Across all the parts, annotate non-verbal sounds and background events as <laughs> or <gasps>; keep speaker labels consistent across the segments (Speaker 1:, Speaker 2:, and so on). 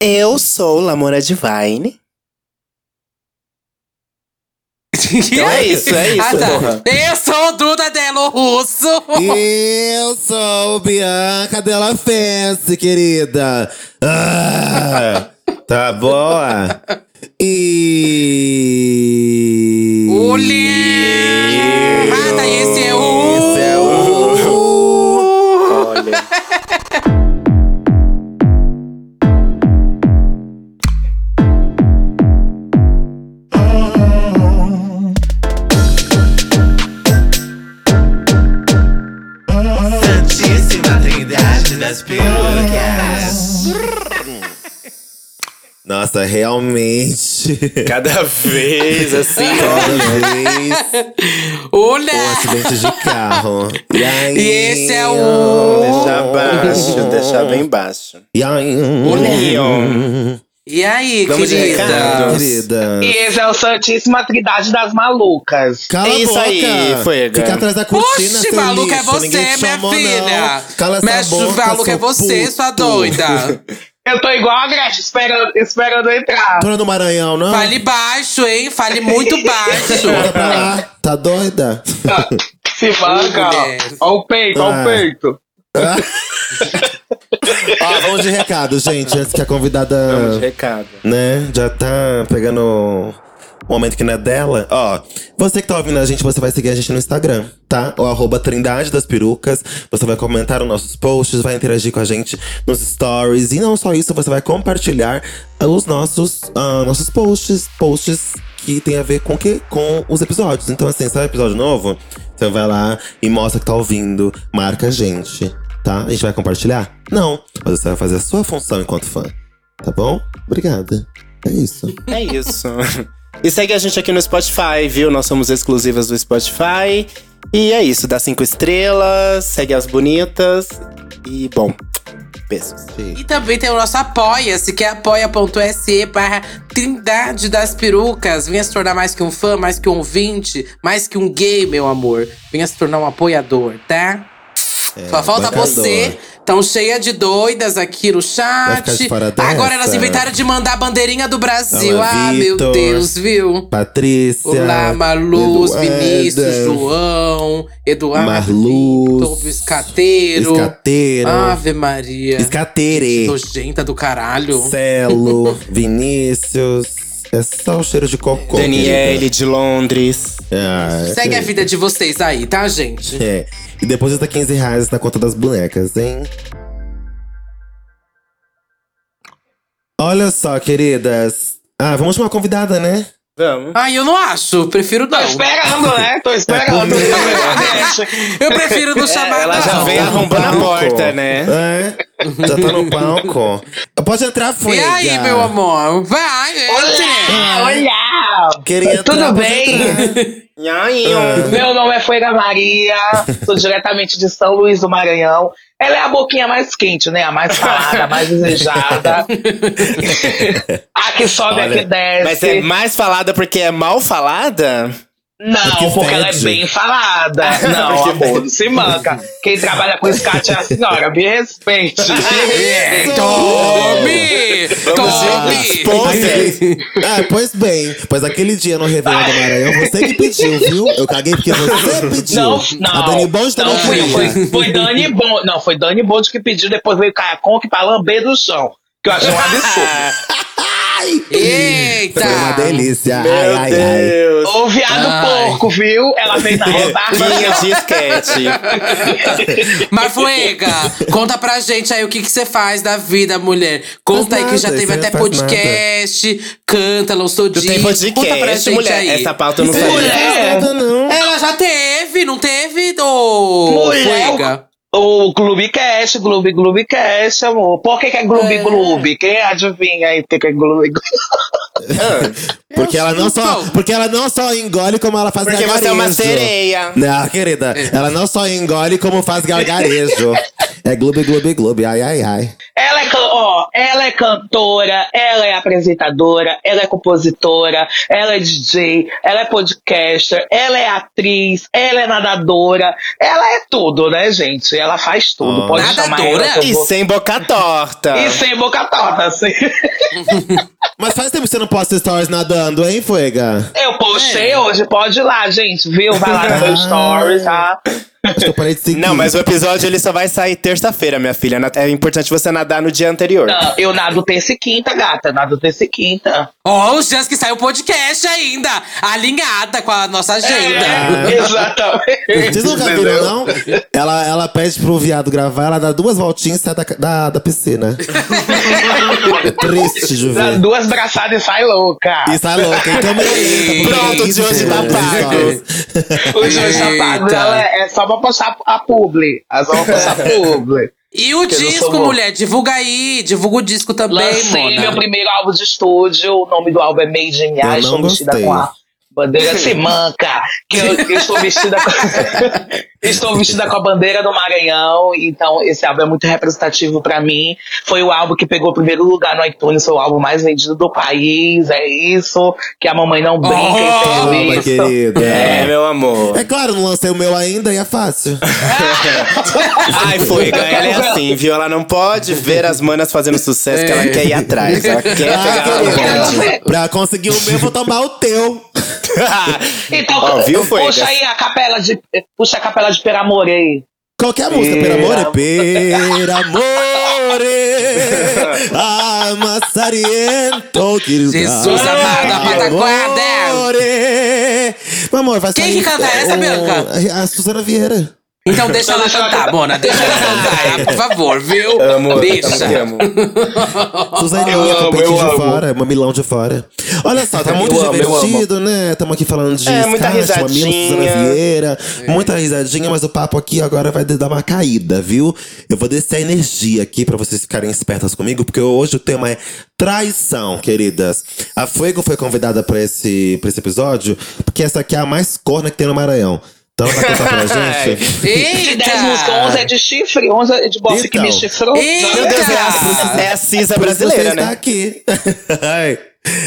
Speaker 1: Eu sou Lamora Divine. Então é isso, é isso,
Speaker 2: Ah, tá.
Speaker 1: porra.
Speaker 2: Eu sou o Duda Delo Russo.
Speaker 3: Eu sou Bianca Della Fence, querida. Ah, tá boa? E.
Speaker 2: O Li. Mata esse é o.
Speaker 3: Esse é o.
Speaker 1: Olha.
Speaker 4: Santíssima Trindade das Perucas.
Speaker 3: Nossa, realmente.
Speaker 4: Cada vez assim, ó.
Speaker 3: Toda vez
Speaker 2: O
Speaker 3: um
Speaker 2: Li.
Speaker 3: acidente de carro. E aí?
Speaker 2: E esse é
Speaker 1: Deixa
Speaker 2: o.
Speaker 1: baixo, deixa bem baixo.
Speaker 3: E aí?
Speaker 2: E aí,
Speaker 1: Vamos de
Speaker 2: querida?
Speaker 1: recado.
Speaker 3: Querida.
Speaker 5: Esse é o Santíssima Trindade das Malucas.
Speaker 3: Cala
Speaker 1: É
Speaker 3: a
Speaker 1: isso
Speaker 3: boca.
Speaker 1: aí, Fuega.
Speaker 3: Fica atrás da cortina,
Speaker 2: Oxi,
Speaker 3: seu
Speaker 2: maluca é
Speaker 3: lixo.
Speaker 2: você,
Speaker 3: Ninguém te
Speaker 2: minha
Speaker 3: chamou,
Speaker 2: filha.
Speaker 3: Não. Cala
Speaker 2: Mexe,
Speaker 3: essa boca,
Speaker 2: maluca é
Speaker 3: seu
Speaker 2: você,
Speaker 3: puto.
Speaker 2: sua
Speaker 3: <laughs>
Speaker 2: doida.
Speaker 5: Eu tô igual a Gretchen, esperando, esperando entrar.
Speaker 3: Dona do Maranhão, não?
Speaker 2: Fale baixo, hein? Fale
Speaker 3: <laughs>
Speaker 2: muito baixo.
Speaker 3: Bora pra lá.
Speaker 1: <laughs>
Speaker 3: Tá doida?
Speaker 5: Se banca,
Speaker 2: mulher.
Speaker 5: ó. Ó o peito, ó
Speaker 3: Ah.
Speaker 5: o peito.
Speaker 3: Ó, vamos de recado, gente. Antes que a convidada...
Speaker 1: Vamos de recado.
Speaker 3: né? Já tá pegando o momento que não é dela. Ó, você que tá ouvindo a gente, você vai seguir a gente no Instagram, tá? O arroba Trindade das Perucas. Você vai comentar os nossos posts, vai interagir com a gente nos stories. E não só isso, você vai compartilhar os nossos, ah, nossos posts. Posts que tem a ver com o quê? Com os episódios. Então, assim, sabe episódio novo? Você vai lá e mostra que tá ouvindo, marca a gente, tá? A gente vai compartilhar? Não. Mas você vai fazer a sua função enquanto fã. Tá bom? Obrigada. É isso.
Speaker 1: É isso. E segue a gente aqui no Spotify, viu? Nós somos exclusivas do Spotify. E é isso, dá cinco estrelas, segue as bonitas. E, bom, beijos.
Speaker 2: E também tem o nosso Apoia-se, que é apoia.se barra Trindade das Perucas. Venha se tornar mais que um fã, mais que um ouvinte, mais que um gay, meu amor. Venha se tornar um apoiador, tá?
Speaker 3: É,
Speaker 2: Só falta
Speaker 3: bancador.
Speaker 2: você. Tão cheia de doidas aqui no
Speaker 3: Vai ficar de
Speaker 2: chat.
Speaker 3: fora dessa?
Speaker 2: Agora elas inventaram de mandar a bandeirinha do Brasil.
Speaker 3: Olá,
Speaker 2: ah, meu
Speaker 3: Vitor. é
Speaker 2: Deus, viu?
Speaker 3: Patrícia.
Speaker 2: Olá, Maluz,
Speaker 3: Eduarda,
Speaker 2: Vinícius, João, Eduardo,
Speaker 3: Marluz,
Speaker 2: Vitor, Biscateiro.
Speaker 3: Escateiro.
Speaker 2: Ave Maria.
Speaker 3: Escatere.
Speaker 2: Nojenta do caralho.
Speaker 3: Celo. <laughs> Vinícius. É só o cheiro de cocô.
Speaker 1: Daniele de Londres.
Speaker 3: querida. Ah,
Speaker 2: Segue a vida de vocês aí, tá, gente?
Speaker 3: É. E deposita 15 reais na conta das bonecas, hein? Olha só, queridas. Ah, vamos chamar uma convidada, né?
Speaker 1: Vamos.
Speaker 2: Ai, eu não acho. Prefiro não.
Speaker 5: Tô esperando, né?
Speaker 3: É
Speaker 5: Tô esperando. <laughs>
Speaker 2: Eu
Speaker 1: <laughs>
Speaker 2: prefiro não chamar,
Speaker 1: É, Ela
Speaker 2: não.
Speaker 1: já vem arrombando a
Speaker 3: Tá Palco.
Speaker 1: porta, né?
Speaker 3: É. Já tá no palco. Pode entrar,
Speaker 2: E
Speaker 3: Fuega.
Speaker 2: aí, meu amor? Vai, é. entre.
Speaker 5: Olá, olá!
Speaker 3: Queria entrar,
Speaker 5: Tudo
Speaker 3: pode
Speaker 5: bem?
Speaker 3: entrar. Ah.
Speaker 5: Meu nome é Fuega Maria, sou diretamente de São Luís do Maranhão. Ela é a boquinha mais quente, né? A mais falada, a mais
Speaker 3: <laughs>
Speaker 5: desejada. a que sobe, a que
Speaker 3: Olha,
Speaker 5: desce.
Speaker 1: Mas é mais falada porque é mal falada?
Speaker 5: Não,
Speaker 3: Porque
Speaker 5: porque, ela é
Speaker 3: fede.
Speaker 5: bem falada. Não,
Speaker 1: Porque
Speaker 5: amor, não se manca. Quem trabalha com SCAT é a senhora, me respeite.
Speaker 1: É.
Speaker 2: Tome!
Speaker 1: Ah, juntos,
Speaker 2: Tome!
Speaker 1: pô.
Speaker 3: Pois bem. Ah, pois bem. Pois aquele dia no Réveillon do Maranhão, você que pediu, viu? Eu caguei porque você pediu.
Speaker 5: Não, não.
Speaker 3: A Dani Bond também
Speaker 5: não, foi,
Speaker 3: queria.
Speaker 5: foi, foi Dani Bond. Não, foi Dani Bond que pediu, depois veio Caia Conk pra lamber do chão. Que eu achei um absurdo.
Speaker 2: Eita!
Speaker 3: Foi É
Speaker 5: Ah.
Speaker 3: uma delícia. Ai, ai, ai.
Speaker 5: Ô, viado
Speaker 2: Ai.
Speaker 5: porco, viu? Ela fez a
Speaker 1: Minha
Speaker 5: rebarba. assim,
Speaker 1: de esquete.
Speaker 2: Marfuega, conta pra gente aí o que que você faz da vida, mulher. Conta
Speaker 3: Faz
Speaker 2: aí que já
Speaker 3: nada,
Speaker 2: teve
Speaker 3: você
Speaker 2: até
Speaker 3: não faz
Speaker 2: podcast, canta, lançou
Speaker 1: Tu
Speaker 2: disco.
Speaker 1: tem
Speaker 2: Conta pra
Speaker 1: podcast,
Speaker 2: gente
Speaker 1: mulher.
Speaker 2: aí.
Speaker 1: Essa pauta eu não
Speaker 3: Isso aí
Speaker 1: sabia.
Speaker 5: É.
Speaker 3: não faz nada, não.
Speaker 2: Ela já teve, não teve, ô
Speaker 5: Mulher,
Speaker 2: Fuega?
Speaker 5: O Gloob Cash, Gloob, Gloob Cash, amor. Por que, que é Gloob,
Speaker 2: É.
Speaker 5: Gloob? Quem adivinha aí por que, que é Gloob, Gloob? É
Speaker 3: Porque ela, não só,
Speaker 2: Então.
Speaker 3: porque ela não só engole, como ela faz
Speaker 1: Porque
Speaker 3: gargarejo.
Speaker 1: você é uma sereia.
Speaker 3: Não, querida, ela não só engole, como faz gargarejo. É gloob, gloob, gloob. Ai, ai, ai.
Speaker 5: Ela é, can- ó, ela é cantora, ela é apresentadora, ela é compositora, ela é DJ, ela é podcaster, ela é atriz, ela é nadadora, ela é tudo, né, gente? Ela faz tudo.
Speaker 3: Ah.
Speaker 5: Pode chamar ela.
Speaker 2: Nadadora? é-
Speaker 5: que eu
Speaker 1: E
Speaker 5: vou-
Speaker 1: sem boca torta.
Speaker 5: E sem boca torta, assim. <laughs>
Speaker 3: Mas faz tempo que você não posta stories nadando, hein, Fuega?
Speaker 5: Eu postei
Speaker 2: É. Ah.
Speaker 5: hoje, pode ir lá, gente, viu? Vai lá no meu story, tá?
Speaker 3: Acho que eu parei de seguir.
Speaker 1: Não, mas o episódio ele só vai sair terça-feira, minha filha. Na- É importante você nadar no dia anterior.
Speaker 5: Não, Ah, Eu nado terça e quinta, gata, nado terça e quinta.
Speaker 2: Ó, os dias que saiu o podcast ainda, alinhada com a nossa agenda.
Speaker 5: É, <laughs> exatamente.
Speaker 1: <laughs>
Speaker 3: Vocês nunca viram,
Speaker 5: entendeu?
Speaker 3: não? Ela, ela pede pro viado gravar, ela dá duas voltinhas e sai da, ca- da, da piscina. é triste de
Speaker 5: Dá
Speaker 3: ver.
Speaker 5: Duas braçadas e sai louca.
Speaker 3: Isso é louco, então me
Speaker 1: Pronto, de hoje tá pago.
Speaker 5: O Jorge Sampaio
Speaker 2: Eita.
Speaker 5: ela é, é só pra postar a publi. É só pra postar a publi.
Speaker 2: E o
Speaker 5: eu não
Speaker 2: disco,
Speaker 5: sou bom.
Speaker 2: mulher, divulga aí, divulga o disco também,
Speaker 5: Lancei meu
Speaker 2: mona.
Speaker 5: primeiro álbum de estúdio. O nome do álbum é Made in
Speaker 3: Eu
Speaker 5: Minas.
Speaker 3: não
Speaker 5: Estou vestida
Speaker 3: gostei.
Speaker 5: com a bandeira semanca. Que eu, que eu estou vestida com, <laughs> Estou vestida com a bandeira do Maranhão. Então, esse álbum é muito representativo pra mim. Foi o álbum que pegou o primeiro lugar no iTunes. Foi o álbum mais vendido do país. É isso. Que a mamãe não brinca
Speaker 2: Oh,
Speaker 5: e tem
Speaker 3: Calma,
Speaker 5: isso.
Speaker 3: querida.
Speaker 1: É,
Speaker 3: É.
Speaker 1: meu amor.
Speaker 3: <laughs> claro, não lancei o meu ainda e é fácil.
Speaker 1: Ai, foi, ela é assim, viu? Ela não pode ver as manas fazendo sucesso que
Speaker 3: É.
Speaker 1: ela quer ir atrás. Ela quer
Speaker 3: Ah,
Speaker 1: É, pegar no <laughs>
Speaker 3: <laughs>
Speaker 5: quero
Speaker 1: bonde.
Speaker 5: ver.
Speaker 3: querida, pra conseguir o meu, vou tomar o teu.
Speaker 5: Então,
Speaker 1: Ó, viu,
Speaker 5: puxa
Speaker 1: Fuegas?
Speaker 5: aí a capela de. Puxa a capela de Peramore aí.
Speaker 3: Qualquer é música, per amore, per amore, ama sariento, querida.
Speaker 2: Jesus amado, a pataquada.
Speaker 3: amore. Meu amor, vai
Speaker 2: Quem
Speaker 3: sair,
Speaker 2: que canta
Speaker 3: é,
Speaker 2: essa,
Speaker 3: o-
Speaker 2: Bianca?
Speaker 3: A, a Suzana Vieira.
Speaker 2: Então deixa ela cantar, mona, deixa ela cantar, por favor, viu?
Speaker 1: Amor,
Speaker 2: deixa.
Speaker 1: te amo.
Speaker 3: Suzana
Speaker 5: Eu
Speaker 3: Vieira,
Speaker 5: amo,
Speaker 3: peitinho
Speaker 5: eu
Speaker 3: de
Speaker 5: amo.
Speaker 3: fora, mamilão de fora. Olha só, tá muito
Speaker 5: Eu amo, eu
Speaker 3: divertido, né? Estamos aqui falando de
Speaker 1: É, muita
Speaker 3: Scarlett,
Speaker 1: risadinha.
Speaker 3: mamilo, Suzana Vieira.
Speaker 5: É.
Speaker 3: Muita risadinha, mas o papo aqui agora vai dar uma caída, viu? Eu vou descer a energia aqui pra vocês ficarem espertas comigo, porque hoje o tema é traição, queridas. A Fuego foi convidada pra esse, pra esse episódio, porque essa aqui é a mais corna que tem no Maranhão. Então ela vai contar
Speaker 5: <laughs>
Speaker 3: pra gente.
Speaker 5: De 10 músicas, 11
Speaker 2: <laughs>
Speaker 5: é
Speaker 2: Eita!
Speaker 5: de chifre, 11 é de bofe que me
Speaker 3: Então.
Speaker 5: chifrou.
Speaker 2: Eita!
Speaker 1: Meu Deus, é a, é a Cisa
Speaker 3: Por isso que
Speaker 1: brasileira,
Speaker 3: você está
Speaker 1: né?
Speaker 3: aqui. <laughs> Ai,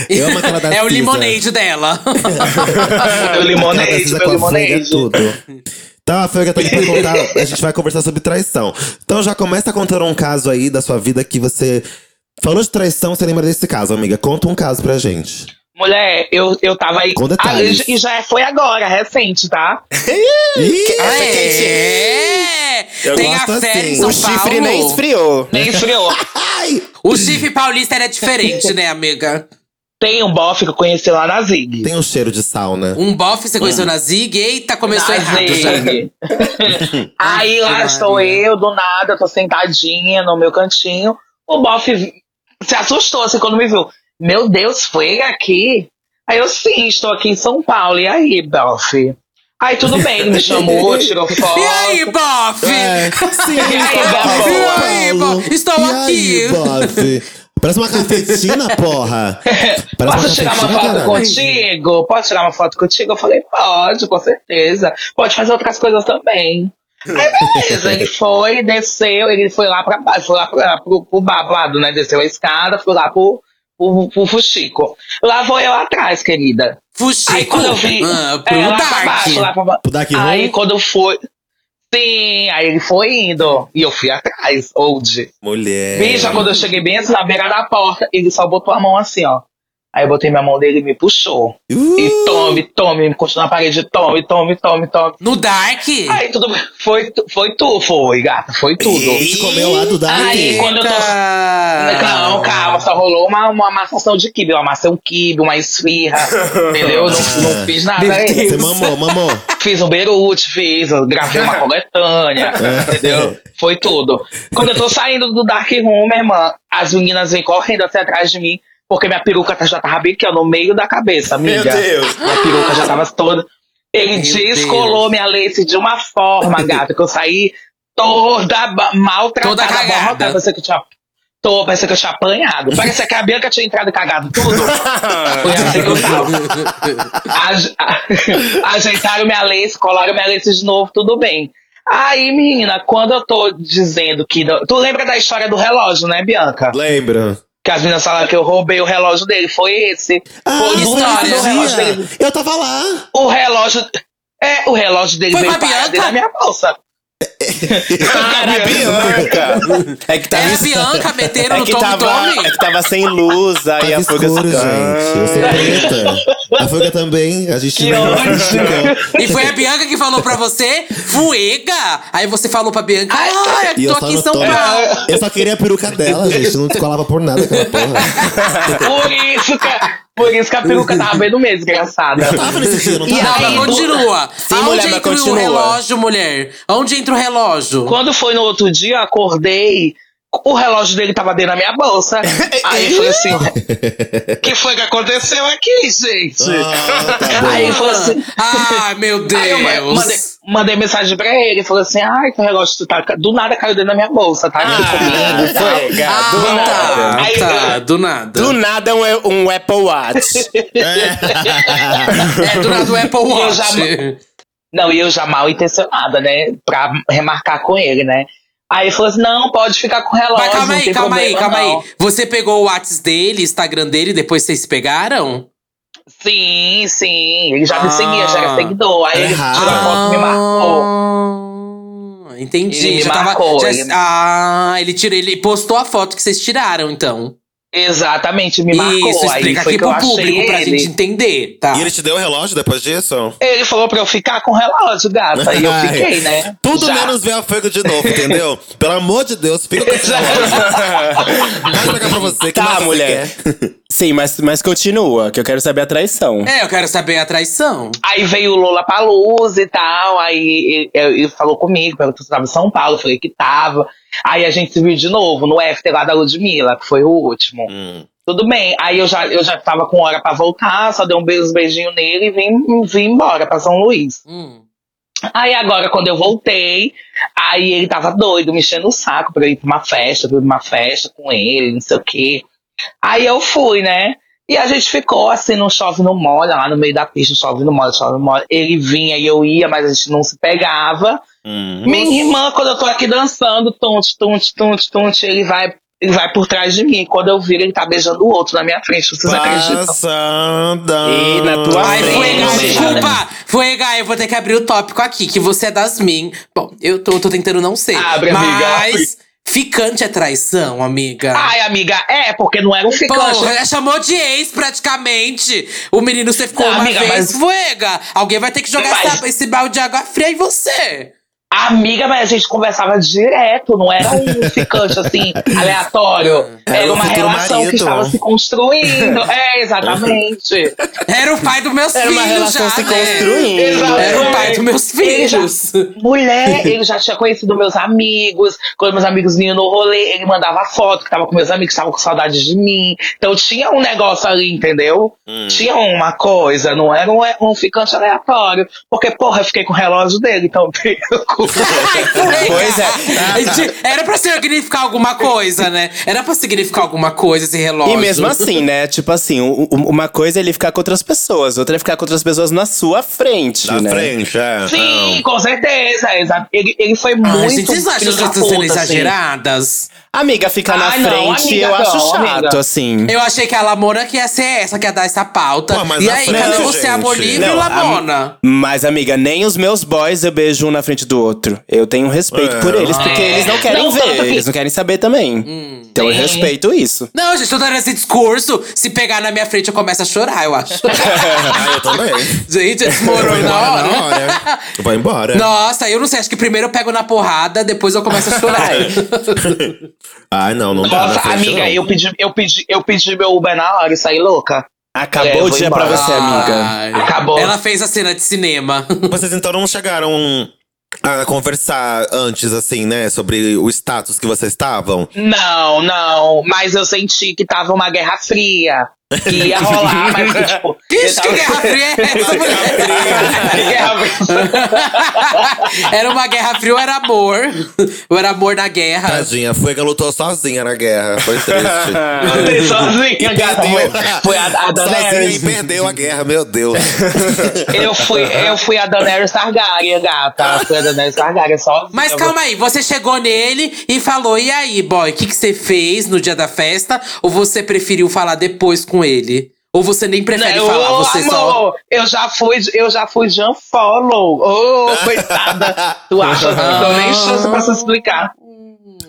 Speaker 3: Eu amo
Speaker 5: <laughs>
Speaker 3: aquela da
Speaker 2: É o
Speaker 3: Cisa.
Speaker 2: limonade dela.
Speaker 5: Meu
Speaker 3: Aquela
Speaker 5: limonade,
Speaker 3: precisa
Speaker 5: meu
Speaker 3: tá com a Veiga,
Speaker 5: limonade.
Speaker 3: tudo. Então, a Fega tá aqui pra
Speaker 5: <laughs>
Speaker 3: contar. A gente vai conversar sobre traição. Então, já começa contando um caso aí da sua vida que você. Falou de traição, você lembra desse caso, amiga? Conta um caso pra gente.
Speaker 5: Mulher, eu, eu tava aí.
Speaker 3: Com detalhes.
Speaker 5: Ah, e já foi agora, recente, tá?
Speaker 3: Ih,
Speaker 2: É!
Speaker 3: Eu
Speaker 2: Tem a
Speaker 3: gosto
Speaker 2: série
Speaker 3: assim.
Speaker 2: em São
Speaker 1: O chifre
Speaker 2: Paulo.
Speaker 1: nem esfriou.
Speaker 3: <laughs>
Speaker 5: Nem esfriou.
Speaker 3: ai!
Speaker 2: O chifre paulista era diferente, né, amiga?
Speaker 5: Tem um bofe que eu conheci lá na Zig.
Speaker 3: Tem um cheiro de sauna.
Speaker 2: Um bofe você
Speaker 5: Hum.
Speaker 2: conheceu na Zig, eita, começou
Speaker 5: Na
Speaker 2: errado já. <laughs>
Speaker 5: Zig. Aí lá
Speaker 2: Maria.
Speaker 5: estou eu, do nada, eu tô sentadinha no meu cantinho. O bofe vi- se assustou assim quando me viu. Meu Deus, foi aqui? Aí eu sim, estou aqui em São Paulo. E aí, bofe? Aí tudo bem, ele me chamou, tirou
Speaker 2: <laughs>
Speaker 5: foto.
Speaker 2: E aí, bofe?
Speaker 3: É, sim,
Speaker 5: <laughs> E aí,
Speaker 3: estou
Speaker 5: Bob?
Speaker 3: aqui,
Speaker 5: E
Speaker 2: aí,
Speaker 3: Paulo.
Speaker 2: Bob? Estou
Speaker 3: E
Speaker 2: aqui.
Speaker 3: Aí, Bob? Parece uma
Speaker 5: <laughs>
Speaker 3: cafetina, porra! Parece
Speaker 5: Posso tirar uma foto
Speaker 3: caralho.
Speaker 5: contigo? Posso tirar uma foto contigo? Eu falei, pode, com certeza. Pode fazer outras coisas também. Aí
Speaker 2: <laughs>
Speaker 5: beleza, ele foi, desceu, ele foi lá pra baixo, foi lá pra, pro, pro bar do lado, né? Desceu a escada, foi lá pro, pro, pro Fuxico. Lá vou eu atrás, querida.
Speaker 2: Fuxico.
Speaker 5: Aí quando eu vi.
Speaker 2: Ah, pro
Speaker 5: é, lá pra
Speaker 2: Dark.
Speaker 5: baixo, lá pra baixo.
Speaker 3: Pro Dark
Speaker 5: Aí
Speaker 3: Room?
Speaker 5: quando foi. Sim, aí ele foi indo. E eu fui atrás, old.
Speaker 3: Mulher.
Speaker 5: Bicha, quando eu cheguei bem assim, na beira da porta, ele só botou a mão assim, ó. Aí eu botei minha mão dele e me puxou.
Speaker 3: Uh!
Speaker 5: E tome, tome, me encostou na parede, tome, tome, tome, tome.
Speaker 2: No Dark?
Speaker 5: Aí tudo bem. Foi, tu- foi tu, foi, gata, foi tudo.
Speaker 3: Te comeu lá do Dark.
Speaker 5: Aí, quando eu tô-
Speaker 2: Eita.
Speaker 5: Não, calma, só rolou uma, uma amassação de quibe. Eu amassei um quibe, uma esfirra, entendeu? Não, não fiz nada
Speaker 2: Meu
Speaker 5: aí.
Speaker 2: Deus.
Speaker 3: Você mamou, mamou.
Speaker 5: Fiz um beirute, fiz, eu
Speaker 2: <laughs>
Speaker 5: gravei uma coletânea,
Speaker 2: É.
Speaker 5: entendeu? Foi tudo. Quando eu tô saindo do Dark Room, minha irmã, as meninas vêm correndo até atrás de mim, porque minha peruca tá- já tava biquinha no meio da cabeça, amiga.
Speaker 1: <laughs> Deus.
Speaker 5: Minha peruca já tava toda. Ele
Speaker 2: Meu
Speaker 5: descolou
Speaker 2: Deus.
Speaker 5: minha lace de uma forma, gata, que eu saí toda ba- maltratada,
Speaker 2: Toda cagada.
Speaker 5: abarrotada. Parecia que eu tinha- Tô, parecia que eu tinha apanhado. Parecia que a Bianca tinha entrado e cagado tudo. Foi assim que eu tava. Aje- <laughs> Ajeitaram minha lace, colaram minha lace de novo, tudo bem. Aí, menina, quando eu tô dizendo que. Tu lembra da história do relógio, né, Bianca?
Speaker 3: Lembra?
Speaker 5: Que as meninas falaram que eu roubei o relógio dele. Foi esse. Foi
Speaker 3: isso
Speaker 5: o relógio,
Speaker 2: história.
Speaker 5: o relógio dele.
Speaker 3: Ah, Eu tava lá.
Speaker 5: O relógio. É, o relógio dele
Speaker 2: Foi
Speaker 5: veio
Speaker 2: com a
Speaker 5: parado
Speaker 2: Bianca?
Speaker 5: na minha
Speaker 2: <laughs>
Speaker 5: bolsa.
Speaker 1: Bianca! É que tava,
Speaker 2: É a
Speaker 1: es-
Speaker 2: Bianca meteram
Speaker 1: é
Speaker 2: no
Speaker 1: que
Speaker 2: Tom
Speaker 1: tava,
Speaker 2: Tommy?
Speaker 1: é que tava sem luz, aí
Speaker 3: Tava
Speaker 1: a fuga
Speaker 3: escuro,
Speaker 1: se-
Speaker 3: gente. Eu sou preta. A fuga também. A gente
Speaker 5: Que
Speaker 3: não
Speaker 5: ódio.
Speaker 3: investigou.
Speaker 2: E foi a Bianca que falou pra você, fuega! Aí você falou pra Bianca,
Speaker 5: Ai,
Speaker 2: ah,
Speaker 3: E
Speaker 2: eu
Speaker 3: eu
Speaker 2: tô
Speaker 3: só
Speaker 2: aqui em
Speaker 3: não É,
Speaker 2: São
Speaker 3: tomo.
Speaker 2: Paulo.
Speaker 3: Eu só queria a peruca dela, gente. Não descolava por nada aquela <laughs> porra.
Speaker 5: Ah, Por isso que, por isso que a peruca tava bem no mês,
Speaker 3: <laughs>
Speaker 5: desgraçada.
Speaker 3: Eu tava nesse Ah, dia, não tá-
Speaker 1: E
Speaker 2: Não,
Speaker 3: tava?
Speaker 1: aí,
Speaker 2: mas continua.
Speaker 1: mulher,
Speaker 2: Aonde
Speaker 1: mas
Speaker 2: entra
Speaker 1: continua.
Speaker 2: o relógio, mulher? Aonde entra o relógio?
Speaker 5: Quando foi no outro dia, eu acordei. O relógio dele tava dentro da minha
Speaker 2: <laughs>
Speaker 5: bolsa. Aí foi assim. que foi que aconteceu aqui, gente?
Speaker 3: Ah, tá bom.
Speaker 5: Aí foi assim.
Speaker 2: Ah, meu Deus!
Speaker 5: Aí eu ma- mandei, mandei mensagem pra ele, falou assim: ai, que relógio tu tá. Do nada caiu dentro da minha bolsa, tá aqui comigo.
Speaker 1: Ah, foi,
Speaker 2: Ah,
Speaker 1: gado.
Speaker 2: tá,
Speaker 5: nada.
Speaker 2: tá,
Speaker 5: Aí-
Speaker 2: do nada.
Speaker 1: Do nada um, um Apple <laughs> Watch.
Speaker 2: É, do nada
Speaker 5: <laughs>
Speaker 2: o Apple
Speaker 5: Eu
Speaker 2: Watch.
Speaker 5: já- Não, e eu já mal intencionada, né? Pra remarcar com ele, né? Aí ele falou assim: não, pode ficar com o relógio.
Speaker 2: Mas calma
Speaker 5: não
Speaker 2: aí,
Speaker 5: tem
Speaker 2: calma aí,
Speaker 5: problema,
Speaker 2: calma
Speaker 5: não.
Speaker 2: aí. Você pegou o Whats dele, Instagram dele, depois vocês pegaram?
Speaker 5: Sim, sim. Ele já
Speaker 2: Ah.
Speaker 5: me seguia, já era seguidor. Aí ele
Speaker 3: Errado.
Speaker 5: tirou a foto e me marcou.
Speaker 2: Ah, Entendi.
Speaker 5: Ele
Speaker 2: já
Speaker 5: marcou,
Speaker 2: tava. já-
Speaker 5: ele-
Speaker 2: Ah, ele tirou, ele postou a foto que vocês tiraram, então.
Speaker 5: Exatamente, me marcou.
Speaker 2: Isso,
Speaker 5: aí
Speaker 2: explica
Speaker 5: foi
Speaker 2: aqui
Speaker 5: que eu
Speaker 2: pro
Speaker 5: achei
Speaker 2: público pra
Speaker 5: ele.
Speaker 2: gente entender, tá?
Speaker 3: E ele te deu o relógio depois disso?
Speaker 5: Ele falou pra eu ficar com o relógio, gata.
Speaker 2: <laughs>
Speaker 5: E Ah, tá eu
Speaker 3: Ai.
Speaker 5: fiquei, né?
Speaker 3: Tudo
Speaker 5: Já. <laughs>
Speaker 3: menos ver a Fuego de novo, entendeu? Pelo amor de Deus, fica com esse relógio. Vai pegar pra você que
Speaker 1: Tá,
Speaker 3: mais você
Speaker 1: mulher.
Speaker 3: quer.
Speaker 1: Sim, mas, mas continua, que eu quero saber a traição.
Speaker 2: É, eu quero saber a traição.
Speaker 5: Aí veio o Lola Paluz e tal. Aí ele, ele falou comigo, perguntou se eu tava em São Paulo. Eu falei que tava. Aí a gente se viu de novo no FT lá da Ludmilla, que foi o último.
Speaker 3: Hum.
Speaker 5: Tudo bem. Aí eu já, eu já tava com hora pra voltar, só dei um beijo, beijinho nele e vim, vim embora pra São Luís.
Speaker 2: Hum.
Speaker 5: Aí agora, quando eu voltei, aí ele tava doido, me enchendo o saco pra eu ir pra uma festa, pra eu ir pra uma festa com ele, não sei o quê. Aí eu fui, né? E a gente ficou assim, não chove, não molha, lá no meio da pista, chove, não molha, chove, não molha. Ele vinha e eu ia, mas a gente não se pegava.
Speaker 3: Hum.
Speaker 5: Minha irmã, quando eu tô aqui dançando, tunte, tunte, tunte, tunte, ele vai, ele vai por trás de mim. Quando eu viro, ele tá beijando o outro na minha frente, vocês acreditam?
Speaker 3: Passada.
Speaker 1: E na tua
Speaker 2: Ai,
Speaker 1: frente.
Speaker 2: foi,
Speaker 5: não,
Speaker 2: desculpa! Foi, Gai, eu vou ter que abrir o tópico aqui, que você é das min. Bom, eu tô, tô tentando não ser.
Speaker 5: Abre,
Speaker 2: mas
Speaker 5: amiga,
Speaker 2: ficante é traição, amiga.
Speaker 5: Ai, amiga, é, porque não era um ficante.
Speaker 2: Porra, ela chamou de ex praticamente. O menino você ficou
Speaker 5: Não,
Speaker 2: uma
Speaker 5: amiga,
Speaker 2: vez,
Speaker 5: mas-
Speaker 2: fuega. Alguém vai ter que jogar
Speaker 5: Mas-
Speaker 2: essa- esse balde de água fria em você.
Speaker 5: Amiga, mas a gente conversava direto, não
Speaker 3: <laughs>
Speaker 5: era um ficante assim, aleatório. Era,
Speaker 3: Era o
Speaker 5: uma
Speaker 3: futuro
Speaker 5: relação
Speaker 3: marido.
Speaker 5: que estava se construindo. É, exatamente.
Speaker 2: Era o pai dos meus
Speaker 1: Era
Speaker 2: filhos
Speaker 1: uma relação
Speaker 2: já,
Speaker 1: se
Speaker 2: né?
Speaker 1: construindo.
Speaker 5: Exato.
Speaker 2: Era o pai dos meus
Speaker 5: Ele já-
Speaker 2: filhos.
Speaker 5: Mulher, ele já tinha conhecido meus amigos. Quando meus amigos vinham no rolê, ele mandava foto que tava com meus amigos, que estavam com saudade de mim. Então tinha um negócio ali, entendeu?
Speaker 3: Hum.
Speaker 5: Tinha uma coisa, não era um, um ficante aleatório. Porque, porra, eu fiquei com o relógio dele, então
Speaker 3: <laughs>
Speaker 5: <laughs> tem
Speaker 2: Ai, fuega.
Speaker 1: Pois
Speaker 2: é. Era pra significar alguma coisa, né? Era pra significar alguma coisa esse relógio.
Speaker 1: E mesmo assim, né? Tipo assim, u- u- uma coisa é ele ficar com outras pessoas, outra é ficar com outras pessoas na sua frente,
Speaker 3: Na
Speaker 1: né?
Speaker 3: frente, é.
Speaker 5: Sim, com certeza. exa- Ele, ele foi muito.
Speaker 2: Ai, gente, Ah, vocês não acham que
Speaker 5: filho da
Speaker 2: vocês estão sendo
Speaker 5: puta, assim.
Speaker 2: exageradas?
Speaker 1: Amiga, ficar na
Speaker 5: Ai, Ah, não,
Speaker 1: frente
Speaker 5: amiga,
Speaker 1: eu acho
Speaker 5: não,
Speaker 1: chato,
Speaker 5: amiga.
Speaker 1: assim.
Speaker 2: Eu achei que a Lamona que ia ser essa, que ia dar essa pauta.
Speaker 3: Pô, mas
Speaker 2: e
Speaker 3: na
Speaker 2: aí,
Speaker 3: frente,
Speaker 2: cadê você,
Speaker 3: gente?
Speaker 2: amor livre,
Speaker 1: Não, a-
Speaker 2: Lamona?
Speaker 1: Mas, amiga, nem os meus boys eu beijo um na frente do outro. Eu tenho respeito
Speaker 3: É.
Speaker 1: por eles, porque
Speaker 5: É.
Speaker 1: eles não querem
Speaker 5: Não, tanto
Speaker 1: ver,
Speaker 5: que-
Speaker 1: eles não querem saber também. Então eu
Speaker 5: Sim.
Speaker 1: respeito isso.
Speaker 2: Não, gente, eu tô dando esse discurso. Se pegar na minha frente, eu começo a chorar, eu acho. <laughs>
Speaker 3: <laughs> Ah, eu também.
Speaker 2: gente,
Speaker 3: Eu vou
Speaker 2: desmorou na
Speaker 3: embora na
Speaker 2: hora.
Speaker 3: hora. Eu vou embora.
Speaker 2: Nossa, eu não sei, acho que primeiro eu pego na porrada, depois eu começo a chorar.
Speaker 3: <laughs> Ai, não, não dá na
Speaker 5: Nossa,
Speaker 3: frente,
Speaker 5: amiga,
Speaker 3: não.
Speaker 5: eu pedi, eu, pedi, eu pedi meu Uber na hora e saí louca. É,
Speaker 1: Acabou
Speaker 5: eu
Speaker 1: o
Speaker 5: vou
Speaker 1: dia pra
Speaker 5: embora.
Speaker 1: você, amiga.
Speaker 2: Ai.
Speaker 5: é Acabou.
Speaker 2: Ela fez a cena de
Speaker 5: <laughs>
Speaker 2: cinema.
Speaker 3: Vocês então não chegaram a conversar antes, assim, né? Sobre o status que vocês estavam.
Speaker 2: <laughs>
Speaker 5: Não, não. Mas eu senti que tava uma guerra fria. Que ia rolar, mas que, tipo,
Speaker 2: Que, que guerra fria é essa,
Speaker 5: <laughs>
Speaker 2: mulher? <laughs> Era uma guerra fria ou era amor? Ou era amor da guerra?
Speaker 3: Tadinha, Fuega lutou sozinha na guerra. Foi triste.
Speaker 5: <laughs> Lutei sozinha, gata. Foi- Foi a, a
Speaker 3: sozinha e
Speaker 5: Daenerys.
Speaker 3: perdeu a guerra, meu Deus.
Speaker 5: Eu fui, eu fui a Daenerys Targaryen, gata. Fui a Daenerys Targaryen sozinha.
Speaker 2: Mas calma aí, você chegou nele e falou: e aí, boy, o que, que você fez no dia da festa? Ou você preferiu falar depois com ele? Ou você nem prefere
Speaker 5: Não,
Speaker 2: falar,
Speaker 5: Né, ô,
Speaker 2: você só.
Speaker 5: amor, eu já fui, eu já fui Jean Follow. Ô, coitada. Tu acha que eu dou nem chance pra se explicar.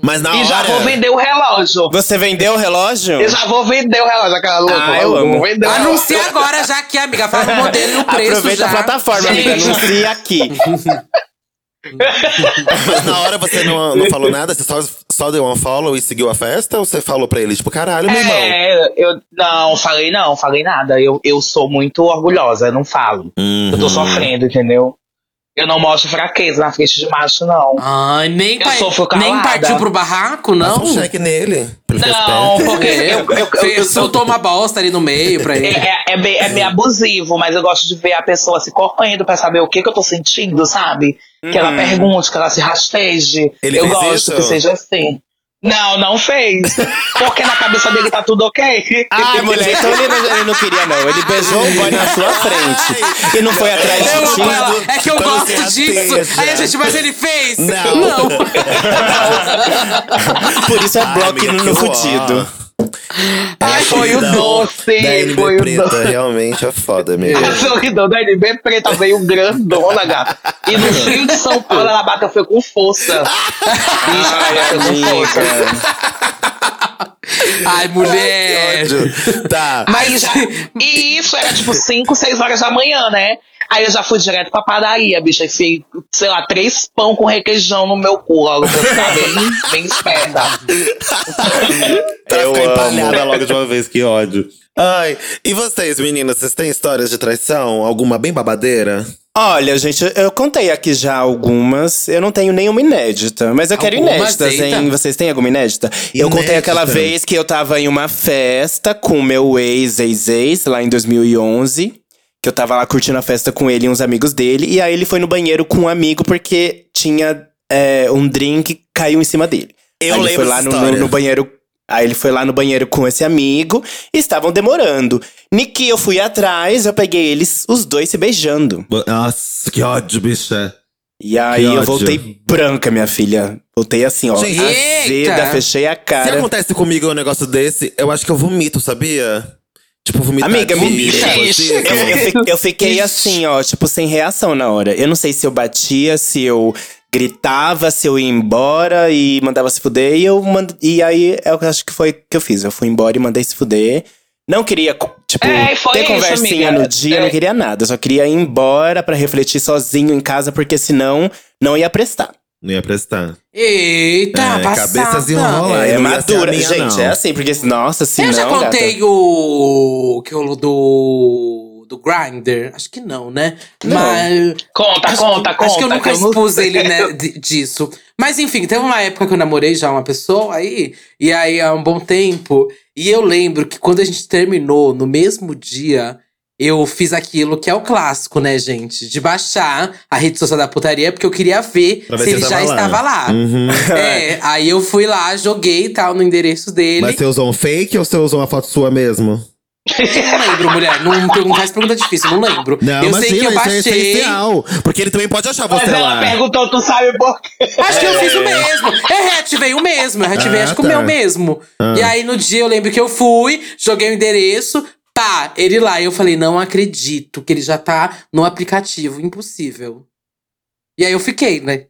Speaker 3: Mas na
Speaker 5: E já vou
Speaker 3: hora.
Speaker 5: vender o relógio.
Speaker 1: Você vendeu o relógio?
Speaker 5: Eu já vou vender o relógio, aquela louca.
Speaker 1: Ah, eu
Speaker 5: Vou
Speaker 1: amo.
Speaker 5: vender o relógio.
Speaker 2: Anuncia agora, já que, amiga, fala o modelo e o preço.
Speaker 1: Aproveita
Speaker 2: já.
Speaker 1: a plataforma, amiga.
Speaker 5: Gente.
Speaker 1: Anuncia
Speaker 5: <laughs>
Speaker 1: aqui.
Speaker 3: Mas na hora você não, não falou nada? Você só, só deu um follow e seguiu a festa? Ou você falou pra ele, tipo, caralho, meu irmão?
Speaker 5: É, eu não falei não, falei nada. Eu, eu sou muito orgulhosa, eu não falo. Eu
Speaker 3: Uhum.
Speaker 5: tô sofrendo, entendeu? Eu não mostro fraqueza na frente de macho, não.
Speaker 2: Ai, nem,
Speaker 5: Eu
Speaker 2: pa-
Speaker 5: sou focalada.
Speaker 2: nem partiu pro barraco, não?
Speaker 3: Passa um cheque nele. pra ele ficar
Speaker 5: Não,
Speaker 3: esperto.
Speaker 5: porque eu, eu, eu, eu,
Speaker 2: soltou uma bosta ali no meio pra ele.
Speaker 5: é, é, é bem, é bem abusivo, mas eu gosto de ver a pessoa se correndo pra saber o que, que eu tô sentindo, sabe? Que ela pergunte, que ela se rasteje.
Speaker 3: Uhum. Ele
Speaker 5: eu
Speaker 3: fez
Speaker 5: gosto
Speaker 3: isso?
Speaker 5: que seja assim. Não, não fez. Porque na cabeça dele tá tudo ok.
Speaker 3: Ah.
Speaker 1: Ai, mulher, então ele não, ele não queria, não. Ele beijou
Speaker 3: um
Speaker 1: o boy na sua frente. E não foi atrás
Speaker 2: Eu
Speaker 1: de
Speaker 2: amo
Speaker 1: ti.
Speaker 2: ela. É que eu
Speaker 3: Quando
Speaker 2: gosto
Speaker 3: se
Speaker 2: disso.
Speaker 3: rasteja.
Speaker 2: Aí a gente, mas ele fez?
Speaker 3: Não.
Speaker 1: Por isso é
Speaker 3: Ai,
Speaker 1: bloco
Speaker 3: amiga, que
Speaker 1: no
Speaker 3: ó.
Speaker 1: fudido.
Speaker 5: Ai, foi o
Speaker 3: Não, da
Speaker 5: doce,
Speaker 3: NB
Speaker 5: foi o doce.
Speaker 3: preta, realmente é foda, amiga.
Speaker 5: <laughs> A sorridão da NB preta veio grandona, gata. E no frio de São Paulo, ela bateu foi
Speaker 3: <laughs>
Speaker 5: com força. Bicho, bateu com força.
Speaker 2: Ai,
Speaker 5: É.
Speaker 2: mulher.
Speaker 3: Ódio. Tá.
Speaker 5: Aí já,
Speaker 2: <laughs>
Speaker 5: e isso era tipo 5, 6 horas da manhã, né? Aí eu já fui direto pra padaria, bicho. Aí fiz, sei lá, três pão com requeijão no meu cu, ó. Pra eu
Speaker 2: <laughs>
Speaker 5: ficar bem, bem esperta.
Speaker 3: Pra
Speaker 1: Eu
Speaker 3: ficar
Speaker 1: amo.
Speaker 3: empalhada logo de uma vez, que ódio. Ai, e vocês, meninas, vocês têm histórias de traição? Alguma bem babadeira?
Speaker 1: Olha, gente, eu- eu contei aqui já algumas. Eu não tenho nenhuma inédita, mas eu quero
Speaker 2: Algumas,
Speaker 1: inéditas,
Speaker 2: eita.
Speaker 1: hein? Vocês têm alguma inédita? Eu contei
Speaker 3: Inédita.
Speaker 1: aquela vez que eu tava em uma festa com o meu ex, ex-ex, lá em 2011. Que eu tava lá curtindo a festa com ele e uns amigos dele. E aí ele foi no banheiro com um amigo porque tinha é, um drink que caiu em cima dele.
Speaker 3: Eu
Speaker 1: aí ele
Speaker 3: lembro
Speaker 1: foi lá
Speaker 3: essa
Speaker 1: no, no-
Speaker 3: história.
Speaker 1: no banheiro. Aí ele foi lá no banheiro com esse amigo e estavam demorando. Niki, eu fui atrás, eu peguei eles, os dois se beijando.
Speaker 3: Nossa, que ódio, bicha.
Speaker 1: E aí
Speaker 3: ódio.
Speaker 1: eu voltei branca, minha filha. Voltei assim, ó.
Speaker 3: Gente,
Speaker 1: azeda,
Speaker 2: eita!
Speaker 1: fechei a
Speaker 3: Se
Speaker 1: cara.
Speaker 3: acontece comigo um negócio desse, eu acho que eu vomito, sabia? Tipo, vomitar tipo,
Speaker 1: Amiga,
Speaker 3: assim, de-
Speaker 1: vomita.
Speaker 3: de-
Speaker 1: Eu,
Speaker 5: É.
Speaker 1: eu
Speaker 3: <laughs>
Speaker 1: fi- eu fiquei assim, ó, tipo, sem reação na hora. Eu não sei se eu batia, se eu gritava, se eu ia embora e mandava se fuder. E, eu mand... e aí, eu acho que foi o que eu fiz. Eu fui embora e mandei se fuder. Não queria, co- tipo,
Speaker 5: É, foi
Speaker 1: ter
Speaker 5: isso,
Speaker 1: conversinha
Speaker 5: amiga.
Speaker 1: no dia,
Speaker 5: É.
Speaker 1: não queria nada. Eu só queria ir embora pra refletir sozinho em casa, porque senão não ia prestar.
Speaker 3: Não ia prestar.
Speaker 2: Eita,
Speaker 3: É,
Speaker 2: passada.
Speaker 3: cabeças enrolam. Ai,
Speaker 1: É
Speaker 3: não ia ser a
Speaker 1: madura,
Speaker 3: minha,
Speaker 1: gente.
Speaker 3: não.
Speaker 1: É assim, porque nossa, se
Speaker 2: Eu
Speaker 1: não,
Speaker 2: já
Speaker 1: gata.
Speaker 2: contei o. que eu do. do Grindr. Acho que não, né? Mas.
Speaker 5: Conta,
Speaker 2: acho,
Speaker 5: Tá conta,
Speaker 2: acho
Speaker 5: conta.
Speaker 2: que eu nunca
Speaker 5: não
Speaker 2: expus
Speaker 5: sei.
Speaker 2: ele
Speaker 5: <laughs>
Speaker 2: né, di- disso. Mas enfim, teve uma época que eu namorei já uma pessoa aí, e aí há um bom tempo. E eu lembro que quando a gente terminou, no mesmo dia, eu fiz aquilo que é o clássico, né, gente? De baixar a rede social da putaria, porque eu queria ver
Speaker 3: Pra ver
Speaker 2: se
Speaker 3: se
Speaker 2: ele já
Speaker 3: tava lá.
Speaker 2: estava lá.
Speaker 3: Uhum.
Speaker 2: É, aí eu fui lá, joguei e tal no endereço dele.
Speaker 3: Mas você usou um fake ou você usou uma foto sua mesmo?
Speaker 2: Eu não lembro, mulher. Não perguntar essa pergunta é difícil, não lembro.
Speaker 3: Não,
Speaker 2: eu
Speaker 3: imagina,
Speaker 2: sei que eu
Speaker 3: isso é
Speaker 2: baixei.
Speaker 3: essencial. Porque ele também pode achar
Speaker 5: Mas
Speaker 3: você
Speaker 5: ela
Speaker 3: lá.
Speaker 5: perguntou, tu sabe por quê?
Speaker 2: Acho que eu fiz o mesmo. Eu reativei o mesmo. Eu reativei,
Speaker 3: É. Ah,
Speaker 2: acho que o
Speaker 3: tá. Ah.
Speaker 2: meu mesmo. E aí, no dia, eu lembro que eu fui, joguei o endereço, pá, ele lá. E eu falei, não acredito que ele já tá no aplicativo. Impossível. E aí, eu fiquei, né?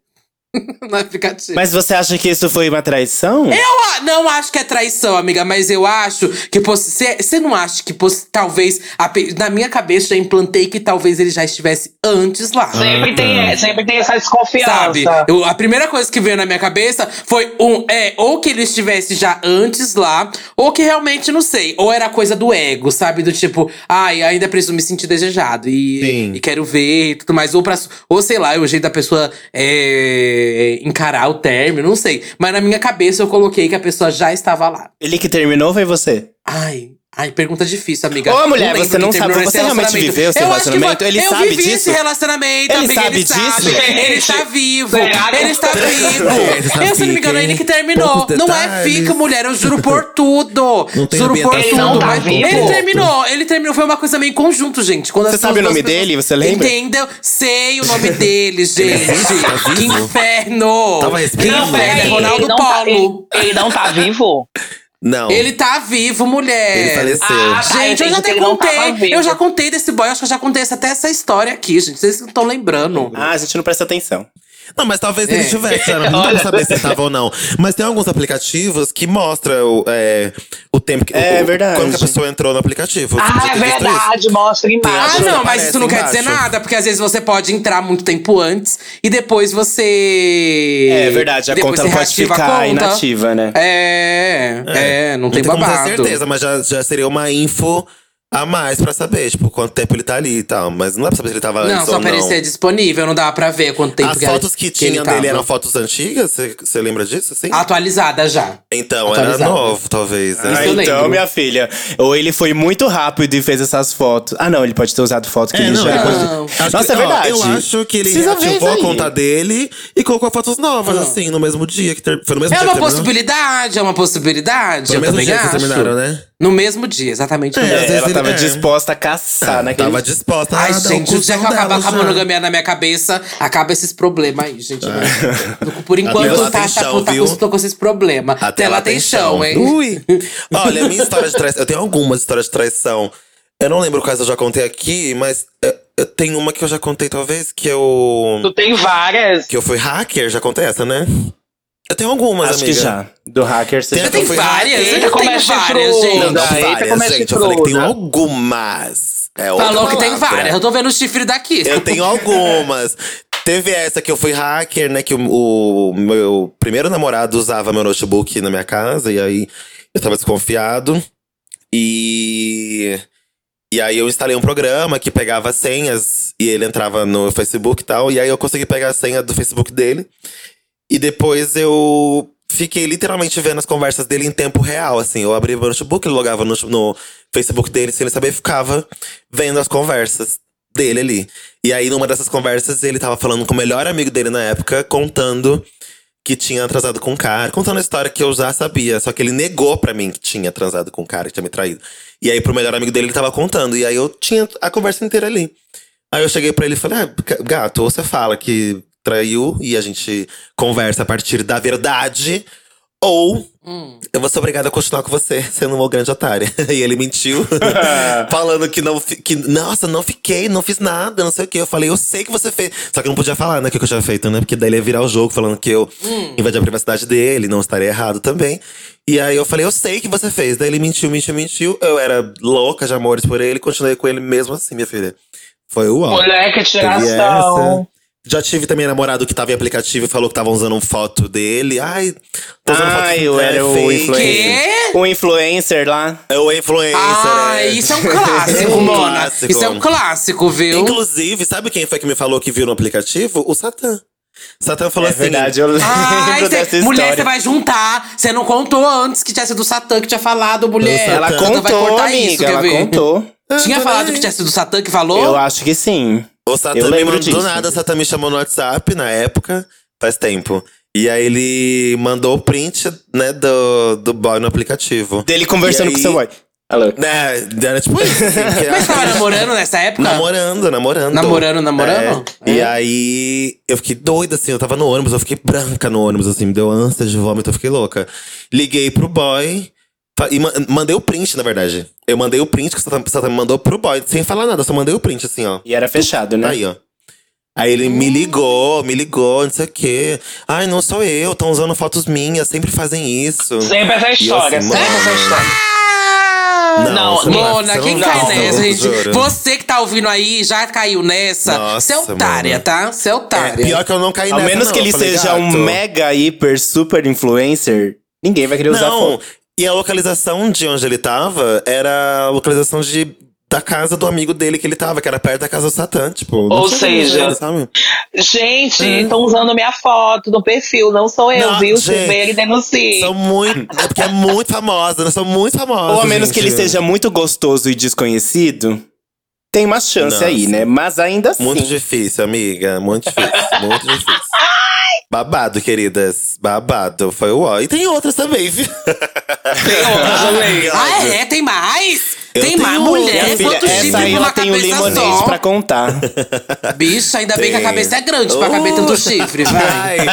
Speaker 2: <laughs> no aplicativo.
Speaker 1: Mas você acha que isso foi uma traição?
Speaker 2: Ah, não acho que é traição, amiga, mas eu acho que você não acha que pos- talvez a pe- na minha cabeça já implantei que talvez ele já estivesse antes lá.
Speaker 5: Sempre, tem, sempre tem essa desconfiança.
Speaker 2: Ah, tá. Sabe?
Speaker 5: Tá.
Speaker 2: Eu- a primeira coisa que veio na minha cabeça foi um é ou que ele estivesse já antes lá, ou que realmente não sei, ou era coisa do ego, sabe? Do tipo, ai, ainda preciso me sentir desejado e,
Speaker 3: Sim.
Speaker 2: e quero ver e tudo mais, ou para ou sei lá, o jeito da pessoa é, encarar o término, não sei. Mas na minha cabeça eu coloquei que a pessoa já estava lá.
Speaker 1: Ele que terminou foi você?
Speaker 2: Ai, Ai, pergunta difícil, amiga.
Speaker 1: Ô, mulher,
Speaker 2: lembro
Speaker 1: você não
Speaker 2: quem terminou
Speaker 1: sabe-
Speaker 2: esse
Speaker 1: você realmente
Speaker 2: relacionamento.
Speaker 1: viveu esse
Speaker 2: Eu acho que
Speaker 1: relacionamento?
Speaker 2: vo-
Speaker 1: Ele
Speaker 2: eu
Speaker 1: sabe
Speaker 2: vivi
Speaker 1: disso?
Speaker 2: esse relacionamento,
Speaker 1: Ele
Speaker 2: amiga.
Speaker 1: sabe
Speaker 2: ele sabe.
Speaker 1: disso?
Speaker 2: Ele tá vivo.
Speaker 5: Será que-
Speaker 2: Ele está vivo.
Speaker 3: Ele sabe
Speaker 2: eu, se não me engano,
Speaker 3: que-
Speaker 2: ele que terminou.
Speaker 3: poucos
Speaker 2: Não é
Speaker 3: detalhes.
Speaker 2: fica, mulher. Eu juro por tudo.
Speaker 3: Não tem
Speaker 2: juro por tudo.
Speaker 3: ambientação,
Speaker 5: não tá
Speaker 2: mas-
Speaker 5: vivo.
Speaker 2: Ele terminou. Ele terminou. Foi uma coisa meio em conjunto, gente. Quando
Speaker 1: Você
Speaker 2: as
Speaker 1: sabe o
Speaker 2: duas
Speaker 1: nome
Speaker 2: pessoas-
Speaker 1: dele? Você lembra? é
Speaker 2: Entendeu?
Speaker 1: <laughs>
Speaker 2: Sei o nome dele, gente.
Speaker 3: tá
Speaker 2: que
Speaker 3: vivo?
Speaker 2: inferno.
Speaker 3: Tava
Speaker 2: que
Speaker 3: respirando?
Speaker 2: inferno.
Speaker 1: né?
Speaker 2: É
Speaker 5: peraí,
Speaker 2: Ronaldo
Speaker 5: não tá-
Speaker 2: Polo.
Speaker 5: ele, ele não tá vivo?
Speaker 3: Não.
Speaker 2: Ele é. tá vivo, mulher.
Speaker 3: Ele faleceu.
Speaker 5: Ah,
Speaker 2: Gente, eu
Speaker 5: Ai,
Speaker 2: já
Speaker 5: gente,
Speaker 2: até
Speaker 5: ele não tava
Speaker 2: contei.
Speaker 5: vivo.
Speaker 2: Eu já contei desse boy. Acho que eu já contei essa- até essa história aqui, gente. Vocês não estão lembrando.
Speaker 1: Ah, a gente não presta atenção.
Speaker 3: Não, mas talvez
Speaker 2: É.
Speaker 3: ele tivesse, né? não dá pra saber se tava ou não. Mas tem alguns aplicativos que mostram é, o tempo que.
Speaker 1: É
Speaker 3: o- o-
Speaker 1: verdade.
Speaker 3: Quando que a pessoa entrou no aplicativo. Tipo, Você
Speaker 5: Ah,
Speaker 3: podia
Speaker 5: é
Speaker 3: ter visto isso.
Speaker 5: verdade, mostra
Speaker 2: Ah,
Speaker 5: embaixo.
Speaker 2: não, mas
Speaker 3: aparece
Speaker 2: isso não quer dizer
Speaker 3: embaixo.
Speaker 2: nada, porque às vezes você pode entrar muito tempo antes e depois você.
Speaker 1: É verdade, a
Speaker 2: depois
Speaker 1: conta
Speaker 2: você
Speaker 1: não pode
Speaker 2: reativa a
Speaker 1: ficar
Speaker 2: conta.
Speaker 1: inativa, né?
Speaker 2: É, é, não, tem,
Speaker 3: como ter
Speaker 2: babado.
Speaker 3: Então, certeza, mas já, já seria uma info a mais pra saber, tipo, quanto tempo ele tá ali e tal. Mas não dá pra saber se ele tava
Speaker 2: Não,
Speaker 3: antes
Speaker 2: só
Speaker 3: ou não.
Speaker 2: aparecer disponível, não dá pra ver quanto tempo
Speaker 3: As
Speaker 2: que era-
Speaker 3: fotos que,
Speaker 2: ele
Speaker 3: tinha dele
Speaker 2: tava.
Speaker 3: eram fotos antigas? Você lembra disso, assim?
Speaker 2: Atualizada já.
Speaker 3: então, era
Speaker 2: atualizado.
Speaker 3: novo, talvez. né?
Speaker 1: Ah,
Speaker 2: eu lembro.
Speaker 1: então, minha filha. Ou ele foi muito rápido e fez essas fotos. Ah, não, ele pode ter usado fotos que
Speaker 3: É,
Speaker 1: ele
Speaker 3: não,
Speaker 1: já.
Speaker 3: ele pode-
Speaker 2: Não.
Speaker 3: Acho
Speaker 1: Nossa,
Speaker 3: que-
Speaker 1: é
Speaker 3: ó,
Speaker 1: verdade.
Speaker 3: Eu acho que ele
Speaker 1: Precisa ver
Speaker 3: reativou a
Speaker 1: isso aí.
Speaker 3: conta dele e colocou fotos novas, assim, no mesmo dia. Que ter... Foi no mesmo
Speaker 2: É
Speaker 3: dia
Speaker 2: uma
Speaker 3: que terminou?
Speaker 2: possibilidade, é uma possibilidade.
Speaker 3: Foi
Speaker 2: eu
Speaker 3: no mesmo
Speaker 2: também
Speaker 3: dia que
Speaker 2: acho.
Speaker 3: vocês terminaram, né?
Speaker 2: No mesmo dia, exatamente. no
Speaker 1: É,
Speaker 3: É, às
Speaker 2: mesmo.
Speaker 3: vezes
Speaker 1: ela
Speaker 3: ele-
Speaker 1: tava
Speaker 3: é. Ah,
Speaker 1: disposta a caçar Tá, naquele.
Speaker 3: Tava disposta.
Speaker 2: Ai,
Speaker 3: Ah, dá um
Speaker 2: gente, o dia que eu
Speaker 3: cuzão
Speaker 2: acabar
Speaker 3: dela
Speaker 2: com a
Speaker 3: já.
Speaker 2: monogamia na minha cabeça, acaba esses problemas aí, gente. Por enquanto, tá,
Speaker 3: tela
Speaker 2: tá,
Speaker 3: tem chão,
Speaker 2: tá, tá,
Speaker 3: viu?
Speaker 2: tô com esses problemas.
Speaker 3: A
Speaker 2: Tela tem chão, hein?
Speaker 3: Ui. <laughs> Olha, a minha história de traição. Eu tenho algumas histórias de traição. Eu não lembro quais eu já contei aqui, mas é, eu tenho uma que eu já contei, talvez, que eu.
Speaker 5: Tu tem várias.
Speaker 3: Que eu fui hacker, já contei essa, né? Eu tenho algumas,
Speaker 1: Acho
Speaker 3: amiga.
Speaker 1: que já. Do hacker, você
Speaker 3: Tem
Speaker 1: já
Speaker 2: Eu tenho
Speaker 3: Foi
Speaker 2: várias,
Speaker 5: Eita,
Speaker 2: eu
Speaker 5: como
Speaker 2: tenho
Speaker 5: é
Speaker 2: várias,
Speaker 3: Não,
Speaker 5: chifruda.
Speaker 2: gente.
Speaker 3: não,
Speaker 5: Eita, como é
Speaker 3: várias, gente. Eu falei que
Speaker 5: chifruda.
Speaker 3: tenho algumas. É outra
Speaker 2: Falou que tem
Speaker 3: palavra.
Speaker 2: várias. Eu tô vendo o chifre daqui.
Speaker 3: Eu tenho algumas. Teve essa que eu fui hacker, né? Que o, o meu primeiro namorado usava meu notebook na minha casa. E aí eu tava desconfiado. E. E aí eu instalei um programa que pegava senhas e ele entrava no Facebook e tal. E aí eu consegui pegar a senha do Facebook dele. E depois eu fiquei literalmente vendo as conversas dele em tempo real, assim. Eu abri meu notebook, logava no, no Facebook dele sem ele saber, ficava vendo as conversas dele ali. E aí, numa dessas conversas, ele tava falando com o melhor amigo dele na época, contando que tinha transado com um cara, contando a história que eu já sabia, só que ele negou pra mim que tinha transado com um cara, que tinha me traído. E aí, pro melhor amigo dele, ele tava contando. E aí, eu tinha a conversa inteira ali. Aí eu cheguei pra ele e falei: ah, ca- gato, ou você fala que traiu e a gente conversa a partir da verdade, ou
Speaker 2: Hum.
Speaker 3: eu vou ser obrigada a continuar com você, <laughs> sendo uma grande otária. <laughs> E ele mentiu, falando que não. fi- Que, Nossa, não fiquei, não fiz nada, não sei o quê. Eu falei, eu sei que você fez. Só que eu não podia falar, né, o que eu tinha feito, né? Porque daí ele ia virar o jogo falando que eu invadi a privacidade dele, não estaria errado também. E aí eu falei, eu sei que você fez. Daí ele mentiu, mentiu, mentiu. Eu era louca de amores por ele, continuei com ele mesmo assim, minha filha. Foi uau.
Speaker 5: Mulher, que
Speaker 3: Teve
Speaker 5: tiração.
Speaker 3: essa. Já tive também namorado que tava em aplicativo e falou que tava usando foto dele. Ai, tô usando foto
Speaker 1: Ai, eu
Speaker 3: dele,
Speaker 1: era o
Speaker 3: fake.
Speaker 1: influencer.
Speaker 2: Quê?
Speaker 1: O influencer lá.
Speaker 3: É o influencer.
Speaker 2: Ah,
Speaker 3: é.
Speaker 2: isso é um clássico,
Speaker 3: um
Speaker 2: Mona.
Speaker 3: clássico.
Speaker 2: Isso é um clássico, viu?
Speaker 3: Inclusive, sabe quem foi que me falou que viu no aplicativo? O Satã. Satã falou
Speaker 1: É
Speaker 3: assim.
Speaker 1: verdade, eu lembro <laughs>
Speaker 2: Ai, cê-
Speaker 1: dessa
Speaker 2: mulher,
Speaker 1: história.
Speaker 2: você vai juntar. Você não contou antes que tinha sido o Satã que tinha falado, mulher.
Speaker 3: Nossa,
Speaker 1: Ela
Speaker 3: Então,
Speaker 2: vai
Speaker 1: contou,
Speaker 2: cortar
Speaker 1: amiga.
Speaker 2: isso, quer
Speaker 1: ela
Speaker 2: ver?
Speaker 1: contou.
Speaker 3: "Ah,
Speaker 2: Tinha
Speaker 3: tô
Speaker 2: falado
Speaker 3: nem
Speaker 2: que
Speaker 3: aí."
Speaker 2: tinha sido o Satã que falou?
Speaker 1: Eu acho que sim.
Speaker 3: O Satã
Speaker 1: Eu
Speaker 3: me
Speaker 1: lembro
Speaker 3: mandou
Speaker 1: disso.
Speaker 3: nada, o Satã me chamou no WhatsApp na época, faz tempo. E aí ele mandou o print, né, do, do boy no aplicativo.
Speaker 1: Dele conversando
Speaker 3: E
Speaker 1: com
Speaker 3: aí-
Speaker 1: seu boy. Alô.
Speaker 3: Né, era tipo isso. assim,
Speaker 1: <laughs>
Speaker 3: que-
Speaker 2: Mas tava namorando nessa época?
Speaker 3: Namorando, namorando.
Speaker 2: Namorando, namorando?
Speaker 3: É. E
Speaker 2: É.
Speaker 3: aí, eu fiquei doida, assim. Eu tava no ônibus, eu fiquei branca no ônibus, assim. Me deu ânsia de vômito, eu fiquei louca. Liguei pro boy. fa- E ma- mandei o print, na verdade. Eu mandei o print que o Satan- Satan me mandou pro boy, sem falar nada. Eu só mandei o print, assim, ó. Tá
Speaker 1: E era fechado, né?
Speaker 3: Aí, ó. Aí ele me ligou, me ligou, não sei o quê. Ai, não sou eu, estão usando fotos minhas, sempre fazem isso.
Speaker 5: Sempre essa história,
Speaker 3: assim,
Speaker 5: sempre
Speaker 3: mano.
Speaker 5: essa história.
Speaker 2: Ah!
Speaker 5: Não,
Speaker 3: você vai-
Speaker 2: Mona,
Speaker 3: você
Speaker 2: quem
Speaker 3: não
Speaker 2: cai
Speaker 3: vai,
Speaker 2: nessa,
Speaker 3: não,
Speaker 2: gente?
Speaker 3: juro.
Speaker 2: Você que tá ouvindo aí já caiu nessa.
Speaker 3: Nossa,
Speaker 2: Você é otária,
Speaker 3: mano.
Speaker 2: tá? Você é
Speaker 3: É,
Speaker 2: otária.
Speaker 3: pior que eu não caí
Speaker 1: Ao
Speaker 3: nessa,
Speaker 1: menos
Speaker 3: não.
Speaker 1: que
Speaker 3: Eu
Speaker 1: ele
Speaker 3: falei,
Speaker 1: seja
Speaker 3: "Gato,
Speaker 1: um mega, hiper, super influencer, ninguém vai querer usar
Speaker 3: Não,
Speaker 1: foto.
Speaker 3: e a localização de onde ele tava era a localização de, da da casa do amigo dele que ele tava, que era perto da casa do Satã, tipo. não
Speaker 5: Ou
Speaker 3: tinha ninguém,
Speaker 5: seja,
Speaker 3: sabe?
Speaker 5: Gente, estão usando minha foto no perfil, não sou eu,
Speaker 3: Hum. Não,
Speaker 5: viu?
Speaker 3: gente,
Speaker 5: Se vê, ele denuncia.
Speaker 3: São muito. É porque é muito famosa, né? São muito famosa.
Speaker 1: Ou a menos que ele
Speaker 3: gente.
Speaker 1: seja muito gostoso e desconhecido, tem uma chance
Speaker 3: Nossa.
Speaker 1: aí, né? Mas ainda assim.
Speaker 3: Muito difícil, amiga. Muito difícil.
Speaker 1: <laughs>
Speaker 3: muito difícil. Babado, queridas. Babado. Foi o ó. E tem outras também, viu?
Speaker 5: Tem outra,
Speaker 3: <laughs>
Speaker 5: gente.
Speaker 2: Ah, é? Tem mais?
Speaker 3: Eu
Speaker 2: tem mais
Speaker 3: tenho um,
Speaker 1: Minha
Speaker 2: mulher,
Speaker 1: filha,
Speaker 2: quanto chifre
Speaker 1: essa aí
Speaker 2: pra
Speaker 1: eu
Speaker 2: uma
Speaker 1: tenho
Speaker 2: cabeça
Speaker 1: limonês
Speaker 2: só.
Speaker 1: pra contar.
Speaker 3: <laughs>
Speaker 2: Bicho, ainda bem que a
Speaker 3: Tem.
Speaker 2: cabeça é grande pra caber
Speaker 3: <laughs>
Speaker 2: tanto chifre, vai.
Speaker 3: Ai,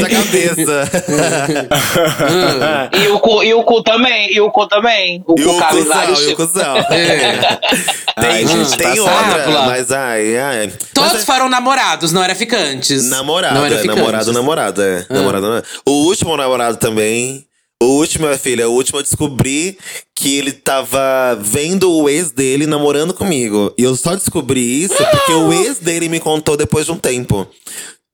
Speaker 3: haja cabeça.
Speaker 5: E o, cu, e o cu também, e o cu também. O
Speaker 3: E o
Speaker 5: cu cabe
Speaker 3: cuzão,
Speaker 5: vários
Speaker 3: e o
Speaker 5: tipos.
Speaker 3: <laughs> cuzão. tá
Speaker 2: É.
Speaker 3: Tem,
Speaker 1: Ai, gente,
Speaker 3: tem
Speaker 2: passada.
Speaker 3: outra, mas ai, ai.
Speaker 2: Todos foram namorados, não era ficantes.
Speaker 3: Namorada,
Speaker 2: não é era ficantes.
Speaker 3: é- namorado, namorada.
Speaker 2: Ah.
Speaker 3: é. Namorado, namorado. O último namorado também. O último, minha filha, o último eu descobri que ele tava vendo o ex dele namorando comigo. E eu só descobri isso porque o ex dele me contou depois de um tempo.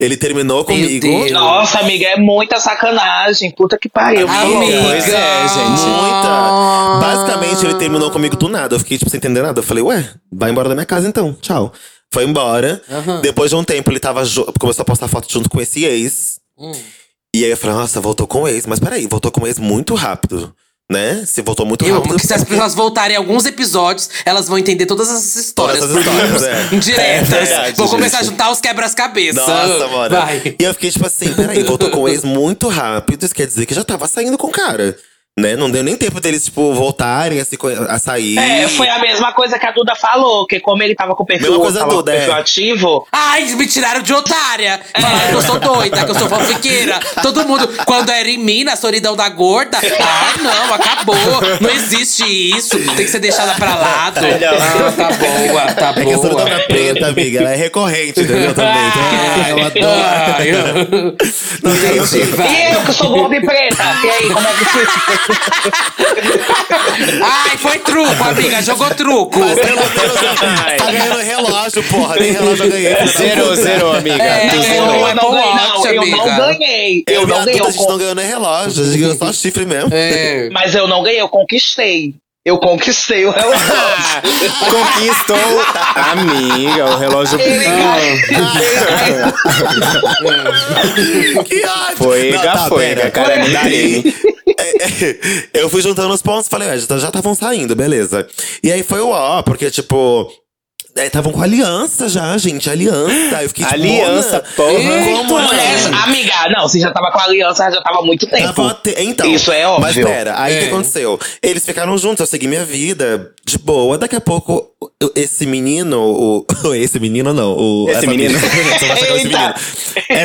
Speaker 3: Ele terminou comigo.
Speaker 2: Deus.
Speaker 5: Nossa, amiga, é muita sacanagem. Puta que pariu.
Speaker 2: Amiga.
Speaker 5: falou.
Speaker 1: Pois é, gente.
Speaker 3: Muita. Basicamente, ele terminou comigo do nada. Eu fiquei, tipo, sem entender nada. Eu falei, ué, vai embora da minha casa então. Tchau. Foi embora. Depois de um tempo, ele tava jo- começou a postar foto junto com esse ex.
Speaker 2: Hum.
Speaker 3: E aí eu falei, nossa, voltou com o ex. Mas peraí, voltou com o ex muito rápido, né? Se voltou muito
Speaker 2: Eu,
Speaker 3: rápido.
Speaker 2: porque se as pessoas voltarem alguns episódios, elas vão entender todas essas histórias.
Speaker 3: Todas as histórias, é.
Speaker 2: Indiretas.
Speaker 3: É verdade,
Speaker 2: vou começar
Speaker 3: gente.
Speaker 2: a juntar os quebras-cabeças.
Speaker 3: <laughs> Nossa, mano.
Speaker 2: Vai.
Speaker 3: E eu fiquei tipo assim, peraí, voltou com o ex muito rápido. Isso quer dizer que já tava saindo com o cara. Né? Não deu nem tempo deles, tipo, voltarem a, se conhe- a sair.
Speaker 5: É, foi a mesma coisa que a Duda falou, que como ele tava com o perfil,
Speaker 3: Mesma coisa
Speaker 5: tava com o
Speaker 3: Duda,
Speaker 5: perfil
Speaker 3: é.
Speaker 5: ativo,
Speaker 2: Ai, me tiraram de otária. É, Falaram que eu sou doida, que eu sou fanfiqueira. Todo mundo, quando era em Minas, solidão da gorda. Ai, não, acabou. Não existe isso. Tem que ser deixada pra lado. Ah, tá boa, tá
Speaker 3: É que a solidão
Speaker 2: boa.
Speaker 3: da preta, amiga, ela é recorrente, entendeu? Também. Então,
Speaker 2: Ah, eu adoro.
Speaker 3: Não tem
Speaker 2: Gente,
Speaker 3: jeito.
Speaker 2: vai.
Speaker 5: E eu que sou gorda e preta. E aí, como é que
Speaker 3: <laughs>
Speaker 5: fica?
Speaker 2: Ai, foi truco, amiga. Jogou truco.
Speaker 3: Pelo menos, tá ganhando relógio, porra. Nem relógio eu ganhei. filha da
Speaker 1: Zerou,
Speaker 3: puta.
Speaker 1: zerou, amiga.
Speaker 2: É,
Speaker 1: Tu
Speaker 2: eu-
Speaker 1: zerou.
Speaker 5: Eu não ganhei, não.
Speaker 2: Apple Watch,
Speaker 5: Eu não
Speaker 2: amiga.
Speaker 5: ganhei. Eu
Speaker 3: Eu e
Speaker 5: É, não
Speaker 3: a Duda, a
Speaker 5: ganhei. Eu
Speaker 3: gente não
Speaker 5: con-
Speaker 3: ganhou nem relógio. A gente ganhou só chifre mesmo.
Speaker 5: <laughs>
Speaker 2: É.
Speaker 5: Mas eu não ganhei, eu conquistei.
Speaker 3: <laughs>
Speaker 5: Eu conquistei o relógio.
Speaker 1: Conquistou. Amiga, o relógio.
Speaker 5: Ele ganhou.
Speaker 3: Que ódio! tá
Speaker 1: Foi, foi,
Speaker 3: pera.
Speaker 1: cara, não
Speaker 3: né? Daí, é, é, eu fui juntando os pontos, falei, ué, já estavam saindo, beleza. E aí foi o ó, porque tipo. Estavam com aliança já, gente. Aliança. Eu fiquei tipo,
Speaker 1: Aliança,
Speaker 3: "Mona,
Speaker 1: porra."
Speaker 3: Como
Speaker 2: Eita,
Speaker 3: assim?
Speaker 5: Mas, amiga, não, você já tava com a aliança, já tava há muito tempo.
Speaker 3: Tava te- Então,
Speaker 5: Isso é
Speaker 3: Mas
Speaker 5: óbvio.
Speaker 3: pera, aí o que
Speaker 2: É.
Speaker 3: aconteceu? Eles ficaram juntos, eu segui minha vida, de boa. Daqui a pouco, o- esse menino, o. o- <laughs> Esse menino não, o.
Speaker 1: Esse
Speaker 3: essa
Speaker 1: menino.
Speaker 3: menina- Só vai chegar esse
Speaker 5: Eita.
Speaker 3: menino.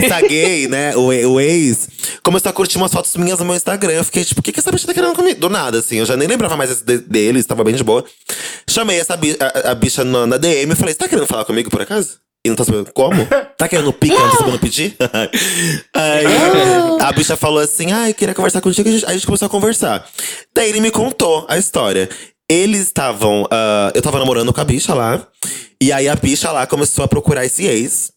Speaker 3: Essa gay, né? O, e- o ex, começou a curtir umas fotos minhas no meu Instagram. Eu fiquei tipo, o que, que essa bicha tá querendo comigo? Do nada, assim, eu já nem lembrava mais de- deles, tava bem de boa. Chamei essa bi- a, a bicha na, na DM e falei: você tá querendo falar comigo por acaso? E não tá sabendo como? Tá querendo pica, não tá sabendo pedir? <laughs> Aí
Speaker 5: Ah.
Speaker 3: a bicha falou assim: ai, queria conversar contigo. A gente, a gente começou a conversar. Daí ele me contou a história. Eles estavam. ah, eu tava namorando com a bicha lá. E aí a bicha lá começou a procurar esse ex.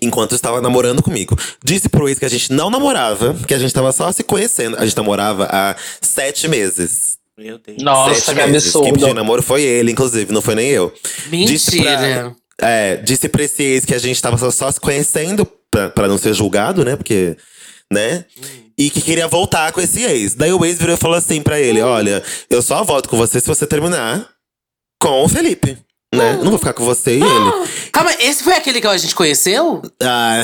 Speaker 3: Enquanto estava namorando comigo. Disse pro ex que a gente não namorava, que a gente tava só se conhecendo. A gente namorava há sete meses.
Speaker 1: Meu Deus.
Speaker 5: Nossa,
Speaker 3: Sete
Speaker 5: que
Speaker 3: meses. Quem pediu
Speaker 5: absurdo.
Speaker 3: namoro foi ele, inclusive, não foi nem eu. Disse
Speaker 2: Mentira.
Speaker 3: pra- É, disse pra esse ex que a gente tava só, só se conhecendo pra, pra não ser julgado, né? Porque, né? E que queria voltar com esse ex. Daí o ex virou e falou assim pra ele: Olha, eu só volto com você se você terminar com o Felipe. Né? Não vou ficar com você e ele.
Speaker 2: Calma, esse foi aquele que a gente conheceu?
Speaker 3: Aham,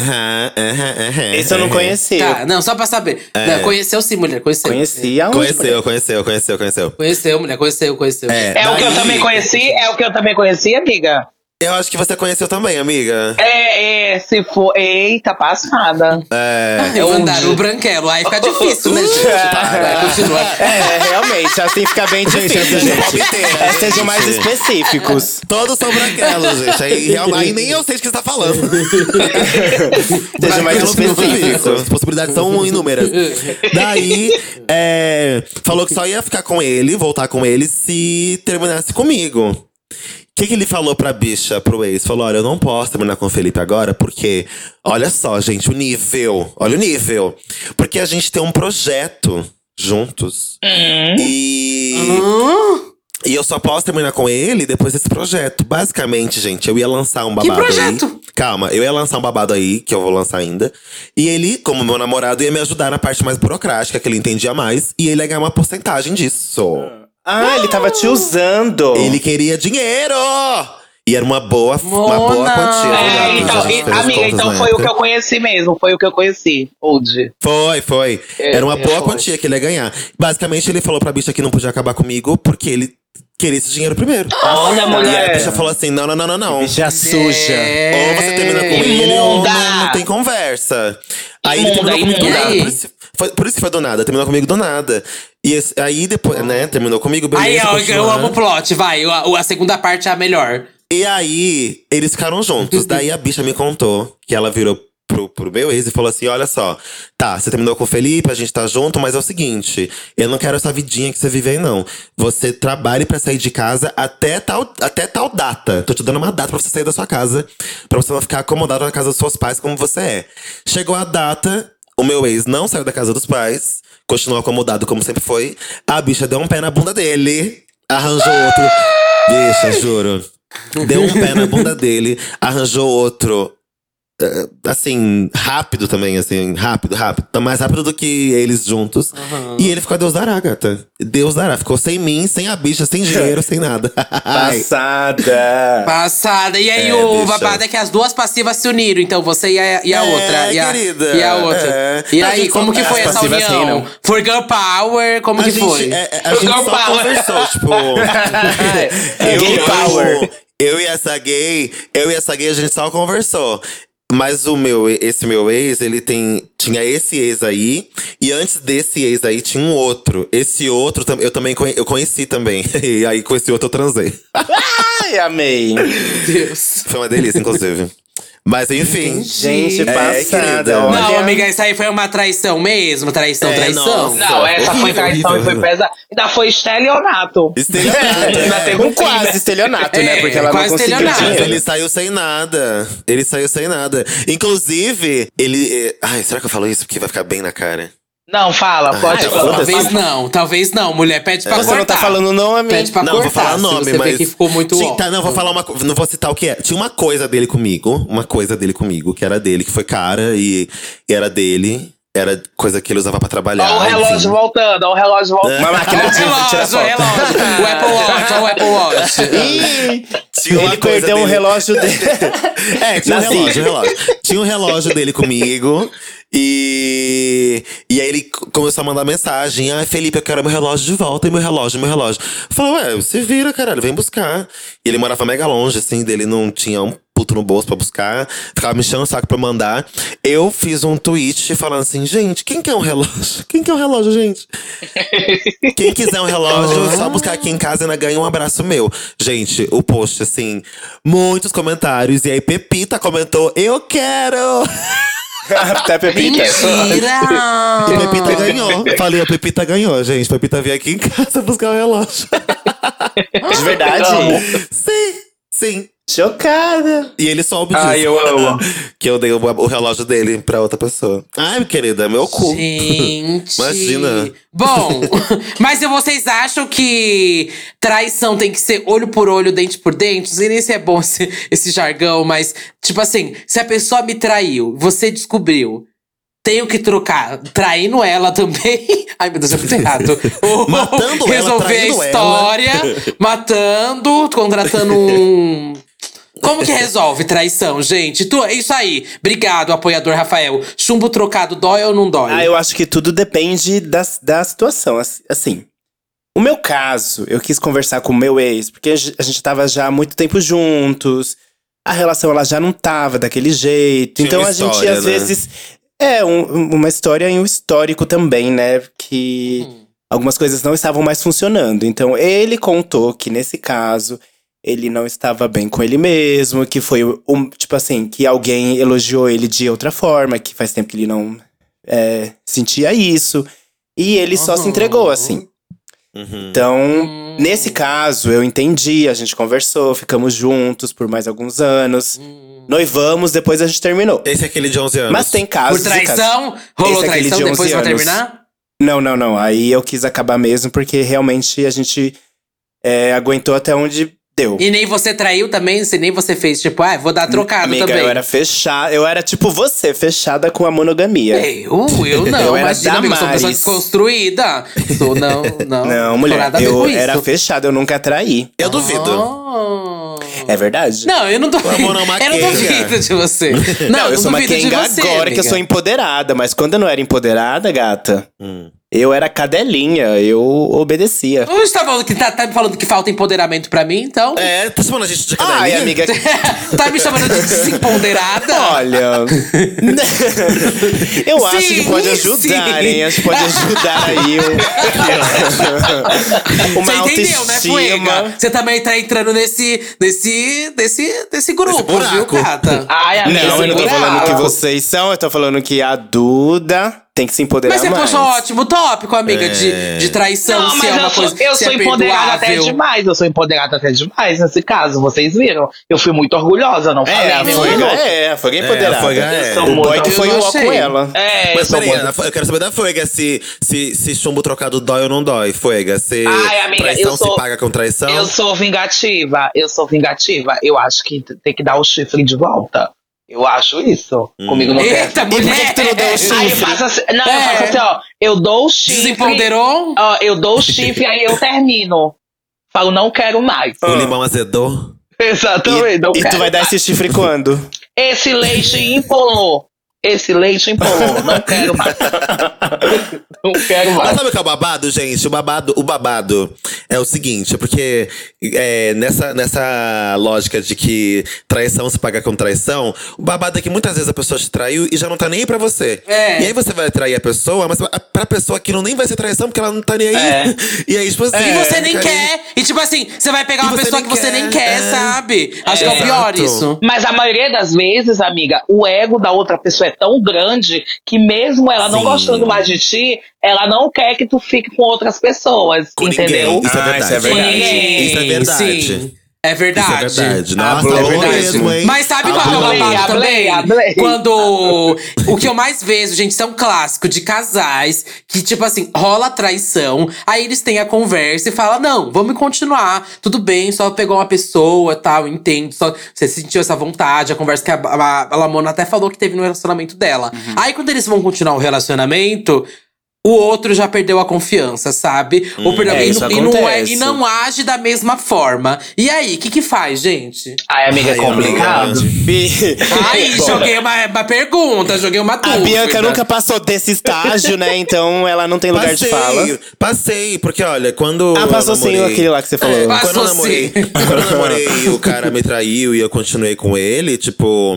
Speaker 3: aham, aham.
Speaker 1: Esse eu não
Speaker 3: aham.
Speaker 1: conheci.
Speaker 2: Tá, não, só pra saber. Não, conheceu sim, mulher, conheceu.
Speaker 1: Conheci aonde?
Speaker 3: Conheceu, conheceu, conheceu, conheceu.
Speaker 2: Conheceu, mulher, conheceu, conheceu.
Speaker 5: É o que eu
Speaker 3: daí-
Speaker 5: também conheci, é o que eu também conheci, amiga.
Speaker 3: Eu acho que você conheceu também, amiga.
Speaker 5: É, é, se for. Eita, passada.
Speaker 3: É.
Speaker 2: Eu
Speaker 5: Onde?
Speaker 2: andar o um branquelo, aí fica difícil, né, gente? Vai, continua.
Speaker 1: É, realmente, assim fica bem difícil, gente. É, sejam mais específicos.
Speaker 3: Todos são branquelos, gente. Aí, real- aí nem eu sei de que você tá falando.
Speaker 1: Seja mais
Speaker 3: Branquelos não
Speaker 1: específico.
Speaker 3: As possibilidades são inúmeras. Daí, é, falou que só ia ficar com ele, voltar com ele, se terminasse comigo. O que, que ele falou pra bicha, pro ex? Falou: olha, eu não posso terminar com o Felipe agora, porque. Olha só, gente, o nível. Olha o nível. Porque a gente tem um projeto juntos. E.
Speaker 2: Hã?
Speaker 3: E eu só posso terminar com ele depois desse projeto. Basicamente, gente, eu ia lançar um babado
Speaker 2: projeto?
Speaker 3: aí. Calma, eu ia lançar um babado aí, que eu vou lançar ainda. E ele, como meu namorado, ia me ajudar na parte mais burocrática, que ele entendia mais. E ele ia ganhar uma porcentagem disso.
Speaker 2: Hum.
Speaker 1: Ah, ele tava te usando.
Speaker 3: Ele queria dinheiro! E era uma boa, uma boa
Speaker 2: Mona!
Speaker 3: quantia.
Speaker 2: É,
Speaker 3: eu lembro,
Speaker 5: então,
Speaker 3: já
Speaker 5: e-
Speaker 3: fez as
Speaker 5: amiga,
Speaker 3: contas
Speaker 5: então
Speaker 3: na
Speaker 5: foi o que
Speaker 3: época.
Speaker 5: eu conheci mesmo. Foi o que eu conheci, Old.
Speaker 3: Foi, foi.
Speaker 5: É,
Speaker 3: Era uma
Speaker 5: é,
Speaker 3: boa
Speaker 5: foi.
Speaker 3: quantia que ele ia ganhar. Basicamente, ele falou pra bicha que não podia acabar comigo porque ele queria esse dinheiro primeiro.
Speaker 5: Olha,
Speaker 3: E
Speaker 2: É.
Speaker 3: aí a
Speaker 5: mulher.
Speaker 3: bicha falou assim: não, não, não, não, não.
Speaker 1: Já <laughs> suja.
Speaker 3: Ou você termina
Speaker 2: É.
Speaker 3: com um ele ou
Speaker 5: Imunda!
Speaker 3: não, não tem conversa. Aí ele
Speaker 5: Imunda,
Speaker 3: terminou comigo do
Speaker 5: imunda.
Speaker 3: nada.
Speaker 2: E aí?
Speaker 3: Por isso, foi- por isso que foi do nada, terminou comigo do nada. E esse- aí depois, né, terminou comigo, beleza.
Speaker 2: Aí, ó, eu
Speaker 3: continuar.
Speaker 2: amo o plot, vai. o- A, a segunda parte é a melhor.
Speaker 3: E aí, eles ficaram juntos. Daí a bicha me contou que ela virou pro, pro meu ex e falou assim: Olha só, tá, você terminou com o Felipe, a gente tá junto, mas é o seguinte, eu não quero essa vidinha que você vive aí, não. Você trabalhe pra sair de casa até tal, até tal data. Tô te dando uma data pra você sair da sua casa, pra você não ficar acomodado na casa dos seus pais como você é. Chegou a data, o meu ex não saiu da casa dos pais, continuou acomodado como sempre foi. A bicha deu um pé na bunda dele, arranjou outro. Bicha, juro. Deu um pé na
Speaker 5: <laughs>
Speaker 3: bunda dele, arranjou outro. eh, Assim, rápido também, assim, rápido, rápido. Tá Mais rápido do que eles juntos. E ele ficou Deus dará, gata. Deus dará. Ficou sem mim, sem a bicha, sem
Speaker 5: <laughs>
Speaker 3: dinheiro, sem nada. Ai.
Speaker 1: Passada.
Speaker 2: Passada. E aí,
Speaker 3: É,
Speaker 2: o
Speaker 3: bicha.
Speaker 2: babado é que as duas passivas se uniram. Então, você e a, e a
Speaker 3: É,
Speaker 2: outra. E a,
Speaker 3: querida,
Speaker 2: e a outra.
Speaker 3: é.
Speaker 2: E
Speaker 3: A
Speaker 2: aí,
Speaker 3: gente
Speaker 2: como
Speaker 3: não-
Speaker 2: que
Speaker 3: as
Speaker 2: foi essa
Speaker 3: passivas
Speaker 2: união?
Speaker 3: riram.
Speaker 2: For Girl Power, como
Speaker 3: a
Speaker 2: que
Speaker 3: gente,
Speaker 2: foi? É.
Speaker 3: é, é, a
Speaker 5: Eu
Speaker 3: gente
Speaker 5: dou um
Speaker 3: só
Speaker 5: power.
Speaker 3: conversou, tipo.
Speaker 5: <laughs>
Speaker 3: eu,
Speaker 1: Gay
Speaker 3: eu-
Speaker 1: power.
Speaker 3: eu e essa gay, eu e essa gay, a gente só conversou. Mas o meu, esse meu ex, ele tem, tinha esse ex aí. E antes desse ex aí, tinha um outro. Esse outro, tam- eu também conhe- eu conheci também. <laughs> E aí, com esse outro, eu transei.
Speaker 1: Ai, amei.
Speaker 2: Meu Deus.
Speaker 3: Foi uma delícia, inclusive. Mas enfim.
Speaker 1: Gente,
Speaker 3: É,
Speaker 1: passada.
Speaker 3: querida.
Speaker 1: olha.
Speaker 2: Não, amiga, isso aí foi uma traição mesmo. Traição,
Speaker 3: É,
Speaker 2: traição.
Speaker 3: nossa.
Speaker 5: Não, essa foi
Speaker 3: horrível,
Speaker 5: traição e foi
Speaker 3: horrível.
Speaker 5: pesada. Ainda foi estelionato.
Speaker 3: Estelionato,
Speaker 5: Ainda
Speaker 3: é.
Speaker 5: teve
Speaker 1: Um
Speaker 5: um crime.
Speaker 1: quase estelionato, né?
Speaker 2: É,
Speaker 1: Porque ela não
Speaker 2: quase
Speaker 1: conseguiu
Speaker 2: estelionato.
Speaker 1: dinheiro.
Speaker 3: Ele saiu sem nada. Ele saiu sem nada. Inclusive, ele. eh, Ai, será que eu falo isso? Porque vai ficar bem na cara.
Speaker 5: Não, fala, pode
Speaker 3: Ah,
Speaker 5: falar.
Speaker 3: foda-se.
Speaker 2: Talvez não, talvez não. Mulher, pede pra
Speaker 1: Você
Speaker 2: cortar.
Speaker 1: não tá falando não,
Speaker 2: Pede
Speaker 1: amigo.
Speaker 2: pra
Speaker 3: não,
Speaker 2: cortar.
Speaker 3: vou falar
Speaker 2: se
Speaker 3: nome,
Speaker 2: você
Speaker 3: mas.
Speaker 2: Vê que ficou muito
Speaker 3: Tinha-
Speaker 2: ó.
Speaker 3: tá, não, vou falar uma co- Não vou citar o que é. Tinha uma coisa dele comigo, uma coisa dele comigo, que era dele, que foi cara e, e era dele. Era coisa que ele usava pra trabalhar.
Speaker 5: Olha o
Speaker 3: enfim.
Speaker 5: relógio voltando, olha o relógio voltando.
Speaker 1: Uma
Speaker 2: Ó,
Speaker 1: máquina
Speaker 2: o
Speaker 1: de tirar
Speaker 2: relógio, o
Speaker 1: foto.
Speaker 2: relógio. O Apple Watch, ó, o Apple Watch.
Speaker 1: Ih,
Speaker 3: Tinha uma
Speaker 1: ele
Speaker 3: coisa
Speaker 1: perdeu um
Speaker 3: dele.
Speaker 1: relógio dele.
Speaker 3: <laughs> É, tinha um
Speaker 1: Nasci.
Speaker 3: relógio, um relógio. Tinha um relógio dele comigo. E, e aí ele c- começou a mandar mensagem. Ai, Felipe, eu quero meu relógio de volta. E meu relógio, meu relógio. Eu Falei, ué, se vira, caralho, vem buscar. E ele morava mega longe, assim, dele não tinha um puto no bolso pra buscar. Ficava me enchendo o saco pra mandar. Eu fiz um tweet falando assim, gente, quem quer um relógio? Quem quer um relógio, gente? Quem quiser um relógio, é só buscar aqui em casa e ainda ganha um abraço meu. Gente, o post, assim, muitos comentários. E aí, Pepita comentou: Eu quero! Ah, tá,
Speaker 1: Até Pepita.
Speaker 3: E
Speaker 2: Mentira!
Speaker 3: é. Pepita ganhou. Falei: A Pepita ganhou, gente. Pepita veio aqui em casa buscar o relógio. <laughs>
Speaker 1: De verdade.
Speaker 3: sim, sim.
Speaker 1: Chocada.
Speaker 3: E ele soube
Speaker 1: Ah,
Speaker 3: disso.
Speaker 4: Ai, eu amo.
Speaker 3: <laughs> que eu dei o, o relógio dele pra outra pessoa. Ai, querida, meu cu.
Speaker 2: Gente.
Speaker 3: Imagina.
Speaker 2: Bom, <laughs> mas e vocês acham que traição tem que ser olho por olho, dente por dente? Não sei nem se é bom <laughs> esse, esse jargão, mas, tipo assim, se a pessoa me traiu, você descobriu. Tenho que trocar, traindo ela também. <laughs> Ai, meu Deus, é muito errado. Ou
Speaker 3: <laughs> Matando ela,
Speaker 2: Resolver
Speaker 3: traindo
Speaker 2: a
Speaker 3: ela.
Speaker 2: história,
Speaker 3: <laughs>
Speaker 2: matando, contratando um. Como que resolve traição, gente? Tu, é isso aí. Obrigado, apoiador Rafael. Chumbo trocado dói ou não dói?
Speaker 1: Ah, eu acho que tudo depende da, da situação. ass- Assim, o meu caso, eu quis conversar com o meu ex, porque a ge- a gente tava já há muito tempo juntos. A relação, ela já não tava daquele jeito.
Speaker 3: Tinha
Speaker 1: então
Speaker 3: uma
Speaker 1: a gente,
Speaker 3: história,
Speaker 1: às
Speaker 3: né?
Speaker 1: vezes… É, um- uma história e um histórico também, né? Que algumas coisas não estavam mais funcionando. Então ele contou que nesse caso ele não estava bem com ele mesmo, que foi um tipo assim, que alguém elogiou ele de outra forma, que faz tempo que ele não é, sentia isso. E ele só se
Speaker 2: Uhum.
Speaker 1: entregou, assim.
Speaker 3: Uhum.
Speaker 1: Então,
Speaker 2: Hum.
Speaker 1: nesse caso, eu entendi, a gente conversou, ficamos juntos por mais alguns anos.
Speaker 2: Hum.
Speaker 1: Noivamos, depois a gente terminou.
Speaker 3: Esse é aquele de 11 anos.
Speaker 1: Mas tem casos.
Speaker 2: Por
Speaker 1: e casos.
Speaker 2: traição? Rolou
Speaker 1: Esse é aquele
Speaker 2: traição
Speaker 1: de
Speaker 2: depois
Speaker 1: 11
Speaker 2: pra
Speaker 1: anos.
Speaker 2: terminar?
Speaker 1: Não, não, não. Aí eu quis acabar mesmo, porque realmente a gente é, aguentou até onde deu.
Speaker 2: E nem você traiu também? Se nem você fez, tipo, ah, vou dar trocado
Speaker 1: Amiga,
Speaker 2: também.
Speaker 1: eu era fechada. Eu era tipo você, fechada com a monogamia.
Speaker 2: Eu? Eu não,
Speaker 1: <laughs> Eu era
Speaker 2: imagina, amiga, sou uma pessoa
Speaker 1: Damares.
Speaker 2: desconstruída. Sou,
Speaker 1: <laughs>
Speaker 2: não, não.
Speaker 1: Não,
Speaker 2: Sou
Speaker 1: mulher,
Speaker 2: nada a ver
Speaker 1: eu
Speaker 2: com isso.
Speaker 1: era fechada, eu nunca traí.
Speaker 3: Eu duvido.
Speaker 2: Oh.
Speaker 1: É verdade?
Speaker 2: Não, eu não duvido.
Speaker 3: Vamos na
Speaker 2: <laughs> eu não
Speaker 3: maquenga.
Speaker 2: duvido de você. Não,
Speaker 1: eu, sou uma
Speaker 2: duvido de
Speaker 1: quenga
Speaker 2: você,
Speaker 1: agora que eu
Speaker 2: amiga.
Speaker 1: sou empoderada, mas quando eu não era empoderada, gata, eu era cadelinha, eu obedecia.
Speaker 2: Hoje tá falando que tá, tá me falando que falta empoderamento pra mim, então.
Speaker 3: É, tá chamando a gente de
Speaker 1: Ai,
Speaker 3: cadelinha?
Speaker 1: amiga,
Speaker 2: <laughs> tá me chamando de desempoderada?
Speaker 1: olha.
Speaker 2: <laughs>
Speaker 1: eu acho que
Speaker 2: Sim,
Speaker 1: pode ajudar,
Speaker 2: sim.
Speaker 1: hein? Acho que pode ajudar
Speaker 2: <laughs>
Speaker 1: aí. o- <laughs> Uma
Speaker 2: Você entendeu, né, Fuega?
Speaker 1: autoestima.
Speaker 2: Você também tá entrando nesse. nesse. desse. desse grupo,
Speaker 3: Nesse
Speaker 2: viu,
Speaker 3: buraco.
Speaker 2: Cata?
Speaker 5: Ai, amiga,
Speaker 1: Não, eu não tô
Speaker 5: segura
Speaker 1: falando que
Speaker 5: ela.
Speaker 1: vocês são, eu tô falando que a Duda tem que se empoderar
Speaker 2: Mas você
Speaker 1: mais.
Speaker 2: puxou um ótimo tópico, amiga, de, de traição,
Speaker 5: Não,
Speaker 2: se é
Speaker 5: mas
Speaker 2: uma
Speaker 5: eu sou,
Speaker 2: coisa.
Speaker 5: eu
Speaker 2: se
Speaker 5: sou
Speaker 2: é
Speaker 5: empoderada até
Speaker 2: perdoável.
Speaker 5: demais. Eu sou empoderada até demais nesse caso. Vocês viram? Eu fui muito orgulhosa, não
Speaker 1: É,
Speaker 5: falei.
Speaker 1: a
Speaker 5: meu
Speaker 1: Fuega
Speaker 5: amor.
Speaker 1: é, a Fuega é
Speaker 3: É, a
Speaker 1: empoderada.
Speaker 3: Fuega é.
Speaker 1: O boy que
Speaker 2: Eu
Speaker 1: foi
Speaker 2: não
Speaker 1: o ó com
Speaker 2: achei.
Speaker 1: ela.
Speaker 5: É, eu
Speaker 3: Mas
Speaker 5: sou
Speaker 3: peraí,
Speaker 5: muito...
Speaker 3: Ana, eu quero saber da Fuega se, se, se chumbo trocado dói ou não dói. Fuega, se
Speaker 5: Ai, amiga,
Speaker 3: traição
Speaker 5: eu sou-
Speaker 3: se paga com traição.
Speaker 1: então.
Speaker 5: Eu sou vingativa, eu sou vingativa. Eu acho que t- tem que dar o chifre de volta. Eu acho isso.
Speaker 1: Hum.
Speaker 5: Comigo não tem.
Speaker 2: Eita,
Speaker 1: por que
Speaker 2: mulher!
Speaker 1: que tu não deu o
Speaker 5: Aí
Speaker 1: chifre?
Speaker 5: eu faço assim, não,
Speaker 2: É.
Speaker 5: eu faço assim, ó. Eu dou o chifre.
Speaker 2: Desempoderou?
Speaker 5: ó, eu dou o chifre, aí eu termino. Falo, não quero mais. <laughs>
Speaker 3: O limão azedou.
Speaker 5: Exatamente, não
Speaker 1: E
Speaker 5: quero
Speaker 1: tu vai dar
Speaker 5: mais.
Speaker 1: esse chifre quando? <laughs>
Speaker 5: Esse leite empolou. Esse leite empolou. Não
Speaker 3: <laughs>
Speaker 5: quero mais. não quero
Speaker 3: Mas
Speaker 5: mais.
Speaker 3: sabe o que é o babado, gente? O babado, o babado é o seguinte, é porque é, nessa, nessa lógica de que traição se paga com traição, o babado é que muitas vezes a pessoa te traiu e já não tá nem aí pra você.
Speaker 2: É.
Speaker 3: E aí você vai trair a pessoa, mas pra pessoa aquilo nem vai ser traição, porque ela não tá nem aí. <laughs> E aí, tipo assim.
Speaker 2: É. E você nem
Speaker 3: cara,
Speaker 2: quer. E tipo assim, você vai pegar
Speaker 3: E
Speaker 2: uma
Speaker 3: você
Speaker 2: pessoa que
Speaker 3: nem
Speaker 2: você
Speaker 3: quer,
Speaker 2: nem quer,
Speaker 3: é.
Speaker 2: sabe? Acho que é o
Speaker 3: É.
Speaker 2: pior
Speaker 3: Exato.
Speaker 2: isso.
Speaker 5: Mas a maioria das vezes, amiga, o ego da outra pessoa é tão grande que mesmo ela não
Speaker 3: Sim.
Speaker 5: gostando mais de ti, ela não quer que tu fique com outras pessoas,
Speaker 3: Com
Speaker 5: entendeu?
Speaker 3: ninguém. Isso é
Speaker 1: Ah,
Speaker 3: verdade.
Speaker 1: isso é verdade.
Speaker 2: Sim,
Speaker 3: Isso é verdade.
Speaker 2: sim. É verdade.
Speaker 3: Isso é verdade. Nossa,
Speaker 1: Hablou
Speaker 3: falou
Speaker 1: verdade.
Speaker 3: mesmo, hein?
Speaker 2: Mas sabe qual é o
Speaker 3: Hablou.
Speaker 5: Ablei,
Speaker 2: babado
Speaker 5: ablei,
Speaker 2: também?
Speaker 5: ablei.
Speaker 2: Quando. O que eu mais vejo, gente, são clássicos de casais que, tipo assim, rola traição, aí eles têm a conversa e falam: não, vamos continuar, tudo bem, só pegou uma pessoa tal, entendo, só você sentiu essa vontade, a conversa que a, a, a Lamona até falou que teve no relacionamento dela.
Speaker 1: Uhum.
Speaker 2: Aí quando eles vão continuar o relacionamento. O outro já perdeu a confiança, sabe? Ou perdeu
Speaker 1: é,
Speaker 2: e,
Speaker 1: isso
Speaker 2: não- e não é-
Speaker 1: acontece.
Speaker 2: e não age da mesma forma. E aí, o que que faz, gente?
Speaker 5: Ai, amiga, é
Speaker 3: Ai,
Speaker 5: complicado.
Speaker 3: amiga. né?
Speaker 1: Bi-
Speaker 2: Aí,
Speaker 1: Bom,
Speaker 2: joguei uma, uma pergunta, joguei uma
Speaker 1: A
Speaker 2: dúvida.
Speaker 1: Bianca nunca passou desse estágio, né? Então ela não tem lugar
Speaker 3: Passei,
Speaker 1: de fala.
Speaker 3: passei, porque olha, quando.
Speaker 1: Ah,
Speaker 3: eu
Speaker 1: passou sim
Speaker 3: namorei-
Speaker 1: aquele lá que você falou.
Speaker 2: É,
Speaker 3: quando
Speaker 2: Passou
Speaker 3: eu namorei,
Speaker 2: sim.
Speaker 3: <laughs> quando eu namorei, o cara me traiu e eu continuei com ele, tipo.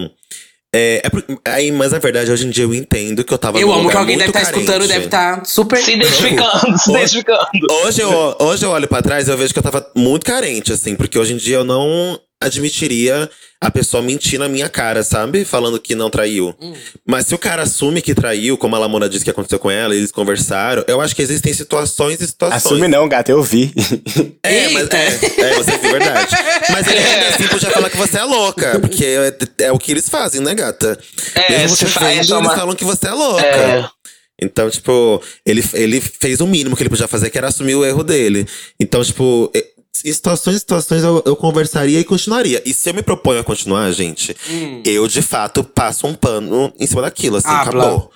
Speaker 3: É, é por- aí, mas na verdade, hoje em dia eu entendo que eu tava
Speaker 2: Eu
Speaker 3: num
Speaker 2: amo
Speaker 3: lugar
Speaker 2: que alguém deve
Speaker 3: tá muito
Speaker 2: estar escutando,
Speaker 3: carente.
Speaker 2: deve estar super.
Speaker 5: Se identificando, se identificando.
Speaker 3: Hoje eu, hoje eu olho pra trás e eu vejo que eu tava muito carente, assim, porque hoje em dia eu não admitiria a pessoa mentir na minha cara, sabe? Falando que não traiu.
Speaker 5: Hum.
Speaker 3: Mas se o cara assume que traiu, como a Lamona disse que aconteceu com ela, eles conversaram, eu acho que existem situações e situações.
Speaker 1: Assume não, gata, eu vi.
Speaker 3: É, mas
Speaker 2: Eita.
Speaker 3: é, é, você tem verdade. Mas ele ainda assim podia falar que você é louca, porque é, é o que eles fazem, né, gata?
Speaker 5: É,
Speaker 3: Mesmo você
Speaker 5: se fa- é
Speaker 3: vendo,
Speaker 5: só uma-
Speaker 3: eles falam que você é louca.
Speaker 5: É.
Speaker 3: Então, tipo, ele, ele fez o mínimo que ele podia fazer, que era assumir o erro dele. Então, tipo, é- em situações e situações eu, eu conversaria e continuaria. E se eu me proponho a continuar, gente, eu de fato passo um pano em cima daquilo, assim,
Speaker 2: Habla.
Speaker 3: acabou.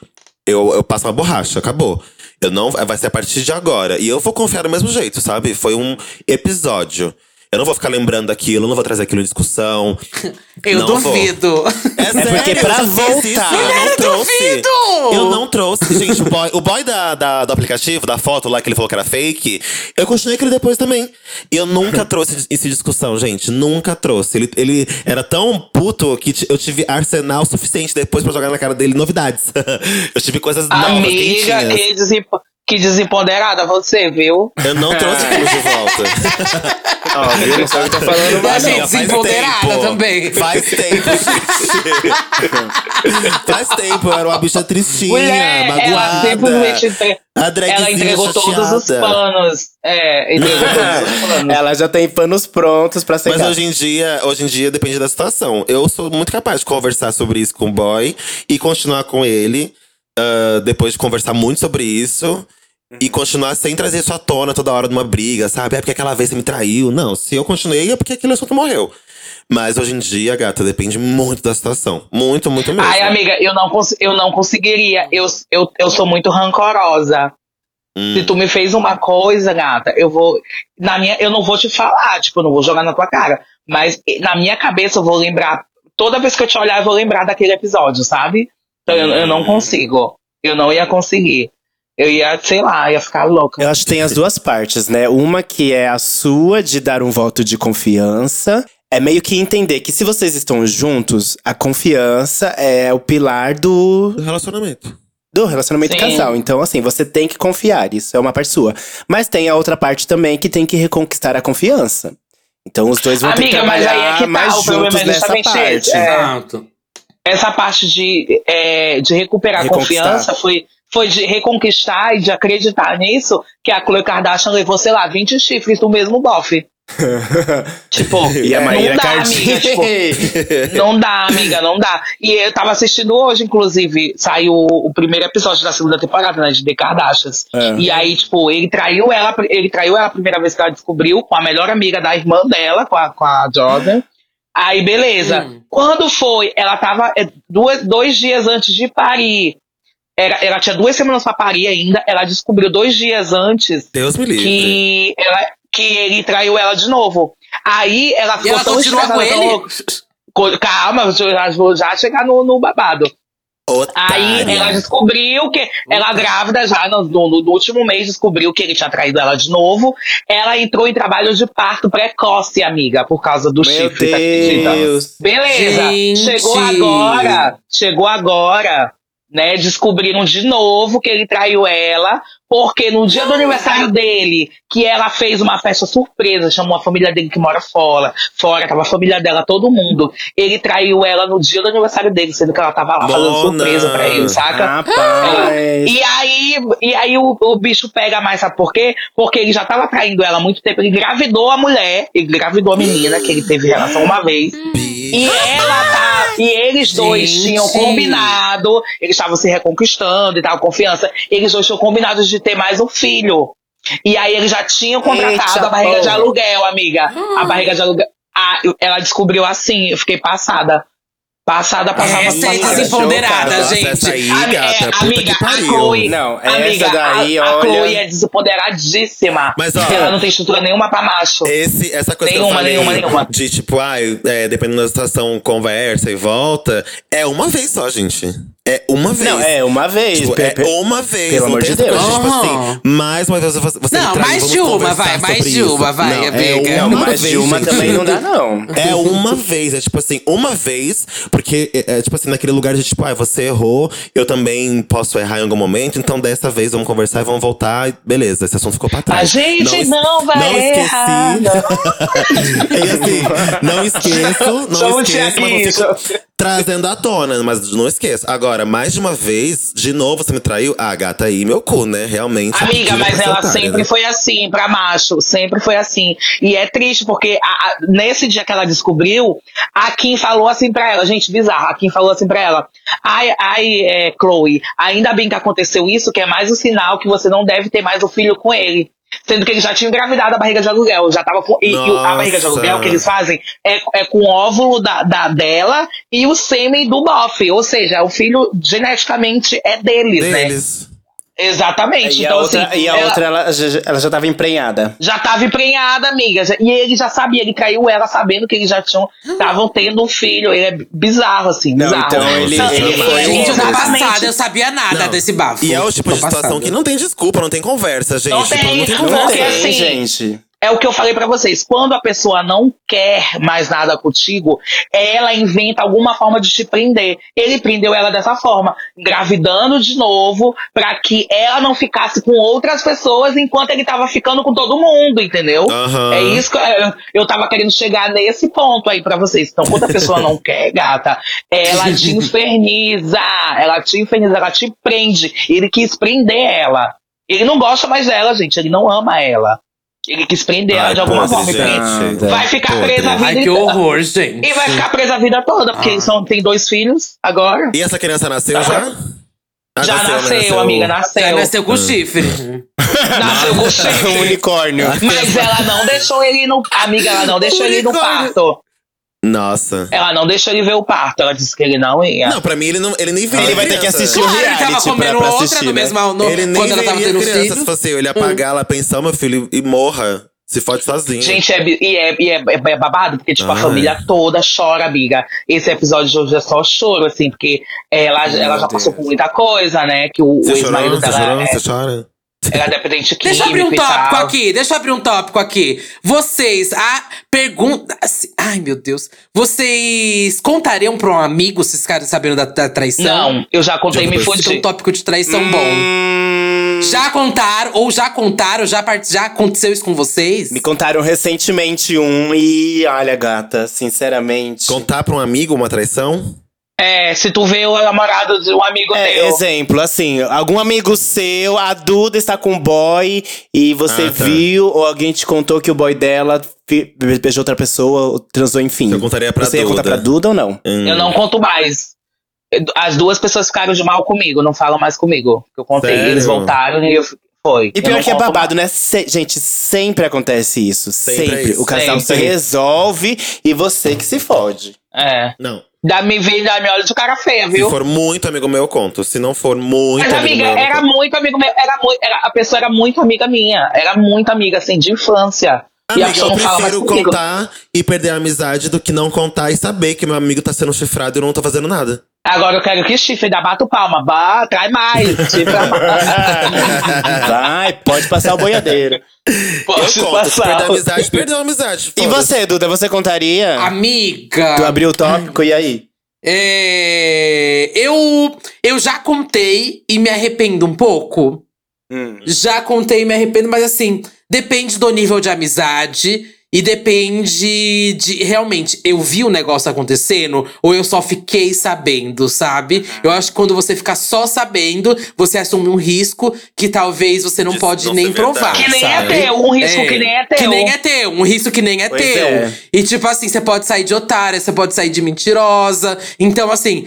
Speaker 3: Eu, eu passo uma borracha, acabou. Eu não, vai ser a partir de agora. E eu vou confiar do mesmo jeito, sabe? Foi um episódio. Eu não vou ficar lembrando daquilo, não vou trazer aquilo em discussão.
Speaker 2: Eu
Speaker 3: não vou.
Speaker 2: duvido.
Speaker 3: É,
Speaker 1: porque
Speaker 3: eu
Speaker 1: pra
Speaker 3: já fiz
Speaker 1: voltar- Mulher,
Speaker 3: isso,
Speaker 2: <laughs>
Speaker 3: eu não trouxe.
Speaker 2: duvido!
Speaker 3: Eu não trouxe. Gente, o boy, o boy da, da- do aplicativo, da foto lá que ele falou que era fake, eu continuei com ele depois também. E eu nunca trouxe <laughs> isso em discussão, gente. Nunca trouxe. Ele, ele era tão puto que ti- eu tive arsenal suficiente depois pra jogar na cara dele novidades. <laughs> eu tive coisas novas,
Speaker 5: Amiga,
Speaker 3: quentinhas.
Speaker 5: que, desempo- que desempoderada você, viu?
Speaker 3: Eu não trouxe aquilo de volta.
Speaker 5: <laughs>
Speaker 1: Ó, viu? Não sabe o que tá falando.
Speaker 2: Eu achei
Speaker 3: Amiga, faz
Speaker 2: desempoderada
Speaker 3: tempo.
Speaker 2: também.
Speaker 3: Faz tempo, gente. <laughs> faz tempo, eu era uma bicha tristinha,
Speaker 5: Mulher, ela
Speaker 3: magoada.
Speaker 5: simplesmente entre-
Speaker 3: A dragzinha
Speaker 5: ela entregou
Speaker 3: chateada.
Speaker 5: todos os panos. É, entregou todos os
Speaker 1: <laughs>
Speaker 5: panos.
Speaker 1: Ela já tem panos prontos pra
Speaker 3: Mas
Speaker 1: secar.
Speaker 3: hoje em dia, hoje em dia depende da situação. Eu sou muito capaz de conversar sobre isso com o boy e continuar com ele. ah, depois de conversar muito sobre isso. E continuar sem trazer isso à tona toda hora numa briga, sabe? É porque aquela vez você me traiu. Não, se eu continuei é porque aquele assunto morreu. Mas hoje em dia, gata, depende muito da situação. Muito, muito mesmo.
Speaker 5: Ai, amiga, eu não, cons- eu não conseguiria. Eu, eu, eu sou muito rancorosa.
Speaker 3: Hum.
Speaker 5: Se tu me fez uma coisa, gata, eu vou. Na minha, eu não vou te falar, tipo, eu não vou jogar na tua cara. Mas eh, na minha cabeça eu vou lembrar. Toda vez que eu te olhar, eu vou lembrar daquele episódio, sabe? Então eu, eu não consigo. Eu não ia conseguir. Eu ia, sei lá, ia ficar louca.
Speaker 1: Eu acho que tem as duas partes, né? Uma que é a sua de dar um voto de confiança. É meio que entender que se vocês estão juntos, a confiança é o pilar do,
Speaker 3: Do relacionamento.
Speaker 1: do relacionamento
Speaker 5: Sim.
Speaker 1: casal. Então, assim, você tem que confiar, isso é uma parte sua. Mas tem a outra parte também que tem que reconquistar a confiança. Então os dois vão ter que
Speaker 5: Amiga, mas aí é
Speaker 1: trabalhar
Speaker 5: que tá,
Speaker 1: mais
Speaker 5: o problema é
Speaker 1: juntos nessa
Speaker 5: justamente
Speaker 1: parte.
Speaker 5: esse, é.
Speaker 2: Exato.
Speaker 5: Essa parte de, eh, de recuperar a
Speaker 1: Reconquistar.
Speaker 5: confiança foi, foi de reconquistar e de acreditar nisso que a Khloe Kardashian levou, sei lá, 20 chifres do
Speaker 1: <laughs>
Speaker 5: mesmo bofe. tipo,
Speaker 1: E a
Speaker 5: não
Speaker 1: Maíra
Speaker 5: dá,
Speaker 1: Cardi. <laughs>
Speaker 5: amiga, tipo, Não dá, amiga, não dá. E eu tava assistindo hoje, inclusive, saiu o primeiro episódio da segunda temporada, né, de The Kardashians.
Speaker 1: É.
Speaker 5: E aí, tipo, ele traiu ela, ele traiu ela a primeira vez que ela descobriu, com a melhor amiga da irmã dela, com a, com a Jordan. Aí, beleza.
Speaker 2: Hum.
Speaker 5: Quando foi? Ela tava é, duas, dois dias antes de parir. Era, ela tinha duas semanas pra parir ainda, ela descobriu dois dias antes
Speaker 3: Deus me livre.
Speaker 5: que, ela, que ele traiu ela de novo. Aí ela
Speaker 2: E
Speaker 5: ficou
Speaker 2: ela
Speaker 5: tão
Speaker 2: continua com
Speaker 5: estressada, tão
Speaker 2: ele?
Speaker 5: louca. Co- Calma, eu já vou já chegar no, no babado.
Speaker 3: Otária.
Speaker 5: Aí ela descobriu que ela grávida já no, no- no último mês descobriu que ele tinha traído ela de novo. Ela entrou em trabalho de parto precoce, amiga, por causa do
Speaker 1: Meu
Speaker 5: chifre. tá acredita?
Speaker 1: Deus.
Speaker 5: Beleza.
Speaker 2: Gente.
Speaker 5: Chegou agora. Chegou agora. Né, descobriram de novo que ele traiu ela, porque no dia do aniversário dele, que ela fez uma festa surpresa, chamou a família dele que mora fora, fora, tava a família dela, todo mundo. Ele traiu ela no dia do aniversário dele, sendo que ela tava lá fazendo
Speaker 3: Mona.
Speaker 5: surpresa pra ele, saca?
Speaker 1: Ah,
Speaker 5: Ah,
Speaker 1: Rapaz.
Speaker 5: E aí, e aí o, o bicho pega mais, sabe por quê? Porque ele já tava traindo ela há muito tempo. Ele engravidou a mulher, ele engravidou a menina, que ele teve relação uma vez. E ela tá. E eles dois
Speaker 2: Gente.
Speaker 5: tinham combinado, eles estavam se reconquistando e tal, confiança. Eles dois tinham combinado de ter mais um filho. E aí eles já tinham contratado
Speaker 1: Eita,
Speaker 5: a barriga de
Speaker 1: porra.
Speaker 5: aluguel, amiga. A barriga de aluguel. Ah, eu- ela descobriu assim, eu fiquei passada. Passada, passada,
Speaker 2: Receitas
Speaker 5: passada.
Speaker 1: Amiga,
Speaker 2: empoderadas,
Speaker 1: chocada.
Speaker 2: É, gente.
Speaker 3: Essa aí,
Speaker 5: Ami- é,
Speaker 3: gata, puta
Speaker 5: amiga,
Speaker 3: que
Speaker 5: a
Speaker 3: pariu.
Speaker 5: Chloe.
Speaker 1: Não, essa
Speaker 5: amiga,
Speaker 1: daí,
Speaker 5: a, a
Speaker 1: olha-
Speaker 5: Chloe é desempoderadíssima.
Speaker 3: Mas, ó, É.
Speaker 5: ela não tem estrutura nenhuma pra macho.
Speaker 3: Esse, essa coisa que eu
Speaker 5: Nenhuma,
Speaker 3: falei
Speaker 5: nenhuma, nenhuma.
Speaker 3: de tipo, ai, é, dependendo da situação, conversa e volta, é uma vez só, gente. É uma vez.
Speaker 1: Não, é uma vez.
Speaker 3: Tipo,
Speaker 1: pe- pe-
Speaker 3: é uma vez.
Speaker 1: pelo
Speaker 3: não
Speaker 1: amor
Speaker 3: tem
Speaker 1: de
Speaker 3: essa
Speaker 1: Deus.
Speaker 3: coisa, Tipo
Speaker 2: Aham.
Speaker 3: assim, mais uma vez você, você me
Speaker 2: Não,
Speaker 3: traiu,
Speaker 2: mais
Speaker 3: vamos
Speaker 2: de uma,
Speaker 3: conversar
Speaker 2: vai, mais
Speaker 3: sobre
Speaker 2: de
Speaker 3: isso.
Speaker 2: uma, vai,
Speaker 3: Não,
Speaker 2: amiga.
Speaker 3: é
Speaker 1: Não,
Speaker 3: uma
Speaker 1: mais
Speaker 3: vez,
Speaker 1: de uma
Speaker 3: gente.
Speaker 1: também não dá, não.
Speaker 3: <laughs> É uma vez, é tipo assim, uma vez, porque é, é, tipo assim, naquele lugar de tipo, ah, você errou, eu também posso errar em algum momento, então dessa vez vamos conversar e vamos voltar, e beleza, esse assunto ficou pra
Speaker 5: A
Speaker 3: trás.
Speaker 5: gente
Speaker 3: es-
Speaker 5: não, vai errar.
Speaker 3: esqueci. e assim, não esqueço, não
Speaker 5: Chama
Speaker 3: esqueço, mas
Speaker 5: o um Tiaguinho,
Speaker 3: você
Speaker 5: chama-
Speaker 3: trazendo à tona, mas não esqueço. Agora, mais de uma vez, de novo você me traiu, ah, gata, aí meu cu, né, realmente. a
Speaker 5: Amiga,
Speaker 3: pedida
Speaker 5: mas
Speaker 3: pra
Speaker 5: ela
Speaker 3: ser otária,
Speaker 5: sempre
Speaker 3: né?
Speaker 5: foi assim, pra macho, sempre foi assim. E é triste, porque a- a- nesse dia que ela descobriu, a Kim falou assim pra ela, gente, bizarro, a Kim falou assim pra ela, ai, ai, é, Chloe, ainda bem que aconteceu isso, que é mais um sinal que você não deve ter mais um filho com ele. Sendo que ele já tinha engravidado a barriga de aluguel, já tava com. E, e a barriga de
Speaker 3: Nossa.
Speaker 5: aluguel que eles fazem é, é com o óvulo da, da- dela e o sêmen do bofe. Ou seja, o filho geneticamente é deles, né?
Speaker 3: Deles.
Speaker 5: Exatamente.
Speaker 1: E a
Speaker 5: então,
Speaker 1: outra,
Speaker 5: assim,
Speaker 1: e a
Speaker 5: ela-
Speaker 1: outra ela, já, ela já tava emprenhada.
Speaker 5: já tava emprenhada, amiga. Já- E ele já sabia, ele traiu ela sabendo que eles já tinham. Estavam tendo um filho. Ele é bizarro, assim.
Speaker 1: Não,
Speaker 5: bizarro.
Speaker 1: então ele-
Speaker 5: Não,
Speaker 1: ele foi um
Speaker 2: Gente, eu tava
Speaker 5: exatamente.
Speaker 2: passada, eu sabia nada
Speaker 3: Não.
Speaker 2: desse bafo.
Speaker 3: E é o tipo
Speaker 2: Tô
Speaker 3: de situação
Speaker 2: passada.
Speaker 3: que não tem desculpa, não tem conversa, gente.
Speaker 5: Não tem,
Speaker 3: Tipo, não tem
Speaker 5: não
Speaker 1: Não
Speaker 5: Porque
Speaker 1: tem,
Speaker 3: conversa.
Speaker 5: assim,
Speaker 1: gente.
Speaker 5: É o que eu falei pra vocês. Quando a pessoa não quer mais nada contigo, ela inventa alguma forma de te prender. Ele prendeu ela dessa forma, engravidando de novo, pra que ela não ficasse com outras pessoas enquanto ele tava ficando com todo mundo, entendeu?
Speaker 3: Aham.
Speaker 5: É isso que eu, eu tava querendo chegar nesse ponto aí pra vocês. Então, quando a pessoa
Speaker 3: <laughs>
Speaker 5: não quer, gata, ela te inferniza. Ela te inferniza, ela te prende. Ele quis prender ela. Ele não gosta mais dela, gente. Ele não ama ela. Ele quis prender ela
Speaker 3: Ai,
Speaker 5: né? de alguma
Speaker 3: podre,
Speaker 5: forma.
Speaker 3: gente.
Speaker 1: entende?
Speaker 5: Vai ficar
Speaker 3: Podre.
Speaker 5: presa a vida
Speaker 2: Ai, que
Speaker 5: inteira.
Speaker 2: horror, gente.
Speaker 5: E vai ficar presa a vida toda,
Speaker 3: Ah.
Speaker 5: porque eles são, tem dois filhos agora.
Speaker 3: E essa criança nasceu já? Ah,
Speaker 5: Já
Speaker 3: né?
Speaker 5: nasceu,
Speaker 2: Já
Speaker 5: amiga, nasceu.
Speaker 3: Hum.
Speaker 2: nasceu com chifre.
Speaker 3: <laughs>
Speaker 5: Nasceu com chifre.
Speaker 1: um unicórnio.
Speaker 5: Mas ela não deixou ele ir no. a Amiga, ela não deixou ele ir no
Speaker 3: Unicórnio.
Speaker 5: parto.
Speaker 3: Nossa.
Speaker 5: Ela não deixou ele ver o parto. Ela disse que ele não ia.
Speaker 3: Não, pra mim ele, não, ele nem viria.
Speaker 1: Ele vai ter que
Speaker 3: criança.
Speaker 1: assistir o
Speaker 2: Claro, ele
Speaker 1: reality
Speaker 2: tava
Speaker 1: pra-
Speaker 2: comendo
Speaker 1: pra
Speaker 2: outra
Speaker 1: assistir,
Speaker 2: no
Speaker 1: né?
Speaker 2: mesmo ano,
Speaker 3: Ele nem
Speaker 2: quando ela tava
Speaker 3: veria
Speaker 2: tendo Hum.
Speaker 3: criança.
Speaker 2: filho.
Speaker 3: Se fosse eu, ele ia pagar lá, pensar, meu filho, e morra. Se fode sozinho.
Speaker 5: Gente, é, bi- e, é, e é, é babado, porque, tipo, a
Speaker 3: Ai.
Speaker 5: família toda chora, amiga. Esse episódio de hoje é só choro, assim, porque ela, ela já passou por muita coisa, né? Que o, o
Speaker 3: você chorou,
Speaker 5: ex-marido
Speaker 3: você chorou,
Speaker 5: dela é-
Speaker 3: você chora.
Speaker 5: era dependente químico
Speaker 2: Deixa eu abrir um
Speaker 5: e tal.
Speaker 2: tópico aqui, deixa eu abrir um tópico aqui. Vocês, a pergunta. assim, Ai, meu Deus. Vocês contariam pra um amigo se esses caras sabendo da, da traição?
Speaker 5: Não, Hum. eu já contei
Speaker 3: Já
Speaker 5: e me
Speaker 3: depois-
Speaker 2: Isso é um
Speaker 5: fudi.
Speaker 2: tópico de traição bom.
Speaker 1: Hum,
Speaker 2: Já contaram, ou já contaram, já, part- já aconteceu isso com vocês?
Speaker 1: Me contaram recentemente um e olha, gata, sinceramente.
Speaker 3: Contar pra um amigo uma traição?
Speaker 5: É, se tu vê o namorado de um amigo
Speaker 1: É,
Speaker 5: teu.
Speaker 1: exemplo, assim, algum amigo seu, a Duda está com um boy e você
Speaker 3: Ah, tá.
Speaker 1: viu, ou alguém te contou que o boy dela fi- beijou outra pessoa, ou transou, enfim.
Speaker 3: Eu contaria pra
Speaker 1: você ia
Speaker 3: Duda.
Speaker 1: contar pra Duda ou não?
Speaker 3: Hum.
Speaker 5: Eu não conto mais. As duas pessoas ficaram de mal comigo, não falam mais comigo. Eu contei,
Speaker 3: Sério?
Speaker 5: eles voltaram e eu, foi.
Speaker 1: E
Speaker 5: Eu
Speaker 1: pior
Speaker 5: não
Speaker 1: que é
Speaker 5: conto
Speaker 1: babado, né? Se- gente, sempre acontece isso.
Speaker 3: Sempre
Speaker 1: Sempre.
Speaker 3: é isso.
Speaker 1: O casal
Speaker 5: Sempre.
Speaker 1: se resolve e você que se fode.
Speaker 5: mais. É.
Speaker 3: Não.
Speaker 5: Dá, me vê, dá, me olha de cara feia,
Speaker 3: Se
Speaker 5: viu?
Speaker 3: for muito amigo meu, eu conto. Se não for muito
Speaker 5: Mas,
Speaker 3: amigo
Speaker 5: amiga,
Speaker 3: meu. eu não
Speaker 5: era
Speaker 3: conto.
Speaker 5: muito amigo meu. Era muito, era- a pessoa era muito amiga minha. Era muito amiga, assim, de infância. e a
Speaker 3: Amiga,
Speaker 5: pessoa
Speaker 3: eu
Speaker 5: não fala mais
Speaker 3: prefiro
Speaker 5: comigo.
Speaker 3: contar e perder a amizade do que não contar e saber que meu amigo tá sendo chifrado e eu não tô fazendo nada.
Speaker 5: Agora eu quero que chifre, dá bata o palma. Bah, trai
Speaker 3: <laughs>
Speaker 5: mais. tipo, é Chifra mais.
Speaker 1: Vai, pode passar o boiadeiro.
Speaker 5: Pode
Speaker 3: eu conto, se
Speaker 5: passar.
Speaker 3: perder a amizade, perdeu a amizade.
Speaker 1: E
Speaker 3: foda-se.
Speaker 1: você, Duda, você contaria?
Speaker 2: Amiga!
Speaker 1: Tu abriu o tópico e aí?
Speaker 2: É, eu, eu já contei e me arrependo um pouco. Já contei e me arrependo, mas assim, depende do nível de amizade. E depende de. Realmente, eu vi o negócio acontecendo ou eu só fiquei sabendo, sabe? Eu acho que quando você ficar só sabendo, você assume um risco que talvez você não
Speaker 3: De
Speaker 2: pode
Speaker 3: não
Speaker 2: nem
Speaker 3: ser verdade.
Speaker 2: provar.
Speaker 5: Que nem é
Speaker 2: sabe?
Speaker 5: teu. Um risco que nem é teu.
Speaker 2: Que nem é teu, um risco que nem é
Speaker 1: Pois
Speaker 2: teu.
Speaker 1: é.
Speaker 2: E tipo assim, você pode sair de otária, você pode sair de mentirosa. Então assim,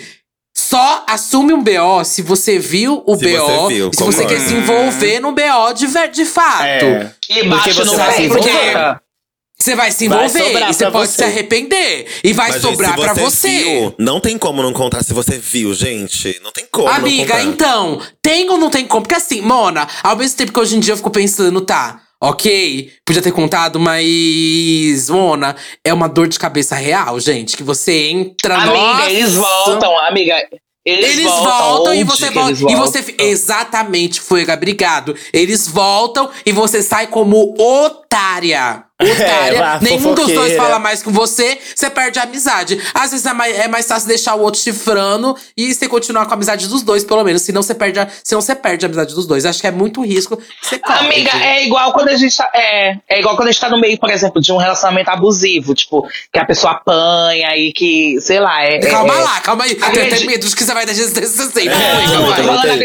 Speaker 2: só assume um BO se você viu o
Speaker 3: Se
Speaker 2: BO,
Speaker 3: você viu,
Speaker 2: se você
Speaker 3: concordo.
Speaker 2: quer se envolver no BO de, ver- de fato.
Speaker 1: É.
Speaker 5: E
Speaker 1: Porque
Speaker 5: bate
Speaker 1: você
Speaker 5: no
Speaker 2: vai se
Speaker 5: pé.
Speaker 2: envolver.
Speaker 5: porque-
Speaker 2: Você vai se
Speaker 1: Vai
Speaker 2: envolver
Speaker 1: sobrar
Speaker 2: e você
Speaker 1: pra
Speaker 2: pode
Speaker 1: você.
Speaker 2: se arrepender. E vai
Speaker 3: Mas, gente,
Speaker 2: sobrar
Speaker 3: se
Speaker 2: pra você.
Speaker 3: viu, não tem como não contar se você viu, gente. Não tem como.
Speaker 2: Amiga,
Speaker 3: não contar.
Speaker 2: então, tem ou não tem como? Porque assim, Mona, ao mesmo tempo que hoje em dia eu fico pensando, tá, ok, podia ter contado, mas. Mona, é uma dor de cabeça real, gente, que você entra
Speaker 5: Amiga,
Speaker 2: nossa.
Speaker 5: eles voltam, amiga. Eles,
Speaker 2: Eles voltam e
Speaker 5: onde
Speaker 2: você
Speaker 5: que
Speaker 2: volta.
Speaker 5: eles
Speaker 2: E você. fi-
Speaker 5: voltam?
Speaker 2: Exatamente, foi obrigado. Eles voltam e você sai como otária. Otária.
Speaker 1: <laughs> É, vá,
Speaker 2: Nenhum dos dois
Speaker 1: fofoqueira.
Speaker 2: fala mais com você, você perde a amizade. Às vezes é mai- é mais, fácil deixar o outro chifrando e você continuar com a amizade dos dois, pelo menos. Senão você perde a, senão você perde a amizade dos dois. Acho que é muito risco que você
Speaker 3: Ah,
Speaker 2: corre.
Speaker 5: Amiga, é igual quando a gente tá, é, é igual quando a gente tá no meio, por exemplo, de um relacionamento abusivo, tipo, que a pessoa apanha e que, sei lá, é. é-
Speaker 2: Calma
Speaker 5: é-
Speaker 2: lá, calma aí. Eu tenho até
Speaker 5: Agredi-
Speaker 2: medo de que você vai
Speaker 5: <laughs>
Speaker 2: dar gente assim.
Speaker 1: É,
Speaker 5: não, tô falando aqui- não,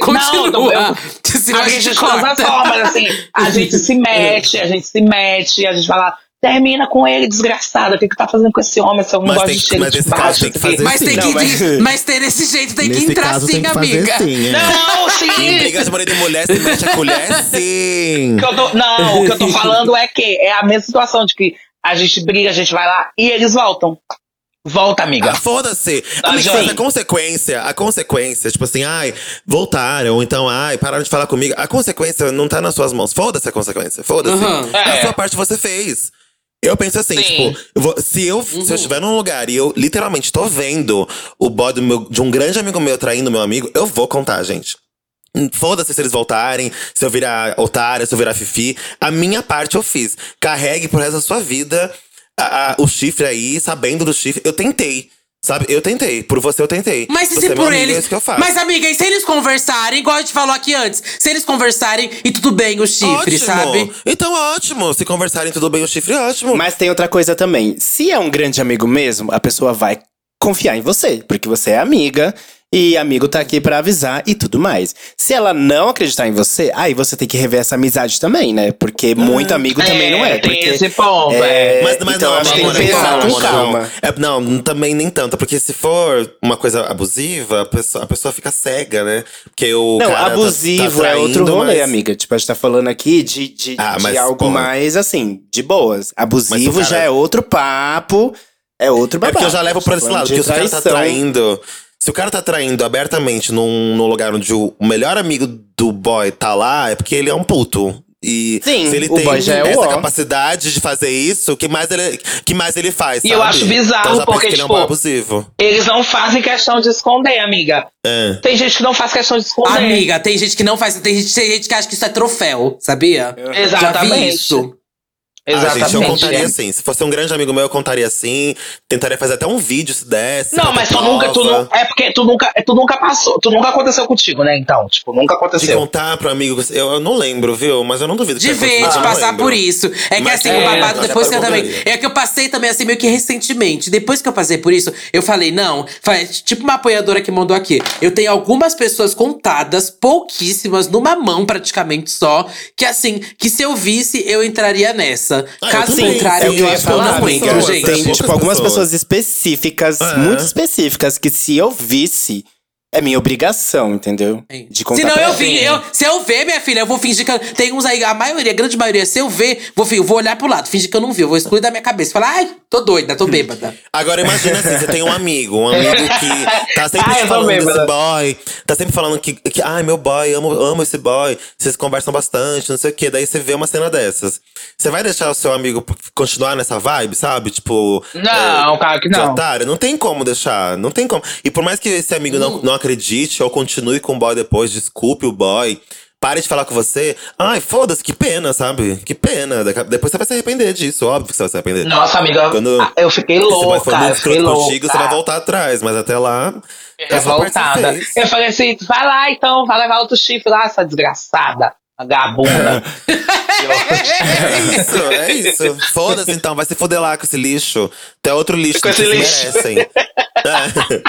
Speaker 5: tô-
Speaker 2: Continua. <laughs>
Speaker 5: eu-
Speaker 2: Senão
Speaker 5: a
Speaker 2: a
Speaker 5: gente
Speaker 2: gente
Speaker 5: de todas as
Speaker 2: corta. <laughs>
Speaker 5: formas, assim, a gente se mete, a gente se mete, a gente fala, termina com ele, desgraçada, o que que tá fazendo com esse homem, se eu não
Speaker 3: Mas
Speaker 5: gosto
Speaker 3: tem
Speaker 5: de
Speaker 3: que-
Speaker 5: cheiro
Speaker 3: mas
Speaker 5: de
Speaker 3: esse
Speaker 5: baixo,
Speaker 3: caso tem que
Speaker 5: isso aqui."
Speaker 3: fazer
Speaker 2: Mas tem
Speaker 3: Não,
Speaker 2: que.
Speaker 1: mas-
Speaker 2: mas tem desse jeito, tem que entrar sim, amiga.
Speaker 3: sim, é. <laughs>
Speaker 5: Não,
Speaker 3: Em
Speaker 5: sim!
Speaker 3: assim, briga de marido e mulher, se mete a colher, sim.
Speaker 5: O que eu tô- não,
Speaker 3: <laughs>
Speaker 5: o que eu tô falando é que é a mesma situação de que a gente briga, a gente vai lá e eles voltam. Volta, amiga.
Speaker 3: Ah, foda-se.
Speaker 5: Ah,
Speaker 3: Amiga,
Speaker 5: sim.
Speaker 3: mas a consequência, a consequência, tipo assim, ai, voltaram, ou então, ai, pararam de falar comigo. A consequência não tá nas suas mãos. Foda-se a consequência, foda-se.
Speaker 2: Uhum.
Speaker 5: É.
Speaker 3: A sua parte você fez. Eu penso assim,
Speaker 5: Sim.
Speaker 3: tipo, eu vou- se, eu,
Speaker 2: Uhum.
Speaker 3: se eu estiver num lugar e eu literalmente tô vendo o bode do meu- de um grande amigo meu traindo meu amigo, eu vou contar, gente. Hum, Foda-se se eles voltarem, se eu virar otária, se eu virar fifi. A minha parte eu fiz. Carregue pro resto da sua vida a- a- o chifre aí, sabendo do chifre. Eu tentei, sabe? Eu tentei. Por você eu tentei.
Speaker 2: Mas e
Speaker 3: Você é
Speaker 2: se
Speaker 3: meu
Speaker 2: por
Speaker 3: amigo,
Speaker 2: eles.
Speaker 3: É isso que eu faço.
Speaker 2: Mas, amiga, e se eles conversarem, igual a gente falou aqui antes, se eles conversarem e tudo bem o chifre,
Speaker 3: ótimo.
Speaker 2: sabe?
Speaker 3: Então ótimo. Se conversarem tudo bem o chifre, é
Speaker 1: <laughs>
Speaker 3: ótimo.
Speaker 1: Mas tem outra coisa também. Se é um grande amigo mesmo, a pessoa vai confiar em você, porque você é amiga. E amigo tá aqui pra avisar e tudo mais. Se ela não acreditar em você, aí você tem que rever essa amizade também, né?
Speaker 3: Ah,
Speaker 1: Porque muito amigo também não é.
Speaker 5: tem
Speaker 1: porque-
Speaker 5: esse ponto, é.
Speaker 1: É,
Speaker 3: Mas, mas
Speaker 1: então
Speaker 3: não,
Speaker 1: a gente tem
Speaker 3: amor,
Speaker 1: que
Speaker 3: é
Speaker 1: pensar
Speaker 3: calma,
Speaker 1: com
Speaker 3: amor, não.
Speaker 1: calma.
Speaker 3: É, não, também nem tanto, porque se for uma coisa abusiva, a pessoa, a pessoa fica cega, né? Porque o
Speaker 1: Não,
Speaker 3: cara tá- tá
Speaker 1: abusivo é
Speaker 3: traindo,
Speaker 1: outro rolê,
Speaker 3: mas-
Speaker 1: amiga. Tipo, a gente tá falando aqui de, de,
Speaker 3: Ah,
Speaker 1: de
Speaker 3: mas,
Speaker 1: algo
Speaker 3: pô.
Speaker 1: mais, assim, de boas.
Speaker 3: Mas
Speaker 1: Abusivo
Speaker 3: o cara-
Speaker 1: já é outro papo, é outro
Speaker 3: É
Speaker 1: babado.
Speaker 3: porque eu já levo pra esse
Speaker 1: Falando
Speaker 3: lado,
Speaker 1: de
Speaker 3: porque se o cara tá
Speaker 1: traição.
Speaker 3: traindo. Se o cara tá traindo abertamente num, num lugar onde o melhor amigo do boy tá lá, é porque ele é um puto. E
Speaker 1: Sim,
Speaker 3: se ele
Speaker 1: o
Speaker 3: tem
Speaker 1: boy já é o
Speaker 3: essa
Speaker 1: ó.
Speaker 3: capacidade de fazer isso, que mais ele, que mais ele faz?
Speaker 5: E eu
Speaker 3: sabe?
Speaker 5: acho bizarro,
Speaker 3: então eu já penso
Speaker 5: porque,
Speaker 3: que ele é um
Speaker 5: tipo,
Speaker 3: boy abusivo.
Speaker 5: Eles não fazem questão de esconder, amiga.
Speaker 3: É.
Speaker 5: Tem gente que não faz questão de esconder.
Speaker 2: Amiga, tem gente que não faz. Tem gente, tem gente que acha que isso é troféu, sabia? Já vi
Speaker 5: Exatamente.
Speaker 2: isso.
Speaker 5: Exatamente.
Speaker 3: Ah, gente, Ah, eu contaria
Speaker 5: é.
Speaker 3: assim. Se fosse um grande amigo meu, eu contaria assim. Tentaria fazer até um vídeo se desse. pra
Speaker 5: Não,
Speaker 3: ter
Speaker 5: mas tu nunca, tu
Speaker 3: prova.
Speaker 5: não, é porque tu nunca, tu nunca passou, tu nunca aconteceu contigo, né? Então, tipo, nunca
Speaker 3: De
Speaker 5: aconteceu.
Speaker 3: contar pro amigo. Eu, eu não lembro, viu? Mas eu não duvido. que
Speaker 2: De
Speaker 3: tenha
Speaker 2: ver,
Speaker 3: acontecido,
Speaker 2: de
Speaker 3: eu não
Speaker 2: passar
Speaker 3: lembro.
Speaker 2: por isso. É que
Speaker 3: Mas
Speaker 2: assim,
Speaker 3: é,
Speaker 2: o
Speaker 3: mas
Speaker 2: babado
Speaker 3: é
Speaker 2: depois que eu
Speaker 3: pra
Speaker 2: também.
Speaker 3: contar.
Speaker 2: É que eu passei também assim, meio que recentemente. Depois que eu passei por isso, eu falei, não. fa- Tipo uma apoiadora que mandou aqui. Eu tenho algumas pessoas contadas, pouquíssimas, numa mão praticamente só. Que assim, que se eu visse, eu entraria nessa.
Speaker 3: Ah, eu
Speaker 2: Caso
Speaker 3: também.
Speaker 1: É
Speaker 2: contrário, tipo,
Speaker 1: o que eu ia
Speaker 2: acho
Speaker 1: falar,
Speaker 2: muito
Speaker 1: amiga.
Speaker 2: ruim,
Speaker 3: pessoas,
Speaker 1: Tem,
Speaker 3: né?
Speaker 2: gente.
Speaker 3: Poucas
Speaker 1: tipo, algumas
Speaker 3: pessoas.
Speaker 1: pessoas específicas,
Speaker 3: É.
Speaker 1: muito específicas, que se eu visse, é minha obrigação, entendeu? De contar
Speaker 2: se não
Speaker 1: pra
Speaker 2: eu
Speaker 1: ela.
Speaker 2: vi, eu, se eu ver, minha filha, eu vou fingir que eu, tem uns aí, a maioria, a grande maioria, se eu ver, vou, fi- eu vou olhar pro lado, fingir que eu não vi, eu vou excluir da minha cabeça, falar, ai, tô doida, tô bêbada.
Speaker 3: Agora imagina assim, você tem um amigo, um amigo que
Speaker 5: <laughs>
Speaker 3: tá sempre
Speaker 5: Ah,
Speaker 3: te
Speaker 5: eu tô
Speaker 3: falando desse
Speaker 5: bêbada.
Speaker 3: boy, tá sempre falando que, que ai meu boy, amo, amo esse boy, vocês conversam bastante, não sei o quê. Daí você vê uma cena dessas. Você vai deixar o seu amigo p- continuar nessa vibe, sabe? Tipo.
Speaker 5: Não, cara, que
Speaker 3: de
Speaker 5: não.
Speaker 3: otário, não tem como deixar, não tem como. E por mais que esse amigo
Speaker 5: Hum.
Speaker 3: não, não acredite ou continue com o boy depois, desculpe o boy, pare de falar com você. Ai, foda-se, que pena, sabe? Que pena. Daqui a- Depois você vai se arrepender disso, óbvio que você vai se arrepender.
Speaker 5: Nossa, amiga,
Speaker 3: Quando-
Speaker 5: ah, eu fiquei
Speaker 3: Se você for
Speaker 5: louca, eu
Speaker 3: muito
Speaker 5: fiquei
Speaker 3: escroto
Speaker 5: louca.
Speaker 3: contigo, você vai voltar atrás. Mas até lá. é só
Speaker 5: revoltada.
Speaker 3: parte que você fez.
Speaker 5: Eu falei assim, vai lá então, vai levar outro chifre lá, essa desgraçada,
Speaker 3: <laughs>
Speaker 5: vagabunda.
Speaker 3: É isso, é isso. Foda-se então, vai se foder lá com esse lixo. Tem outro lixo
Speaker 5: Com
Speaker 3: que
Speaker 5: esse
Speaker 3: vocês
Speaker 5: lixo. <laughs>
Speaker 3: merecem. É.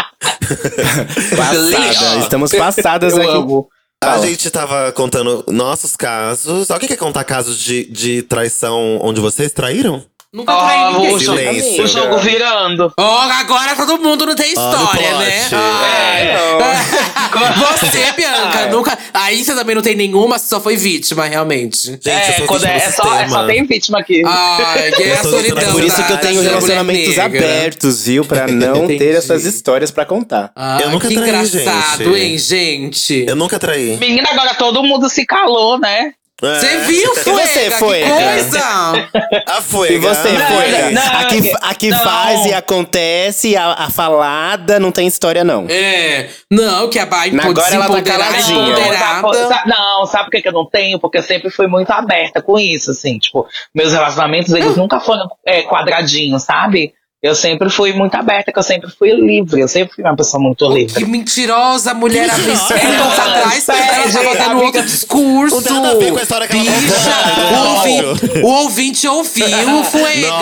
Speaker 1: Passada, estamos passadas aqui.
Speaker 5: eu amo.
Speaker 3: A gente tava contando nossos casos. Alguém quer é contar casos de, de traição onde vocês traíram?
Speaker 2: Nunca traí
Speaker 5: Ó,
Speaker 2: ninguém.
Speaker 5: o jogo-
Speaker 3: Silêncio.
Speaker 5: o jogo virando.
Speaker 2: Ah, Ó, agora todo mundo não
Speaker 1: Ah,
Speaker 2: tem
Speaker 3: Ó, no
Speaker 2: história,
Speaker 3: plot.
Speaker 2: né? Ah.
Speaker 5: É.
Speaker 1: <laughs>
Speaker 2: Você,
Speaker 1: É.
Speaker 2: Bianca, nunca. Aí você também não tem nenhuma, você só foi vítima, realmente.
Speaker 3: Gente, eu
Speaker 5: É,
Speaker 3: sou
Speaker 5: quando
Speaker 3: vítima
Speaker 5: é,
Speaker 3: do
Speaker 5: é só, é
Speaker 3: sistema.
Speaker 5: só tem vítima aqui.
Speaker 2: Ai, que é a
Speaker 3: Eu sou
Speaker 2: solidão.
Speaker 3: vítima.
Speaker 1: né? Por isso que eu tenho
Speaker 2: da- da
Speaker 1: relacionamentos
Speaker 2: mulher negra.
Speaker 1: abertos, viu? Pra não
Speaker 2: Entendi.
Speaker 1: ter essas histórias pra contar.
Speaker 2: Ah,
Speaker 3: Eu nunca
Speaker 2: que
Speaker 3: traí,
Speaker 2: engraçado,
Speaker 3: gente.
Speaker 2: hein, gente?
Speaker 3: Eu nunca traí.
Speaker 5: Menina, agora todo mundo se calou, né?
Speaker 3: É. Ah,
Speaker 2: Você viu, Fuega?
Speaker 1: você, Fuega?
Speaker 2: Que coisa!
Speaker 3: A fuega.
Speaker 1: E você,
Speaker 5: Não,
Speaker 1: Fuega?
Speaker 5: não,
Speaker 1: a que,
Speaker 5: não.
Speaker 1: a que faz e acontece, a, a falada não tem história, não.
Speaker 2: É, não, que a Bahia
Speaker 1: Agora ela tá caladinha. tá
Speaker 5: Não, sabe- sabe- tá não, sabe por que que eu não tenho? Porque eu sempre fui muito aberta com isso, assim. Tipo, meus relacionamentos,
Speaker 3: Hum.
Speaker 5: eles nunca foram é, quadradinhos, sabe? Eu sempre fui muito aberta, que eu sempre fui livre. Eu sempre fui uma pessoa muito
Speaker 2: Que
Speaker 5: livre.
Speaker 2: mentirosa mulher
Speaker 3: mentirosa.
Speaker 2: aberta atrás, ela já vai estar no outro discurso.
Speaker 3: Não tem nada a ver com a história que ela contou.
Speaker 2: Bicha, o ouvi- o ouvinte ouviu,
Speaker 3: Nossa,
Speaker 2: fuega.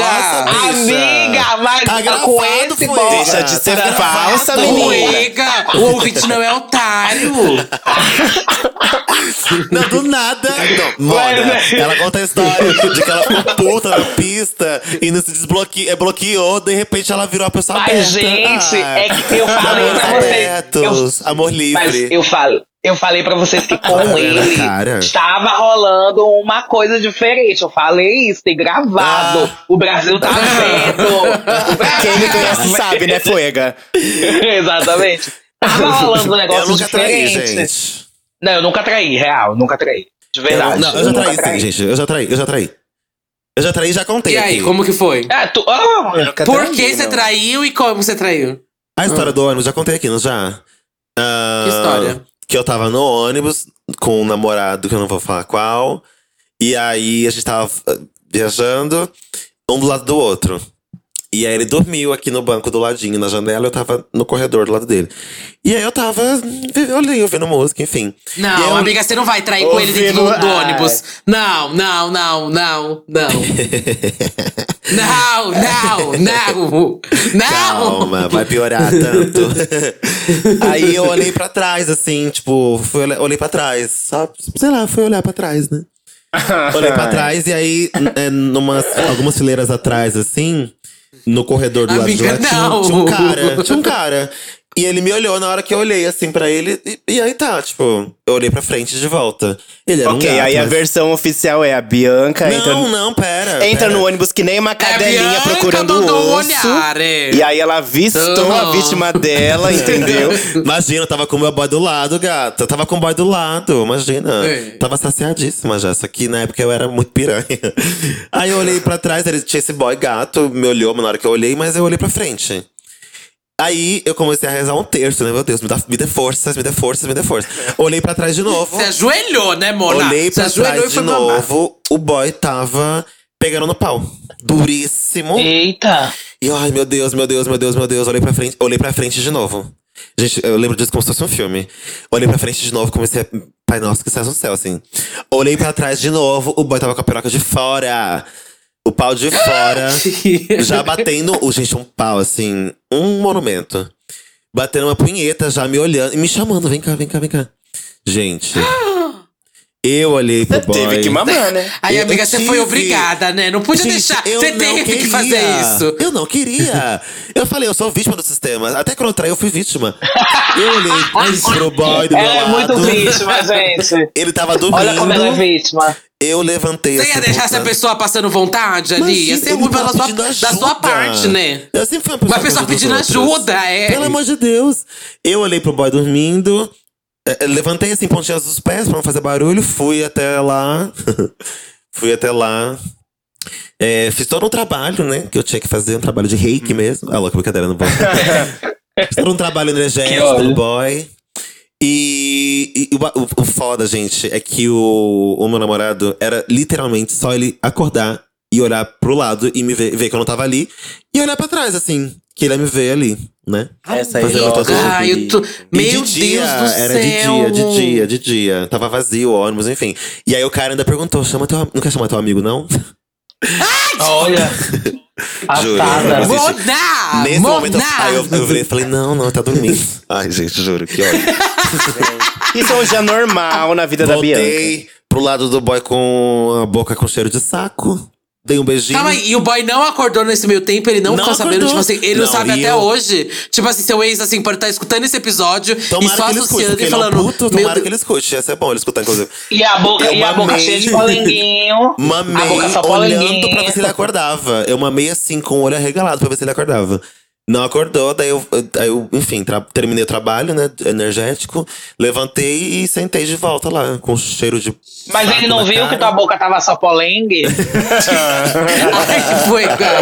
Speaker 5: Amiga, mas
Speaker 3: Tá gravado,
Speaker 5: com esse
Speaker 3: Fuega.
Speaker 5: bom.
Speaker 1: Deixa de ser
Speaker 3: Tá
Speaker 1: falsa,
Speaker 3: gravado.
Speaker 1: menina.
Speaker 2: Fuega, o ouvinte não é otário.
Speaker 3: Não, do nada.
Speaker 5: Então,
Speaker 3: Não, moda.
Speaker 5: Mas-
Speaker 3: Ela conta a história de que ela ficou puta na pista e não se desbloqueou, bloqueou, de repente ela virou a pessoa
Speaker 5: Mas,
Speaker 3: aberta.
Speaker 5: gente, é que eu falei
Speaker 3: Amores
Speaker 5: pra vocês,
Speaker 3: abertos, amor
Speaker 5: Mas
Speaker 3: livre.
Speaker 5: eu falei, eu falei para vocês que com
Speaker 3: vendo,
Speaker 5: ele
Speaker 3: cara?
Speaker 5: estava rolando uma coisa diferente. Eu falei isso, tem gravado.
Speaker 3: Ah.
Speaker 5: O Brasil
Speaker 3: <laughs>
Speaker 5: tá vendo. O Brasil
Speaker 1: Quem me
Speaker 5: tá
Speaker 1: conhece sabe, né, Fuega?
Speaker 5: vendo. <laughs> Exatamente. Tava rolando um negócio
Speaker 3: Eu nunca traí,
Speaker 5: diferente.
Speaker 3: gente.
Speaker 5: Não, eu nunca traí, real, nunca traí. De
Speaker 3: Eu,
Speaker 5: verdade.
Speaker 3: não, eu já
Speaker 5: nunca
Speaker 3: traí, sim, gente. Eu já traí, eu já traí. Eu já traí e já contei.
Speaker 2: E aí,
Speaker 3: aqui.
Speaker 2: como que foi?
Speaker 5: É, tu, ah,
Speaker 2: Por que você traiu e como você traiu?
Speaker 3: A história do ônibus, já contei aqui, não já? Ah,
Speaker 2: Ah. Que história?
Speaker 3: Que eu tava no ônibus com um namorado, que eu não vou falar qual. E aí a gente tava ah, viajando, um do lado do outro. E aí ele dormiu aqui no banco do ladinho, na janela, eu tava no corredor do lado dele. E aí eu tava olhei, ouvindo música, enfim.
Speaker 2: Não,
Speaker 3: E eu- Ah, é.
Speaker 2: amiga, você não vai trair com ele dentro do,
Speaker 1: Ouvindo-
Speaker 2: do ônibus. Não, não, não, não,
Speaker 3: <laughs>
Speaker 2: não. não, não, não. Não!
Speaker 3: Calma, vai
Speaker 2: <laughs>
Speaker 3: piorar tanto. aí eu olhei pra trás, assim, tipo, fui olhar- olhei pra trás. Só, sei lá, fui olhar pra trás, né? <laughs> Olhei pra trás e aí, n- é, numas, algumas fileiras atrás, assim, no corredor do
Speaker 2: Amiga,
Speaker 3: lado de lá, tinha,
Speaker 2: não.
Speaker 3: tinha um cara. Tinha um cara. E ele me olhou na hora que eu olhei, assim, pra ele. E, e aí tá, tipo, eu olhei pra frente de volta. Ele era um
Speaker 1: Ok,
Speaker 3: gato,
Speaker 1: aí a
Speaker 3: mas-
Speaker 1: versão oficial é a Bianca entra,
Speaker 3: Não, não, pera.
Speaker 1: entra
Speaker 3: pera.
Speaker 1: no ônibus que nem uma
Speaker 2: É a
Speaker 1: cadelinha
Speaker 2: Bianca
Speaker 1: procurando
Speaker 2: mandou
Speaker 1: o
Speaker 2: um
Speaker 1: osso.
Speaker 2: olhar, é.
Speaker 1: E aí ela avistou a
Speaker 2: Não.
Speaker 1: vítima
Speaker 2: <laughs>
Speaker 1: dela, entendeu?
Speaker 3: Imagina, eu tava com o meu boy do lado, gata. Eu Tava com o boy do lado, imagina.
Speaker 2: Ei.
Speaker 3: Tava saciadíssima já, só que na época eu era muito piranha. <laughs> Aí eu olhei pra trás, ele tinha esse boy gato, me olhou na hora que eu olhei, mas eu olhei pra frente. Aí eu comecei a rezar um terço, né? Meu Deus, me, dá, me dê forças, me dê forças, me dê forças. Olhei pra trás de novo.
Speaker 2: Você ajoelhou, né, Mona?
Speaker 3: Olhei
Speaker 2: Você
Speaker 3: pra
Speaker 2: ajoelhou
Speaker 3: trás
Speaker 2: e
Speaker 3: de
Speaker 2: foi mamar. <laughs>
Speaker 3: novo, o boy tava pegando no pau. Duríssimo.
Speaker 5: Eita!
Speaker 3: E eu, ai, meu Deus, meu Deus, meu Deus, meu Deus. Olhei pra frente, olhei pra frente de novo. Gente, eu lembro disso como se fosse um filme. Olhei pra frente de novo, comecei a. Pai nosso que sai no céu, assim. Olhei pra trás de novo, o boy tava com a piroca de fora. O pau
Speaker 1: <laughs>
Speaker 3: de fora. já batendo. Oh, gente, um pau, assim. Um monumento. Batendo uma punheta, já me olhando e me chamando. Vem cá, vem cá, vem cá.
Speaker 1: <gasps>
Speaker 3: Gente. Eu olhei pro boy.
Speaker 1: Teve que mamar, né?
Speaker 2: Aí,
Speaker 3: Eu-
Speaker 2: amiga,
Speaker 3: eu
Speaker 2: você
Speaker 3: tive-
Speaker 2: foi obrigada, né? Não podia deixar.
Speaker 3: eu
Speaker 2: Você
Speaker 3: não
Speaker 2: teve que
Speaker 3: queria.
Speaker 2: fazer isso.
Speaker 3: Eu não queria. Eu falei, eu sou vítima do sistema. Até quando eu traí, eu fui vítima. Eu olhei pro boy do meu
Speaker 5: Ela é muito
Speaker 3: lado.
Speaker 5: vítima, gente.
Speaker 3: Ele tava
Speaker 5: Olha como ela é
Speaker 3: dormindo.
Speaker 5: vítima.
Speaker 3: Eu levantei
Speaker 2: Você ia
Speaker 3: assim,
Speaker 2: deixar
Speaker 3: puta.
Speaker 2: essa pessoa passando vontade ali? Ia
Speaker 3: Imagina,
Speaker 2: ser
Speaker 3: ele
Speaker 2: ruim pela
Speaker 3: tava
Speaker 2: sua,
Speaker 3: pedindo
Speaker 2: da
Speaker 3: ajuda.
Speaker 2: sua parte, né?
Speaker 3: Eu sempre fui uma
Speaker 2: Uma pessoa
Speaker 3: pessoa. que ajuda
Speaker 2: pedindo
Speaker 3: os outros.
Speaker 2: ajuda, é.
Speaker 3: Pelo amor de Deus. Eu olhei pro boy dormindo. eh, eh, Levantei assim, pontinhas dos pés pra não fazer barulho. Fui até lá. <laughs> fui até lá. Eh, fiz todo um trabalho, né? Que eu tinha que fazer, um trabalho de reiki mesmo. Ah, louca, brincadeira, não vou. fiz todo um trabalho
Speaker 5: Que
Speaker 3: energético
Speaker 5: olha.
Speaker 3: do boy. E, e o, ba- o- o foda, gente, é que o, o meu namorado era literalmente só ele acordar e olhar pro lado e me ver, ver que eu não tava ali. E olhar pra trás, assim, que ele ia me ver ali, né?
Speaker 1: Essa aí
Speaker 3: Fazendo
Speaker 1: é
Speaker 3: todo
Speaker 1: outra.
Speaker 2: Ah, eu tô...
Speaker 3: E
Speaker 2: Meu
Speaker 3: de
Speaker 2: Deus
Speaker 3: dia,
Speaker 2: do céu.
Speaker 3: era de dia, de dia, de dia. Tava vazio o ônibus, enfim. E aí o cara ainda perguntou: chama teu, am- não quer chamar teu amigo, não?
Speaker 5: Olha.
Speaker 3: Juro.
Speaker 5: Passada.
Speaker 3: Existe-
Speaker 2: Mona!
Speaker 3: Nesse
Speaker 2: Ah, Mona!
Speaker 3: momento, eu- aí eu, eu virei e falei: não, não,
Speaker 2: <laughs>
Speaker 3: tá dormindo. Ai, gente, juro, que ódio.
Speaker 1: Isso hoje é normal na vida da Bianca.
Speaker 3: Voltei pro lado do boy com a boca com cheiro de saco. Dei um beijinho.
Speaker 2: Calma aí, e o boy não acordou nesse meio tempo, ele não,
Speaker 3: Não
Speaker 2: ficou sabendo,
Speaker 3: acordou.
Speaker 2: tipo assim, ele não,
Speaker 3: Não,
Speaker 2: sabe
Speaker 3: e
Speaker 2: até
Speaker 3: eu-
Speaker 2: hoje. Tipo assim, seu ex, assim, pode estar escutando esse episódio
Speaker 3: Tomara
Speaker 2: e só
Speaker 3: que ele escute,
Speaker 2: associando
Speaker 3: porque
Speaker 2: e
Speaker 3: ele é um
Speaker 2: falando.
Speaker 3: puto,
Speaker 2: "Meu
Speaker 3: tomara
Speaker 2: Deus,
Speaker 3: que ele escute. Ia ser bom ele escutar, inclusive.
Speaker 5: E a boca,
Speaker 3: Eu
Speaker 5: e a boca
Speaker 3: mamei.
Speaker 5: cheia
Speaker 3: <laughs>
Speaker 5: de polenguinho.
Speaker 3: Mamei
Speaker 5: A boca só
Speaker 3: olhando
Speaker 5: polenguinho.
Speaker 3: pra ver se ele acordava. Eu mamei assim, com o olho arregalado pra ver se ele acordava. Não acordou, daí eu, daí eu enfim, tra- terminei o trabalho, né, energético. Levantei e sentei de volta lá, com um cheiro de
Speaker 5: Mas
Speaker 3: saco
Speaker 5: ele não
Speaker 3: na
Speaker 5: viu que
Speaker 3: cara.
Speaker 5: tua boca tava
Speaker 3: <laughs>
Speaker 5: só polengue?
Speaker 2: <laughs> Ai, que foi, cara.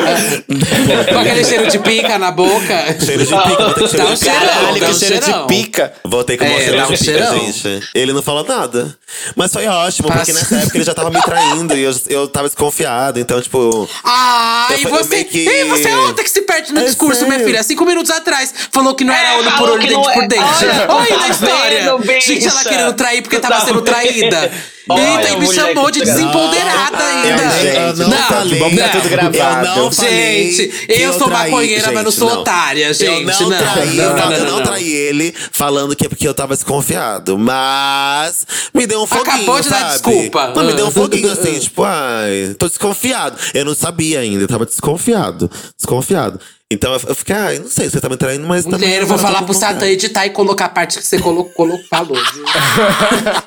Speaker 3: <laughs>
Speaker 2: Com aquele cheiro de pica na boca.
Speaker 3: Cheiro de pica, vou ter que
Speaker 2: Dá
Speaker 3: cheiro
Speaker 5: Então,
Speaker 2: um
Speaker 3: de pica.
Speaker 2: cheirão,
Speaker 1: Caralho,
Speaker 2: dá
Speaker 1: que
Speaker 2: um
Speaker 1: cheiro de
Speaker 2: cheirão.
Speaker 1: pica.
Speaker 3: Voltei com o
Speaker 2: É,
Speaker 3: maior cheiro
Speaker 2: dá um
Speaker 3: de pica,
Speaker 2: cheirão.
Speaker 3: gente. Ele não falou nada. Mas foi ótimo,
Speaker 2: Passa.
Speaker 3: porque nessa época ele já tava me traindo e eu, eu tava desconfiado. Então, tipo.
Speaker 2: Ah,
Speaker 3: Eu
Speaker 2: e
Speaker 3: fui- eu
Speaker 2: você.
Speaker 3: meio que-
Speaker 2: Ei, você é outra que se perde no
Speaker 3: É
Speaker 2: discurso, minha
Speaker 3: sério.
Speaker 2: filha. Cinco minutos atrás, falou que não era
Speaker 5: É,
Speaker 2: olho por
Speaker 5: falou
Speaker 2: olho,
Speaker 5: que
Speaker 2: dente
Speaker 5: não
Speaker 2: por
Speaker 5: é.
Speaker 2: dente.
Speaker 5: Olha,
Speaker 2: Olha
Speaker 5: tá
Speaker 2: a história.
Speaker 5: vendo, bicha?
Speaker 2: Gente, ela querendo trair porque
Speaker 5: Tu
Speaker 2: tava
Speaker 5: tá
Speaker 2: sendo
Speaker 5: vendo? <laughs>
Speaker 2: traída. Eita,
Speaker 5: Olha, tá
Speaker 2: e me
Speaker 5: mulher
Speaker 2: chamou
Speaker 5: que
Speaker 2: de
Speaker 5: desgraça.
Speaker 2: desempoderada
Speaker 3: Ah,
Speaker 5: Ah,
Speaker 3: Eu,
Speaker 2: ainda.
Speaker 1: Ai,
Speaker 3: gente, eu não,
Speaker 1: Não,
Speaker 3: falei.
Speaker 1: que bom que tá tudo gravado.
Speaker 3: Eu não falei
Speaker 2: Gente,
Speaker 3: que
Speaker 2: eu sou
Speaker 3: traí-
Speaker 2: maconheira, mas não sou otária,
Speaker 3: Eu
Speaker 2: gente.
Speaker 3: não,
Speaker 2: Não,
Speaker 3: traí,
Speaker 2: não,
Speaker 3: eu não-
Speaker 2: não,
Speaker 3: eu não
Speaker 2: não.
Speaker 3: traí ele falando que é porque eu tava desconfiado. Mas me deu um foguinho,
Speaker 2: Acabou de dar
Speaker 3: sabe?
Speaker 2: desculpa.
Speaker 3: Não, me
Speaker 2: Ah.
Speaker 3: deu
Speaker 2: <laughs>
Speaker 3: um foguinho assim, tipo, ai, tô desconfiado. Eu não sabia ainda, eu tava desconfiado. Desconfiado. Então eu eu fiquei, ai, não sei se você tá me traindo, mas também.
Speaker 2: Mulher, eu vou
Speaker 3: agora tô
Speaker 2: falar
Speaker 3: com
Speaker 2: pro
Speaker 3: vontade.
Speaker 2: Satã editar e colocar a parte que você colocou, colocou falou.
Speaker 3: <laughs>
Speaker 2: viu?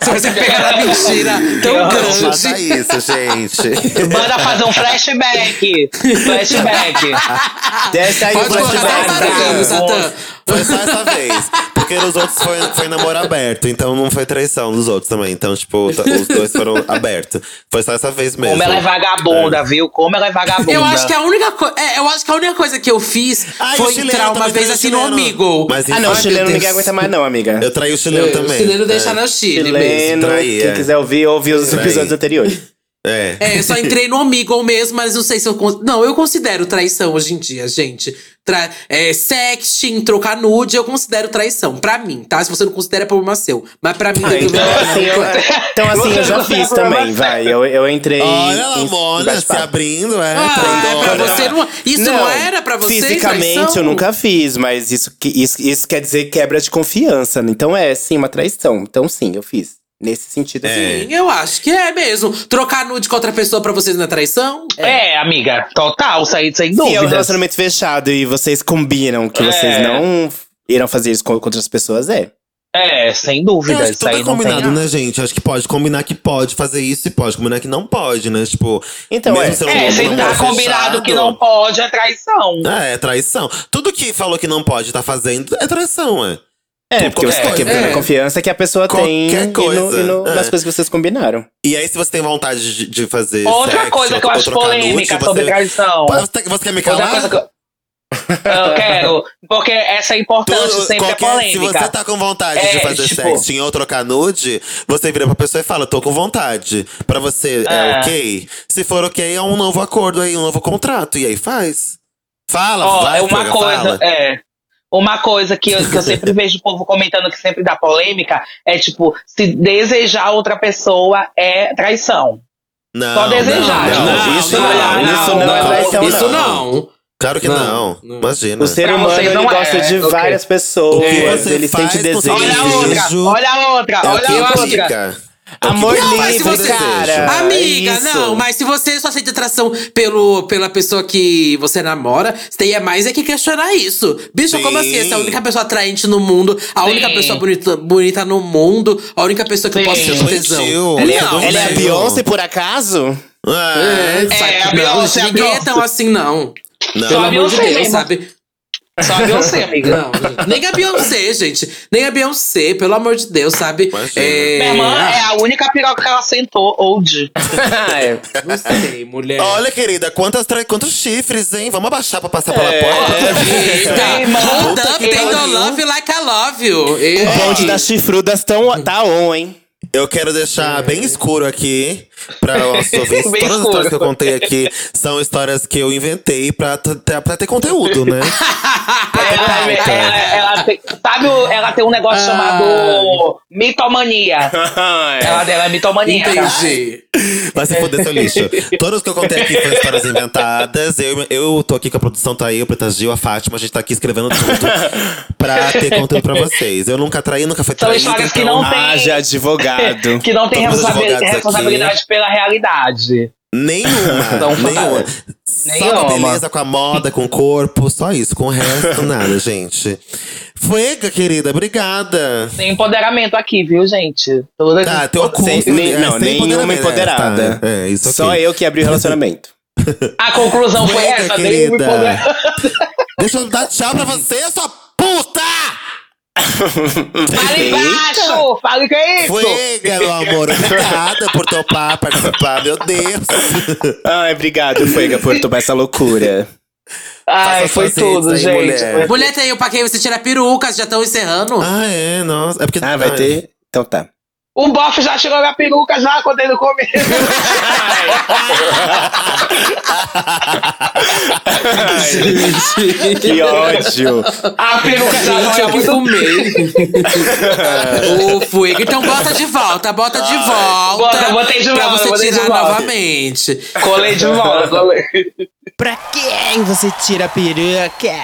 Speaker 2: Se você pegar na mentira tão
Speaker 3: Não faça
Speaker 2: grande.
Speaker 3: isso, gente.
Speaker 2: <laughs>
Speaker 5: Manda fazer um flashback. Flashback.
Speaker 1: Desce Tá aí o
Speaker 2: Ah, Pode colocar até o
Speaker 5: Flashback.
Speaker 2: barulho, Satã.
Speaker 3: Foi só essa vez. Porque nos outros foi, foi namoro aberto. Então não foi traição dos outros também. Então, tipo, tá- os dois foram abertos. Foi só essa vez mesmo.
Speaker 5: Como ela é vagabunda, viu? Como ela é vagabunda.
Speaker 2: Eu acho, que a única co- é, eu acho que a única coisa que eu fiz
Speaker 3: Ah, e o
Speaker 2: foi
Speaker 3: chileno
Speaker 1: tá
Speaker 2: entrar uma
Speaker 3: também
Speaker 2: vez
Speaker 3: tem o
Speaker 2: assim no
Speaker 3: chileno.
Speaker 2: amigo.
Speaker 3: Mas
Speaker 1: Ah,
Speaker 3: Ai,
Speaker 1: não,
Speaker 3: meu
Speaker 1: o chileno
Speaker 2: Deus.
Speaker 1: ninguém aguenta mais, não, amiga.
Speaker 3: Eu traí o chileno
Speaker 2: Eu, o
Speaker 3: também.
Speaker 2: chileno
Speaker 3: É.
Speaker 2: deixa né? no Chile mesmo.
Speaker 1: Chileno,
Speaker 3: Traía.
Speaker 1: quem quiser ouvir, ouve os
Speaker 3: Traía.
Speaker 1: episódios anteriores.
Speaker 3: É.
Speaker 2: É, eu só entrei no Omegle mesmo, mas não sei se eu. con- Não, eu considero traição hoje em dia, gente. Tra é, sexting, trocar nude, eu considero traição. Pra mim, tá? Se você não considera, é problema seu. Mas pra mim,
Speaker 1: Ah,
Speaker 2: tem
Speaker 1: então,
Speaker 2: problema
Speaker 1: assim,
Speaker 2: meu.
Speaker 1: eu, então, assim, eu já fiz também, vai. Eu, eu entrei.
Speaker 3: Olha,
Speaker 1: em- em
Speaker 3: Lamona, se
Speaker 1: bate-papo.
Speaker 3: abrindo, é.
Speaker 2: Ah, é pra
Speaker 3: traidora.
Speaker 2: você não. Isso não, era pra você?
Speaker 1: Fisicamente
Speaker 2: traição?
Speaker 1: eu nunca fiz, mas isso, que- isso, isso quer dizer quebra de confiança. né? Então é sim uma traição. Então sim, eu fiz. Nesse sentido,
Speaker 3: É.
Speaker 1: sim.
Speaker 2: Eu acho que é mesmo. Trocar nude com outra pessoa pra vocês não é traição?
Speaker 5: É, amiga, total, saí sem
Speaker 1: Se é um
Speaker 5: dúvidas.
Speaker 1: relacionamento fechado e vocês combinam que
Speaker 5: É.
Speaker 1: vocês não irão fazer isso com com outras pessoas, é.
Speaker 5: É, sem
Speaker 3: Eu
Speaker 5: dúvidas.
Speaker 3: acho que
Speaker 5: Isso
Speaker 3: tudo
Speaker 5: aí
Speaker 3: é
Speaker 5: não tem.
Speaker 3: combinado, né, gente? Acho que pode combinar que pode fazer isso e pode combinar que não pode, né? Tipo,
Speaker 1: Então
Speaker 3: Mesmo
Speaker 1: é.
Speaker 3: se eu
Speaker 5: É,
Speaker 3: Não,
Speaker 5: se
Speaker 3: não
Speaker 5: tá
Speaker 3: é
Speaker 5: combinado
Speaker 3: fechado.
Speaker 5: que não pode, é traição.
Speaker 3: ah, é traição. Tudo que falou que não pode tá fazendo é traição, é.
Speaker 1: É, porque você tá
Speaker 3: qualquer
Speaker 1: quebrando
Speaker 2: coisa.
Speaker 1: a confiança que a pessoa
Speaker 3: Qualquer
Speaker 1: tem e no- e no-
Speaker 3: coisa.
Speaker 1: nas
Speaker 3: É.
Speaker 1: coisas que vocês combinaram.
Speaker 3: E aí, se você tem vontade de, de fazer.
Speaker 5: Outra
Speaker 3: sexo,
Speaker 5: coisa que eu
Speaker 3: ou
Speaker 5: acho
Speaker 3: trocar nude,
Speaker 5: polêmica
Speaker 3: você-
Speaker 5: sobre traição.
Speaker 3: Pô, Você, você quer me
Speaker 5: Outra
Speaker 3: calar?
Speaker 5: coisa que eu... eu quero, porque essa é importante,
Speaker 3: Tudo-
Speaker 5: sempre é
Speaker 3: qualquer- se
Speaker 5: polêmica.
Speaker 3: você tá com vontade
Speaker 5: É,
Speaker 3: de fazer
Speaker 5: tipo-
Speaker 3: sexting ou trocar nude, você vira pra pessoa e fala, tô com vontade. Pra você, é,
Speaker 5: É.
Speaker 3: ok? Se for ok, é um novo acordo aí, um novo contrato. E aí faz. Fala,
Speaker 5: Ó,
Speaker 3: vai,
Speaker 5: é uma
Speaker 3: Fraga,
Speaker 5: coisa,
Speaker 3: fala.
Speaker 5: é. Uma coisa que eu,
Speaker 3: <laughs>
Speaker 5: que eu sempre vejo o povo comentando que sempre dá polêmica é tipo, se desejar outra pessoa é traição.
Speaker 3: Não,
Speaker 5: Só
Speaker 3: Não,
Speaker 5: desejar,
Speaker 3: é não.
Speaker 1: Não, isso não, isso não é traição,
Speaker 2: Isso
Speaker 1: não.
Speaker 2: não.
Speaker 3: Claro que
Speaker 2: Não,
Speaker 3: não.
Speaker 2: não.
Speaker 3: Imagina.
Speaker 1: O ser
Speaker 5: Pra
Speaker 1: humano
Speaker 5: vocês
Speaker 1: ele
Speaker 5: não é,
Speaker 1: gosta de
Speaker 5: ok.
Speaker 1: várias pessoas,
Speaker 3: O que você
Speaker 1: ele
Speaker 3: faz
Speaker 1: sente
Speaker 3: com sua
Speaker 1: desejos.
Speaker 5: Olha a
Speaker 3: Desejo.
Speaker 5: outra, olha a outra,
Speaker 3: É o
Speaker 5: olha
Speaker 3: que
Speaker 5: a
Speaker 2: eu
Speaker 5: outra.
Speaker 3: fica.
Speaker 1: Amor
Speaker 3: Não, mas se
Speaker 1: livre,
Speaker 3: você-
Speaker 1: cara.
Speaker 2: Amiga,
Speaker 1: é isso.
Speaker 2: não, mas se você só sente atração pelo, pela pessoa que você namora, você tem a mais é que questionar isso. Bicho, como
Speaker 3: Sim.
Speaker 2: assim? Essa é a única pessoa atraente no mundo, a única
Speaker 5: Sim.
Speaker 2: pessoa bonita, bonita no mundo, a única pessoa que eu
Speaker 5: Sim.
Speaker 2: posso ter
Speaker 5: Doentio.
Speaker 2: tesão.
Speaker 3: Ela é-
Speaker 2: não,
Speaker 1: Ela é a
Speaker 3: Não.
Speaker 1: Beyoncé, por <laughs> acaso?
Speaker 3: É.
Speaker 2: É, sabe,
Speaker 5: É, a
Speaker 2: não,
Speaker 5: Beyoncé, a
Speaker 2: ninguém é
Speaker 5: Beyoncé.
Speaker 2: tão assim, não.
Speaker 3: Não.
Speaker 5: Só
Speaker 2: Pelo
Speaker 5: a
Speaker 2: amor de
Speaker 5: Beyoncé
Speaker 2: Deus,
Speaker 5: mesmo.
Speaker 2: sabe?
Speaker 5: Só a Beyoncé, amiga.
Speaker 3: <laughs>
Speaker 2: Não, gente. nem a Beyoncé, gente. Nem a Beyoncé, pelo amor de Deus, sabe? ah,
Speaker 3: Imagina.
Speaker 5: Minha irmã é a única piroca que ela sentou, old.
Speaker 1: É.
Speaker 2: Não sei, mulher.
Speaker 3: Olha, querida, quantas tra... quantos chifres, hein? Vamos abaixar pra passar pela
Speaker 5: É.
Speaker 2: Eita,
Speaker 3: porta.
Speaker 5: Ei, mano.
Speaker 2: hold
Speaker 5: Puta
Speaker 2: up,
Speaker 5: que
Speaker 2: they don't
Speaker 5: pariu.
Speaker 2: love you like I love you.
Speaker 1: O
Speaker 3: É.
Speaker 1: bonde das chifrudas tão, tá on, <laughs> hein?
Speaker 3: Eu quero deixar bem escuro aqui
Speaker 5: <laughs>
Speaker 3: para os ouvintes. Todas
Speaker 5: É. Bem
Speaker 3: as
Speaker 5: escuro.
Speaker 3: histórias que eu contei aqui são histórias que eu inventei pra, t- t- pra ter conteúdo, né? é?
Speaker 5: Ela, ela, ela tem, sabe, o- ela tem um negócio
Speaker 2: Ah.
Speaker 5: chamado mitomania. Ela, ela é mitomaníaca.
Speaker 2: Entendi.
Speaker 3: Vai se foder seu lixo. Todas que eu contei aqui foram histórias inventadas. Eu, eu tô aqui com a produção, tá aí, o Preta Gil, a Fátima, a gente tá aqui escrevendo tudo pra ter conteúdo pra vocês. Eu nunca traí, nunca fui
Speaker 5: São
Speaker 3: traído.
Speaker 5: histórias que
Speaker 3: então,
Speaker 5: não tem-
Speaker 1: Haja advogado.
Speaker 5: Que não tem
Speaker 3: Todos os
Speaker 5: responsabil-
Speaker 3: advogados aqui.
Speaker 5: responsabilidade pela realidade. <laughs>
Speaker 3: Nenhuma.
Speaker 5: Não
Speaker 3: nenhuma.
Speaker 5: falaram.
Speaker 3: Só com a
Speaker 5: Nenhuma.
Speaker 3: beleza, com a moda, com o corpo, só isso. Com o resto, nada, gente. Fuega, querida, obrigada.
Speaker 5: Tem empoderamento aqui, viu, gente? Toda
Speaker 3: Tá, teu cu.
Speaker 1: Sem- nem-
Speaker 3: é,
Speaker 1: não,
Speaker 3: sem
Speaker 1: nenhuma
Speaker 3: empoderamento.
Speaker 1: empoderada.
Speaker 3: É, tá, é, <laughs> isso aqui.
Speaker 1: Só eu que abri o
Speaker 3: <laughs>
Speaker 1: relacionamento.
Speaker 2: um-
Speaker 5: A conclusão foi
Speaker 3: Fuega,
Speaker 5: essa, tem um
Speaker 2: <laughs>
Speaker 3: querida.
Speaker 5: empoderamento.
Speaker 3: Deixa eu dar tchau pra você, sua puta! Tá
Speaker 5: Fala embaixo! Fala o que é isso!
Speaker 3: Fuega, meu amor. Obrigada por topar, participar, meu Deus.
Speaker 1: Ai, obrigado, Fuega, por tomar essa loucura.
Speaker 5: Ai,
Speaker 3: Faça
Speaker 5: foi
Speaker 3: suas redes
Speaker 5: tudo,
Speaker 3: aí,
Speaker 5: gente.
Speaker 3: mulher.
Speaker 2: Mulher tem eu pra quem você tira a peruca, já estão encerrando.
Speaker 3: Ah, é, nossa. É porque,
Speaker 1: Ah, vai ter? Então tá.
Speaker 5: O Um bofe já chegou na peruca, já contei
Speaker 2: <laughs>
Speaker 5: no começo.
Speaker 1: Que ódio.
Speaker 5: A peruca
Speaker 2: Gente,
Speaker 5: já não é
Speaker 2: eu que
Speaker 5: muito
Speaker 2: fumei. <laughs> o fuego. Então bota de volta, bota de volta.
Speaker 5: Bota, botei de
Speaker 2: pra
Speaker 5: volta,
Speaker 2: você
Speaker 5: botei de
Speaker 2: tirar
Speaker 5: volta.
Speaker 2: novamente.
Speaker 5: <laughs> Colei de volta, colei.
Speaker 1: Pra quem você tira a peruca?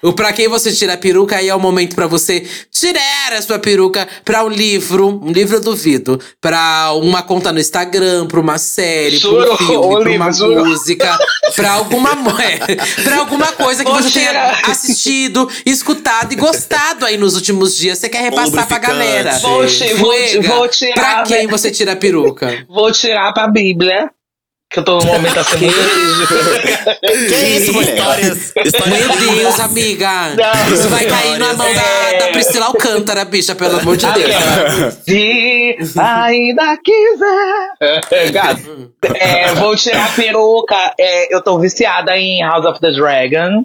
Speaker 2: O Pra Quem Você Tira a Peruca aí é o momento pra você tirar a sua peruca pra um livro, um livro eu duvido, pra uma conta no Instagram, pra uma série, pra um
Speaker 5: Juro,
Speaker 2: filme,
Speaker 5: ô,
Speaker 2: pra uma
Speaker 5: livro, juro.
Speaker 2: música, pra alguma, é, <laughs> pra alguma coisa que
Speaker 5: Vou
Speaker 2: você tenha
Speaker 5: tirar.
Speaker 2: assistido, escutado e gostado aí nos últimos dias. Você quer repassar pra
Speaker 3: lubrificante.
Speaker 2: galera.
Speaker 5: Vou ti- vou ti-
Speaker 2: Fuega,
Speaker 5: vou tirar,
Speaker 2: Pra quem
Speaker 5: velho.
Speaker 2: você tira a peruca?
Speaker 5: Vou tirar pra Bíblia. Que eu tô num momento
Speaker 2: <laughs>
Speaker 5: assim muito rígido.
Speaker 1: Que
Speaker 3: é
Speaker 1: isso, mulher?
Speaker 3: Histórias, histórias
Speaker 2: Meu Deus, amiga!
Speaker 5: Não.
Speaker 2: Isso vai cair na mão da, da
Speaker 5: É.
Speaker 2: Priscila Alcântara, bicha, pelo amor de Deus.
Speaker 5: Aquela, Se ainda quiser. É, gato. É, vou tirar a peruca. É, eu tô viciada em House of the Dragon.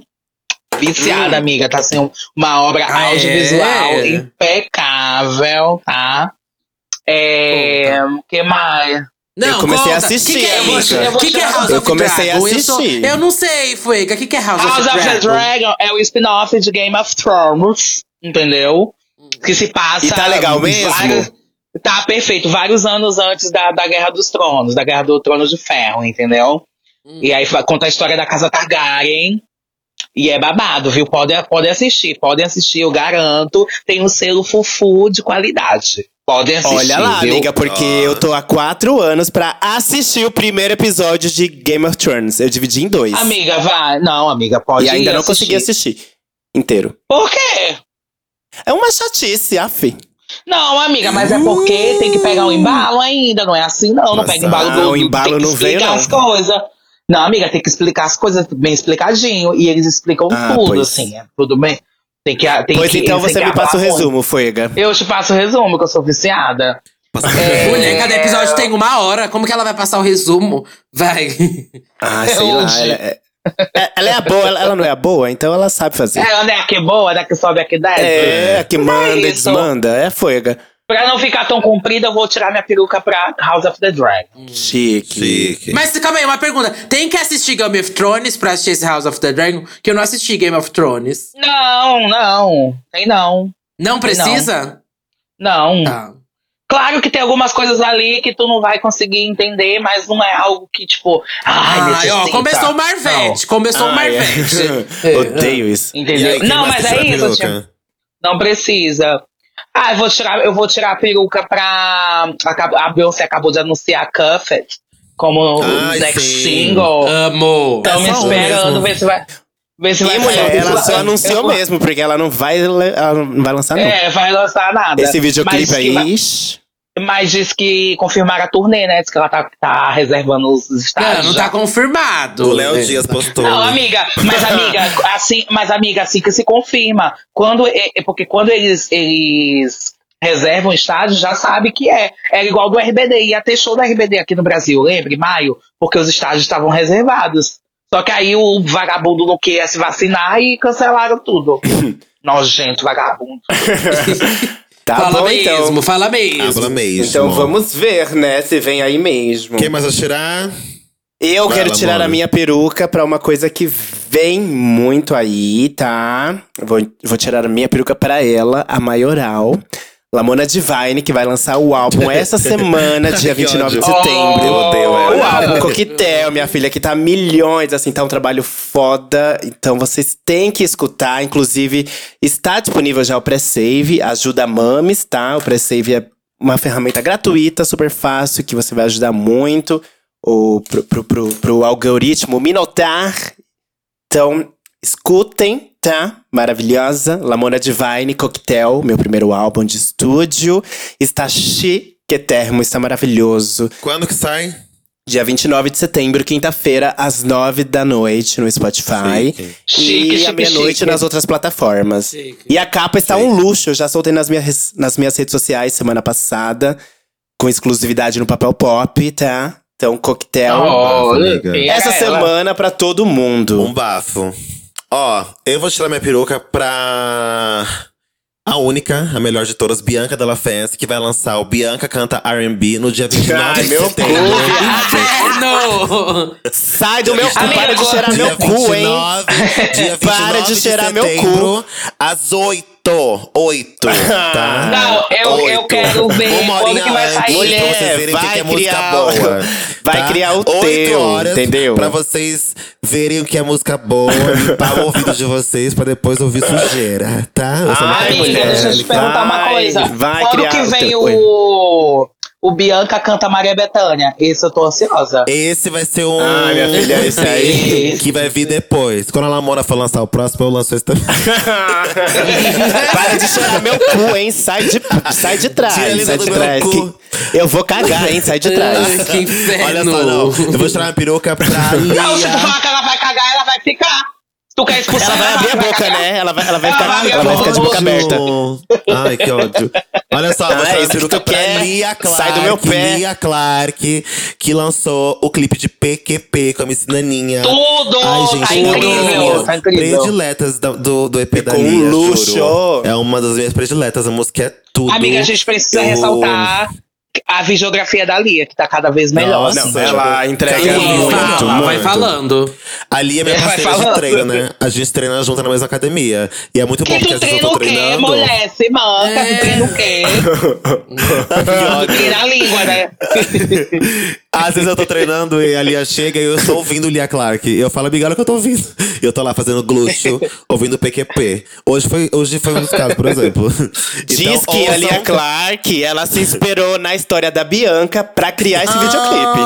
Speaker 5: Viciada, amiga. Tá sendo uma obra
Speaker 2: Ah,
Speaker 5: audiovisual
Speaker 2: é?
Speaker 5: impecável, tá? É. O que mais?
Speaker 2: Não,
Speaker 1: Eu comecei a
Speaker 2: conta.
Speaker 1: assistir,
Speaker 2: Que que é
Speaker 1: amiga.
Speaker 2: isso?
Speaker 5: Eu vou
Speaker 2: Que que é
Speaker 5: chorar.
Speaker 2: House
Speaker 1: Eu
Speaker 2: of
Speaker 1: comecei a
Speaker 2: Dragon? Eu, sou-
Speaker 1: assistir.
Speaker 2: eu não sei, Fuega. O que, que é House,
Speaker 5: House of the
Speaker 2: Dragon?
Speaker 5: Dragon é o spin-off de Game of Thrones, entendeu? Que se passa.
Speaker 1: E tá legal mesmo?
Speaker 5: tá perfeito, vários anos antes da, da Guerra dos Tronos, da Guerra do Trono de Ferro, entendeu? E aí fa- conta a história da Casa Targaryen. E é babado, viu? Podem podem assistir, podem assistir, eu garanto. Tem um selo fufu de qualidade. Podem assistir.
Speaker 1: Olha lá,
Speaker 5: viu?
Speaker 1: amiga, porque
Speaker 3: Ah.
Speaker 1: eu tô há quatro anos pra assistir o primeiro episódio de Game of Thrones. Eu dividi em dois.
Speaker 5: Amiga, vai. Não, amiga, pode
Speaker 1: e ainda
Speaker 5: ir
Speaker 1: não consegui assistir inteiro.
Speaker 5: Por quê?
Speaker 1: É uma chatice, af.
Speaker 5: Não, amiga, mas é porque tem que pegar um embalo ainda, não é assim não, não
Speaker 3: Nossa,
Speaker 5: pega embalo
Speaker 1: ah,
Speaker 5: do,
Speaker 1: o
Speaker 5: do
Speaker 1: embalo
Speaker 5: tem que
Speaker 1: não veio,
Speaker 5: explicar
Speaker 1: não.
Speaker 5: as coisas. Não, amiga, tem que explicar as coisas bem explicadinho e eles explicam
Speaker 1: Ah,
Speaker 5: tudo
Speaker 1: pois.
Speaker 5: assim, é, tudo bem. Tem que tem
Speaker 1: Pois
Speaker 5: que,
Speaker 1: então
Speaker 5: eles têm
Speaker 1: você
Speaker 5: que
Speaker 1: me passa o
Speaker 5: acabar com-
Speaker 1: resumo, Fuega.
Speaker 5: Eu te passo o resumo que eu sou viciada. É,
Speaker 2: Mulher, cada episódio tem uma hora. Como que ela vai passar o resumo? Vai.
Speaker 1: Ah,
Speaker 5: É
Speaker 1: sei lá.
Speaker 5: hoje.
Speaker 1: Ela é, é- ela é a boa, ela, ela não é a boa, então ela sabe fazer.
Speaker 5: É, né, que boa, né, que sobe aqui desce.
Speaker 1: É, a que
Speaker 5: Mas é
Speaker 1: manda e
Speaker 5: isso.
Speaker 1: desmanda. É Fuega.
Speaker 5: Pra não ficar tão comprida, eu vou tirar minha peruca pra House of the Dragon.
Speaker 1: Chique.
Speaker 3: Chique.
Speaker 2: Mas calma aí, uma pergunta. Tem que assistir Game of Thrones pra assistir esse House of the Dragon? Que eu não assisti Game of Thrones.
Speaker 5: Não, não, tem não.
Speaker 2: Não precisa?
Speaker 5: Não.
Speaker 2: Tá.
Speaker 5: Claro que tem algumas coisas ali que tu não vai conseguir entender, mas não é algo que, tipo, ai,
Speaker 2: Ah,
Speaker 5: necessita.
Speaker 2: ó, começou o Marvete. Começou o
Speaker 1: Ah, <laughs>
Speaker 2: Marvete.
Speaker 1: é. Odeio isso.
Speaker 5: Não,
Speaker 3: E
Speaker 5: entendeu?
Speaker 3: aí, quem
Speaker 5: não,
Speaker 3: mais
Speaker 5: mas
Speaker 3: que tira
Speaker 5: é
Speaker 3: a
Speaker 5: isso,
Speaker 3: peruca?
Speaker 5: tipo, não precisa. Ah, eu vou tirar, eu vou tirar a peruca pra. acab- A Beyoncé acabou de anunciar a Cuffet como
Speaker 3: Ai,
Speaker 5: o next
Speaker 3: sim.
Speaker 5: single.
Speaker 2: Ah, Amo.
Speaker 5: Então me
Speaker 3: só um
Speaker 5: esperando
Speaker 3: mesmo.
Speaker 5: ver se vai. Ver se
Speaker 1: E
Speaker 5: vai
Speaker 1: mulher,
Speaker 5: sair.
Speaker 1: ela só
Speaker 5: Eu-
Speaker 1: anunciou
Speaker 5: eu-
Speaker 1: mesmo, porque ela não vai, ela não vai lançar, não.
Speaker 5: É, vai lançar nada.
Speaker 1: Esse
Speaker 5: Mas
Speaker 1: videoclipe
Speaker 5: que vai-
Speaker 1: aí. ixi.
Speaker 5: Mas diz que confirmaram a turnê, né? Diz que ela tá, tá reservando os
Speaker 2: Não,
Speaker 5: estádios.
Speaker 2: não
Speaker 5: já.
Speaker 2: tá confirmado.
Speaker 3: O Léo
Speaker 2: É. <laughs>
Speaker 3: Dias postou.
Speaker 5: Não, amiga, mas
Speaker 1: <laughs>
Speaker 5: amiga, assim, mas amiga, assim que se confirma. Quando, é, é porque quando eles, eles reservam o estádio, já sabe que é. Era igual do RBD, ia ter show do RBD aqui no Brasil, lembra? Em maio, porque os estádios estavam reservados. Só que aí o vagabundo não queria se vacinar e cancelaram
Speaker 1: <laughs>
Speaker 5: tudo. Nojento, vagabundo.
Speaker 1: Tá
Speaker 2: fala
Speaker 1: bom,
Speaker 2: mesmo,
Speaker 1: então.
Speaker 2: fala mesmo.
Speaker 3: Habla mesmo.
Speaker 1: Então vamos ver, né, se vem aí mesmo.
Speaker 3: Quem mais vai tirar?
Speaker 1: Eu
Speaker 3: Vai
Speaker 1: quero
Speaker 3: lá,
Speaker 1: tirar a
Speaker 3: mano.
Speaker 1: minha peruca pra uma coisa que vem muito aí, tá? Vou, vou tirar a minha peruca pra ela, a maioral. Lamona Divine, que vai lançar o <laughs> álbum essa semana, dia
Speaker 3: Que
Speaker 1: 29 de
Speaker 5: Oh,
Speaker 3: ódio.
Speaker 1: setembro.
Speaker 3: Eu odeio ela.
Speaker 1: O
Speaker 5: né?
Speaker 1: álbum Coquetel, minha filha, que tá milhões, assim, tá um trabalho foda. Então vocês têm que escutar. Inclusive, está disponível já o pré-save. Ajuda Mames, tá? O pré-save é uma ferramenta gratuita, super fácil, que você vai ajudar muito o, pro, pro, pro, pro algoritmo me notar. Então, escutem, tá? Maravilhosa. Lamona Divine, Coquetel, meu primeiro álbum de estúdio. Está chiquetermo, está maravilhoso.
Speaker 3: Quando que sai?
Speaker 1: Dia 29 de setembro, quinta-feira, às 9 da noite, no Spotify.
Speaker 3: Chique.
Speaker 5: Chique,
Speaker 1: e à
Speaker 5: chique,
Speaker 1: meia-noite
Speaker 5: chique.
Speaker 1: nas outras plataformas.
Speaker 2: Chique.
Speaker 1: E a capa está um luxo, eu já soltei nas minhas, nas minhas redes sociais semana passada, com exclusividade no papel pop, tá? Então, coquetel.
Speaker 5: Oh,
Speaker 3: amiga.
Speaker 5: pega
Speaker 1: Essa
Speaker 5: ela.
Speaker 1: semana pra todo mundo.
Speaker 3: Um bafo. Ó, eu vou tirar minha peruca pra. A única, a melhor de todas, Bianca Della Fence, que vai lançar o Bianca Canta RB no dia 29
Speaker 1: Ai,
Speaker 3: de
Speaker 1: meu
Speaker 3: setembro.
Speaker 1: cu, Tá
Speaker 2: Inferno!
Speaker 1: Sai do meu cu,
Speaker 5: Amiga,
Speaker 1: para de
Speaker 5: agora-
Speaker 1: cheirar
Speaker 3: Dia
Speaker 1: Ah, meu cu, hein?
Speaker 3: 29, dia 29
Speaker 1: Para de
Speaker 3: de
Speaker 1: cheirar meu
Speaker 3: setembro, Às 8.
Speaker 1: <laughs>
Speaker 3: 8, tá?
Speaker 5: Não, eu- eu
Speaker 3: Oito.
Speaker 5: quero ver
Speaker 3: Uma horinha
Speaker 5: quando que vai sair.
Speaker 3: antes pra
Speaker 1: Mulher,
Speaker 3: vocês verem o que
Speaker 1: vai
Speaker 3: que é música
Speaker 1: criar o-
Speaker 3: boa.
Speaker 1: <laughs> vai
Speaker 3: tá?
Speaker 1: criar o
Speaker 3: Oito
Speaker 1: teu,
Speaker 3: horas
Speaker 1: entendeu?
Speaker 3: Pra vocês verem o que é música boa,
Speaker 1: <laughs>
Speaker 3: limpar o ouvido de vocês pra depois ouvir sujeira, tá? Eu sou uma
Speaker 1: Ai,
Speaker 5: Amiga,
Speaker 1: mulher,
Speaker 5: deixa eu te
Speaker 1: vai,
Speaker 5: perguntar uma coisa.
Speaker 1: vai
Speaker 5: Quando
Speaker 1: criar
Speaker 5: que
Speaker 1: o
Speaker 5: vem
Speaker 1: teu-
Speaker 5: o, o Bianca canta Maria Bethânia? Isso eu tô ansiosa.
Speaker 3: Esse vai ser um.
Speaker 1: Ai, minha filha, esse aí.
Speaker 3: <laughs> Que vai vir depois. Quando a Lamona for lançar o próximo, eu
Speaker 1: <laughs>
Speaker 3: lanço esse também.
Speaker 1: <laughs> Para de cheirar meu cu, hein? Sai de, sai de trás.
Speaker 3: Tira a lisa
Speaker 1: sai de
Speaker 3: do meu
Speaker 1: trás.
Speaker 3: cu.
Speaker 1: Que- eu vou cagar, hein? Sai de
Speaker 2: Ai,
Speaker 1: trás.
Speaker 2: que
Speaker 3: Olha
Speaker 1: É
Speaker 2: inferno!
Speaker 3: só, não. Eu vou tirar minha peruca pra
Speaker 5: Não, tá se tu
Speaker 3: Lia.
Speaker 5: falar que ela vai cagar, ela vai ficar. Se tu quer expulsar
Speaker 1: Ela vai abrir a boca,
Speaker 5: cagar.
Speaker 1: né? Ela vai, ela vai
Speaker 5: Ela vai
Speaker 1: ficar,
Speaker 5: abrir a
Speaker 1: ela vai ficar de boca
Speaker 5: boca.
Speaker 1: aberta.
Speaker 3: Ai, que ódio. Olha só,
Speaker 1: Ah,
Speaker 3: vou
Speaker 1: é
Speaker 3: tirar minha
Speaker 1: isso que
Speaker 3: peruca
Speaker 1: tu
Speaker 3: pra
Speaker 1: quer?
Speaker 3: Lia Clark.
Speaker 1: Sai do meu pé.
Speaker 3: Lia Clark, que lançou o clipe de PQP com a Miss Naninha.
Speaker 5: Tudo!
Speaker 3: Ai, gente,
Speaker 5: tá
Speaker 3: uma das
Speaker 5: incrível,
Speaker 3: minhas
Speaker 5: tá incrível.
Speaker 3: prediletas da- do, do EP da
Speaker 1: Ficou um
Speaker 3: Lia,
Speaker 1: luxo.
Speaker 3: juro. É uma das minhas prediletas, a música é tudo.
Speaker 5: Amiga, a gente precisa
Speaker 3: Eu-
Speaker 5: ressaltar a videografia da Lia, que tá cada vez melhor.
Speaker 3: Nossa,
Speaker 5: assim.
Speaker 1: Não, ela entrega
Speaker 2: Sim,
Speaker 1: muito,
Speaker 2: fala, Ah,
Speaker 1: muito.
Speaker 2: vai falando.
Speaker 3: Ali é minha
Speaker 5: É, vai
Speaker 3: parceira de
Speaker 5: falando.
Speaker 3: treino, né? A gente treina junto na mesma academia. E é muito bom,
Speaker 5: Que
Speaker 3: porque
Speaker 5: tu
Speaker 3: às vezes
Speaker 5: treina
Speaker 3: eu tô
Speaker 5: o quê,
Speaker 3: treinando.
Speaker 5: mulher? Se manca,
Speaker 2: É.
Speaker 5: tu treina o
Speaker 1: <laughs>
Speaker 5: quê? Tu treina a língua, né?
Speaker 3: Às vezes eu tô treinando e a Lia chega e eu estou ouvindo Lia Clark. E eu falo, amiga, olha o que eu tô ouvindo. E eu tô lá fazendo glúteo, ouvindo PQP. Hoje foi, hoje foi um caso, por exemplo.
Speaker 1: <laughs>
Speaker 3: Então,
Speaker 1: Diz que a Lia Clark, ela se inspirou na história da Bianca pra criar esse Um videoclipe.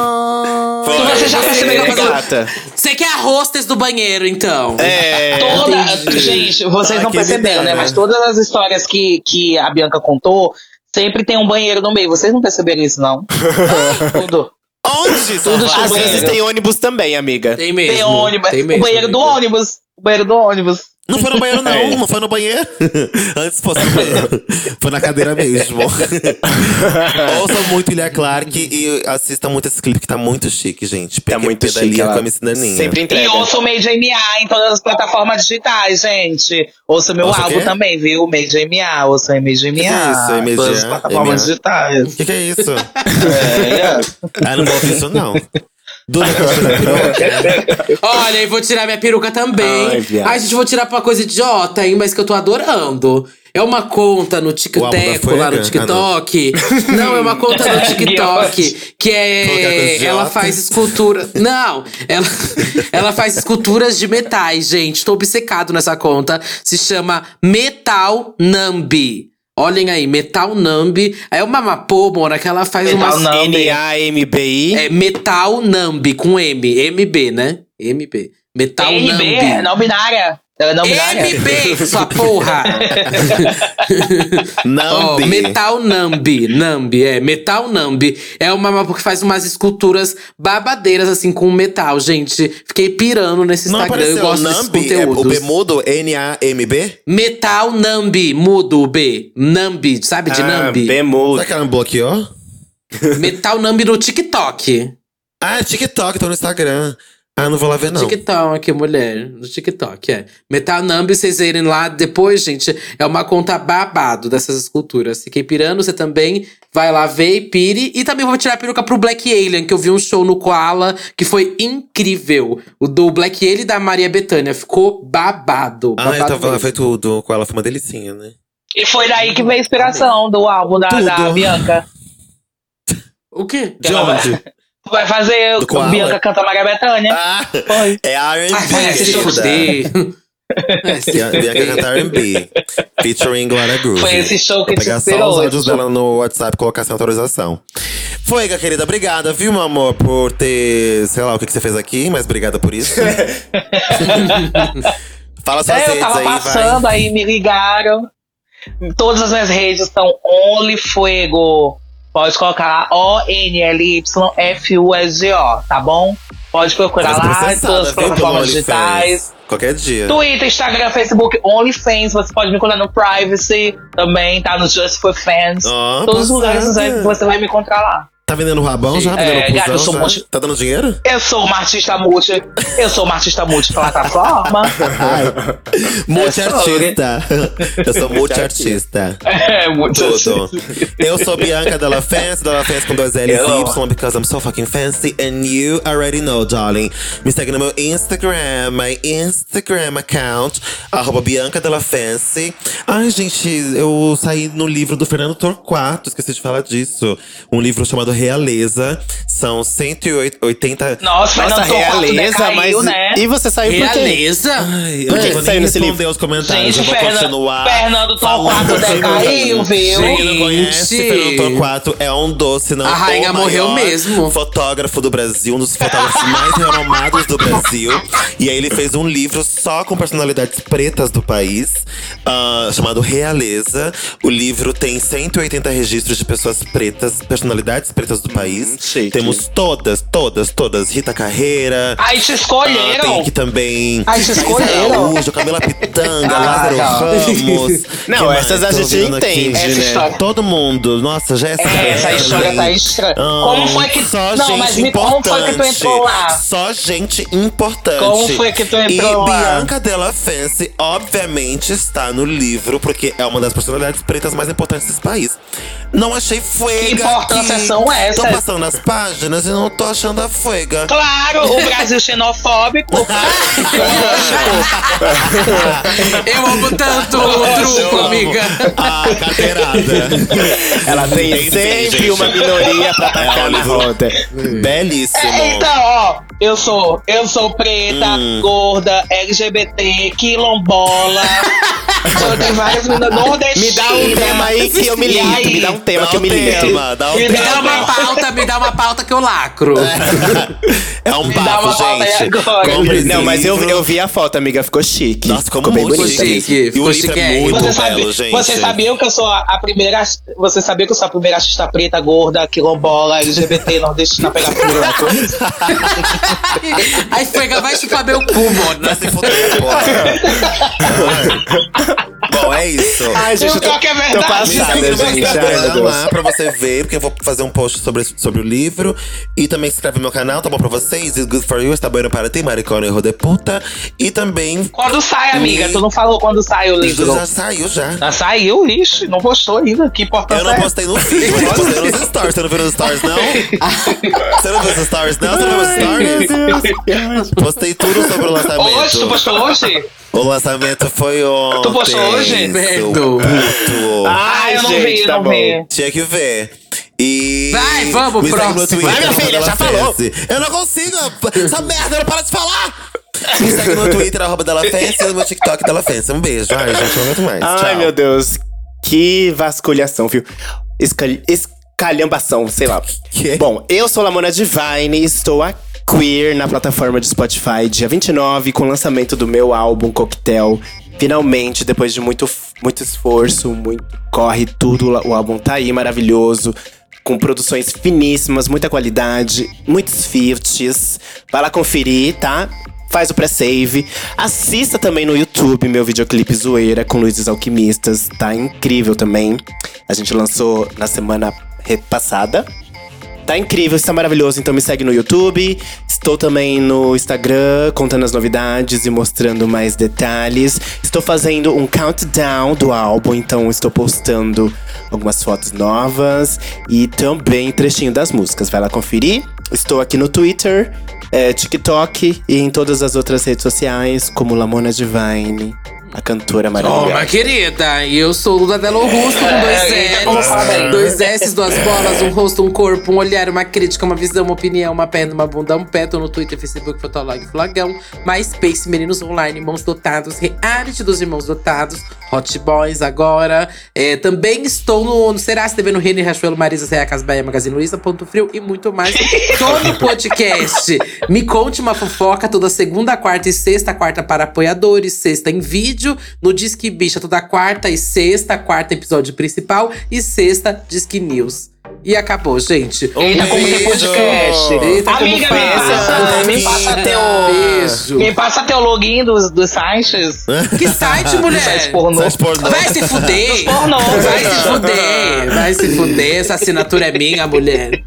Speaker 3: Foi.
Speaker 5: Você já percebeu que eu
Speaker 1: É,
Speaker 5: tô fazendo
Speaker 1: gata.
Speaker 2: Você que é a hostess do banheiro, então.
Speaker 1: É.
Speaker 5: Toda,
Speaker 2: entendi.
Speaker 5: gente, vocês
Speaker 3: Ah,
Speaker 5: não
Speaker 3: que
Speaker 5: perceberam, né?
Speaker 3: ideia.
Speaker 5: Mas todas as histórias que, que a Bianca contou, sempre tem um banheiro no meio. Vocês não perceberam isso, não? Tudo.
Speaker 1: Onde?
Speaker 5: Tudo
Speaker 1: Às
Speaker 5: chegou.
Speaker 1: vezes tem ônibus também, amiga.
Speaker 2: Tem mesmo.
Speaker 5: Tem ônibus.
Speaker 2: tem mesmo,
Speaker 5: o banheiro do
Speaker 2: amiga.
Speaker 5: ônibus. O banheiro do ônibus.
Speaker 3: Não foi no banheiro, não.
Speaker 1: É.
Speaker 3: Não foi no banheiro. <laughs> Antes fosse no banheiro. Foi na cadeira
Speaker 1: <laughs>
Speaker 3: mesmo. Ouça muito Ilha Clark e assista muito esse clipe que tá muito chique, gente.
Speaker 1: Tá muito
Speaker 3: da
Speaker 1: chique.
Speaker 3: Lia
Speaker 1: ela
Speaker 3: com a Miss Naninha.
Speaker 1: Sempre
Speaker 5: E
Speaker 1: entrega.
Speaker 5: ouça o Made in MA em todas as plataformas digitais, gente. Ouça o meu
Speaker 3: Ouça o
Speaker 5: álbum
Speaker 3: quê?
Speaker 5: também, viu? Made in MA. Ouça o Made in MA.
Speaker 3: Que que é isso,
Speaker 5: em
Speaker 3: MJMA?
Speaker 5: todas as plataformas
Speaker 3: MJMA?
Speaker 5: digitais.
Speaker 3: O que, que é isso?
Speaker 5: <laughs> É,
Speaker 3: ah, não vou ouvir isso, não. Duda
Speaker 1: <laughs>
Speaker 3: Costa
Speaker 2: Olha, eu vou tirar minha peruca também.
Speaker 1: Ai,
Speaker 2: Ai,
Speaker 1: viado.
Speaker 2: gente, eu vou tirar pra coisa idiota, hein, mas que eu tô adorando. É uma conta no
Speaker 3: O álbum da Ah,
Speaker 2: TikTok,
Speaker 3: Fuega?
Speaker 2: lá no
Speaker 3: <laughs>
Speaker 2: TikTok. não. é uma conta no TikTok que
Speaker 3: Qualquer coisa
Speaker 2: é.
Speaker 3: idiota.
Speaker 2: Ela faz escultura. Não, ela, ela faz esculturas de metais, gente. Tô obcecado nessa conta. Se chama Metal Nambi. Olhem aí, Metal Nambi. É uma mapô, Mona, que ela faz
Speaker 5: Metal
Speaker 2: umas
Speaker 5: Nambi.
Speaker 1: N-A-M-B-I.
Speaker 2: é Metal Nambi com M. MB, né? MB. Metal
Speaker 5: NB, é
Speaker 2: Nambi.
Speaker 5: não binária. É não binária.
Speaker 3: <laughs>
Speaker 2: MB, sua porra!
Speaker 3: Não,
Speaker 2: Ó,
Speaker 3: Bi.
Speaker 2: Metal Nambi. Nambi, é. Metal Nambi. É uma mapa que faz umas esculturas babadeiras, assim, com metal, gente. Fiquei pirando nesse
Speaker 3: Não
Speaker 2: Instagram. Eu
Speaker 3: apareceu o
Speaker 2: gosto desses
Speaker 3: Nambi? É, o
Speaker 2: conteúdos.
Speaker 3: B mudo? N-A-M-B?
Speaker 2: Metal Nambi. Mudo o B. Nambi, sabe de
Speaker 1: Ah,
Speaker 2: Nambi?
Speaker 1: Bemudo.
Speaker 3: Será que ela me bloqueou?
Speaker 2: Metal Nambi no TikTok.
Speaker 3: Ah, é TikTok, tô no Instagram. Ah, não vou lá ver, não.
Speaker 2: TikTok, é mulher. No TikTok, é. Metal Numb, vocês irem lá depois, gente. É uma conta babado dessas esculturas. Fiquei pirando, você também vai lá ver e pire. E também vou tirar a peruca pro Black Alien, que eu vi um show no Koala que foi incrível. O do Black Alien e da Maria Bethânia. Ficou babado.
Speaker 3: Ah, eu
Speaker 2: babado
Speaker 3: tava
Speaker 2: mesmo.
Speaker 3: foi tudo com ela, foi uma delicinha, né?
Speaker 5: E foi daí que veio a inspiração do álbum da, da
Speaker 3: Tudo.
Speaker 5: Bianca.
Speaker 2: O quê?
Speaker 3: De
Speaker 5: Ela-
Speaker 3: onde?
Speaker 5: Tu vai fazer
Speaker 3: Do
Speaker 5: o
Speaker 3: Koala?
Speaker 5: Bianca canta Maria Bethânia.
Speaker 3: Ah,
Speaker 5: Foi.
Speaker 3: é R&B.
Speaker 2: <laughs> Ah, vai se
Speaker 3: querida.
Speaker 2: fuder. Vai se
Speaker 3: Bia- Bianca
Speaker 2: fuder.
Speaker 3: canta R&B. Featuring Glória Groove.
Speaker 5: Foi esse show que
Speaker 3: Vou
Speaker 5: te
Speaker 3: pegar só os
Speaker 5: inspirou.
Speaker 3: áudios dela no WhatsApp e colocar sem autorização. Foi, querida, obrigada, viu, meu amor, por ter. Sei lá o que, que você fez aqui, mas obrigada por <laughs> isso. Fala suas
Speaker 5: É, eu
Speaker 3: redes
Speaker 5: tava
Speaker 3: aí,
Speaker 5: passando,
Speaker 3: vai.
Speaker 5: aí me ligaram. Todas as minhas redes estão Only Fuego. Pode colocar lá O-N-L-Y-F-U-E-G-O, tá bom? Pode procurar
Speaker 3: Tá
Speaker 5: lá em
Speaker 3: processada,
Speaker 5: todas as
Speaker 3: viu, pelo
Speaker 5: plataformas
Speaker 3: OnlyFans.
Speaker 5: digitais.
Speaker 3: Qualquer dia.
Speaker 5: Twitter, Instagram, Facebook, OnlyFans. Você pode me encontrar no Privacy também, tá? No Just for Fans.
Speaker 3: Ó,
Speaker 5: Todos os
Speaker 3: passada.
Speaker 5: lugares você- você vai me encontrar lá.
Speaker 3: Tá vendendo rabão já?
Speaker 5: É,
Speaker 3: Vendendo
Speaker 5: gato, eu sou
Speaker 3: pulsão já?
Speaker 5: muito-
Speaker 3: Tá dando dinheiro?
Speaker 5: Eu sou uma artista multi. Eu sou um uma artista multi pela plataforma.
Speaker 3: <laughs>
Speaker 5: né?
Speaker 3: Multiartista. <laughs> Eu sou multiartista.
Speaker 5: é, multi.
Speaker 3: Tudo. <laughs> Eu sou Bianca Della Fancy, Della Fancy com dois L's e Y, because I'm so fucking fancy and you already know, darling. Me segue no meu Instagram, my Instagram account, arroba Bianca Della Fancy. Ai, gente, eu saí no livro do Fernando Torquato, esqueci de falar disso. Um livro chamado Realeza. São 180.
Speaker 5: Nossa,
Speaker 1: Nossa,
Speaker 5: Fernando Torquato
Speaker 1: realeza,
Speaker 5: decaiu,
Speaker 1: mas.
Speaker 5: né?
Speaker 1: E você saiu por quê?
Speaker 2: Realeza?
Speaker 3: Ai,
Speaker 1: Por
Speaker 3: eu
Speaker 1: que
Speaker 3: não
Speaker 1: que
Speaker 3: vou
Speaker 1: saiu
Speaker 3: nem
Speaker 1: nesse
Speaker 3: responder os comentários,
Speaker 5: Gente,
Speaker 3: eu vou
Speaker 5: Fernan-
Speaker 3: continuar.
Speaker 5: Fernando
Speaker 3: falando
Speaker 5: Torquato
Speaker 3: de mim.
Speaker 5: decaiu, viu?
Speaker 3: Quem não conhece,
Speaker 2: Gente.
Speaker 3: Fernando Torquato é um doce, não
Speaker 2: A rainha
Speaker 3: o
Speaker 2: morreu
Speaker 3: maior
Speaker 2: mesmo.
Speaker 3: Fotógrafo do Brasil, um dos fotógrafos mais renomados do Brasil. E aí ele fez um livro só com personalidades pretas do país, ah, chamado Realeza. O livro tem 180 registros de pessoas pretas, personalidades pretas favoritas do país.
Speaker 1: chique.
Speaker 3: Temos todas, todas, todas. Rita Carreira.
Speaker 5: Aí te
Speaker 3: Ah, tem
Speaker 5: escolheram.
Speaker 3: aqui também.
Speaker 5: Ai, vocês escolheram.
Speaker 3: Araújo, Camila Pitanga,
Speaker 5: <laughs> Ah,
Speaker 3: Lázaro
Speaker 5: tá.
Speaker 3: Ramos.
Speaker 1: Não,
Speaker 3: Quem mais
Speaker 1: essas a
Speaker 3: tô
Speaker 1: gente
Speaker 3: vendo aqui?
Speaker 1: entende,
Speaker 5: Essa né? história-
Speaker 3: Todo mundo. Nossa, Jéssica.
Speaker 5: É, essa
Speaker 3: Ellen.
Speaker 5: história tá estranha.
Speaker 3: Ah,
Speaker 5: Como foi que-
Speaker 3: Só
Speaker 5: Não,
Speaker 3: gente
Speaker 5: mas me- como
Speaker 3: importante.
Speaker 5: foi que tu entrou lá?
Speaker 3: Só gente importante.
Speaker 5: Como foi que tu entrou
Speaker 3: e
Speaker 5: lá?
Speaker 3: Bianca Della Fence, obviamente, está no livro, porque é uma das personalidades pretas mais importantes desse país. Não achei fuega.
Speaker 5: Que importância
Speaker 3: aqui.
Speaker 5: são essas? Tá
Speaker 3: Tô passando as páginas e não tô achando a fuega.
Speaker 5: Claro, o Brasil xenofóbico.
Speaker 1: <laughs>
Speaker 2: Eu amo tanto o truco, amiga.
Speaker 3: <laughs> Ah, carteirada.
Speaker 1: Ela tem sempre
Speaker 3: gente.
Speaker 1: uma minoria pra atacar
Speaker 3: É,
Speaker 1: na
Speaker 3: Oliver.
Speaker 1: roda.
Speaker 3: Belíssimo.
Speaker 5: É, então, ó, eu sou, eu sou preta,
Speaker 1: Hum.
Speaker 5: gorda, LGBT,
Speaker 1: <laughs>
Speaker 5: quilombola. eu tenho várias meninas
Speaker 1: Me
Speaker 5: nordestinas.
Speaker 1: dá um tema aí que eu me
Speaker 5: E aí?
Speaker 1: ligo. Me dá um tema
Speaker 3: Dá
Speaker 1: que eu
Speaker 3: um
Speaker 1: me ligo.
Speaker 3: tema, dá um
Speaker 5: Me
Speaker 2: Me
Speaker 3: tema.
Speaker 2: dá uma pauta, me dá uma pauta que eu lacro.
Speaker 3: É um
Speaker 5: dá
Speaker 3: papo,
Speaker 5: uma pauta aí
Speaker 3: gente.
Speaker 5: agora.
Speaker 3: Compre
Speaker 2: assim?
Speaker 3: esse
Speaker 1: Não, mas eu,
Speaker 3: livro.
Speaker 1: eu vi a foto, amiga. Ficou chique.
Speaker 3: Nossa, como
Speaker 1: ficou bem
Speaker 3: muito
Speaker 1: bonita.
Speaker 2: chique.
Speaker 3: E o
Speaker 2: Ficou
Speaker 3: livro é
Speaker 2: chique,
Speaker 3: muito
Speaker 5: Você,
Speaker 3: belo,
Speaker 5: sabe,
Speaker 3: gente.
Speaker 5: você sabia que eu sou a, a primeira. Você sabia que eu sou a primeira artista preta, gorda,
Speaker 3: <laughs>
Speaker 5: quilombola, LGBT, nordestina, pegar né? primeiro.
Speaker 2: <laughs> Aí Fuega vai chupar meu cu,
Speaker 3: Pra
Speaker 2: mona.
Speaker 3: se fuder,
Speaker 5: <laughs>
Speaker 3: porra. Ai. Bom, é isso.
Speaker 1: Ai, gente,
Speaker 5: E o
Speaker 1: eu tô,
Speaker 5: pior que é
Speaker 1: tô
Speaker 5: verdade.
Speaker 1: passada,
Speaker 3: Meu
Speaker 1: gente. Ai, meu
Speaker 3: Instagram
Speaker 1: Deus.
Speaker 3: lá pra você ver, porque eu vou fazer um post sobre, sobre o livro. E também se inscreve no meu canal, tá bom pra vocês? It's good for you, está bueno para ti, maricona e rodeputa. E também…
Speaker 5: Quando sai, amiga? Tu não falou quando sai o livro?
Speaker 3: Já saiu, já.
Speaker 5: Já saiu, ixi, não postou ainda. Que
Speaker 3: Eu
Speaker 5: importância
Speaker 3: não
Speaker 5: é
Speaker 3: postei no feed, mas eu postei nos stories. Você não viu nos stories,
Speaker 5: <laughs>
Speaker 3: não? Você não viu nos stories, não? Você não viu nos stories?
Speaker 1: <laughs>
Speaker 3: Postei tudo sobre o lançamento.
Speaker 5: Hoje, tu postou
Speaker 3: <laughs>
Speaker 5: hoje?
Speaker 3: O lançamento foi ontem.
Speaker 5: Tu postou hoje?
Speaker 3: seu
Speaker 2: Credo.
Speaker 3: puto.
Speaker 5: Ah, eu não vi,
Speaker 1: tá
Speaker 3: tá
Speaker 5: não vi.
Speaker 3: Tinha que ver. E.
Speaker 2: Vai, vamos,
Speaker 3: me segue no
Speaker 2: próximo.
Speaker 3: Twitter,
Speaker 1: Vai, minha
Speaker 3: arroba
Speaker 1: filha, já
Speaker 3: Della
Speaker 1: falou.
Speaker 3: Fence. Eu não consigo. Essa merda, eu não para de falar. Me segue no Twitter, arroba Della Fence, e no meu TikTok Della Fence. Um beijo. Ai, gente, eu não aguento mais.
Speaker 1: Ai,
Speaker 3: Tchau.
Speaker 1: meu Deus. Que vasculhação, viu? Escal- Escalhambação, sei lá.
Speaker 3: Que?
Speaker 1: Bom, eu sou Lamona Divine e estou a queer na plataforma de Spotify dia 29 com o lançamento do meu álbum Coquetel. Finalmente, depois de muito, muito esforço, muito corre tudo, o álbum tá aí maravilhoso. Com produções finíssimas, muita qualidade, muitos feats. Vai lá conferir, tá? Faz o pré-save. Assista também no YouTube meu videoclipe Zoeira com Luizes Alquimistas. Tá incrível também. A gente lançou na semana passada. Tá incrível, está maravilhoso. Então me segue no YouTube. Estou também no Instagram contando as novidades e mostrando mais detalhes. Estou fazendo um countdown do álbum, então estou postando algumas fotos novas e também um trechinho das músicas. Vai lá conferir. Estou aqui no Twitter, eh, TikTok e em todas as outras redes sociais, como Lamona Divine, a cantora maravilhosa.
Speaker 2: Toma, querida. E eu sou Lula Delo Russo, com dois
Speaker 5: É, como
Speaker 2: L's,
Speaker 5: fala.
Speaker 2: dois S's, duas bolas, um rosto, um corpo, um olhar, uma crítica, uma visão, uma opinião, uma perna, uma bunda, um pé. Tô no Twitter, Facebook, Fotolog, Flagão, MySpace, Meninos Online, Mãos Dotados, Reality dos Irmãos Dotados, Hot Boys agora. É, também estou no, no Serasa TV, no Rene Rachuelo, Marisa Serra, Casbaia, Magazine Luiza, Ponto Frio e muito mais. Tô no podcast Me Conte Uma Fofoca, toda segunda, quarta e sexta, quarta para apoiadores, sexta em vídeo, no Disque Bicha, toda quarta e sexta, quarta episódio principal e sexta Disque News. E acabou, gente.
Speaker 5: Eita, como tem
Speaker 3: Beijo.
Speaker 5: podcast.
Speaker 2: Eita, como
Speaker 5: Amiga, me
Speaker 2: faz.
Speaker 5: passa, me passa teu.
Speaker 2: Beijo.
Speaker 5: Me passa teu login dos, dos sites.
Speaker 3: Ah,
Speaker 2: Que
Speaker 5: <laughs>
Speaker 2: site,
Speaker 5: Dos sites
Speaker 2: mulher?
Speaker 5: pornô.
Speaker 3: Só de pornô.
Speaker 2: Vai se fuder!
Speaker 5: pornô.
Speaker 2: Vai se fuder! Vai se fuder! Essa assinatura é minha, mulher.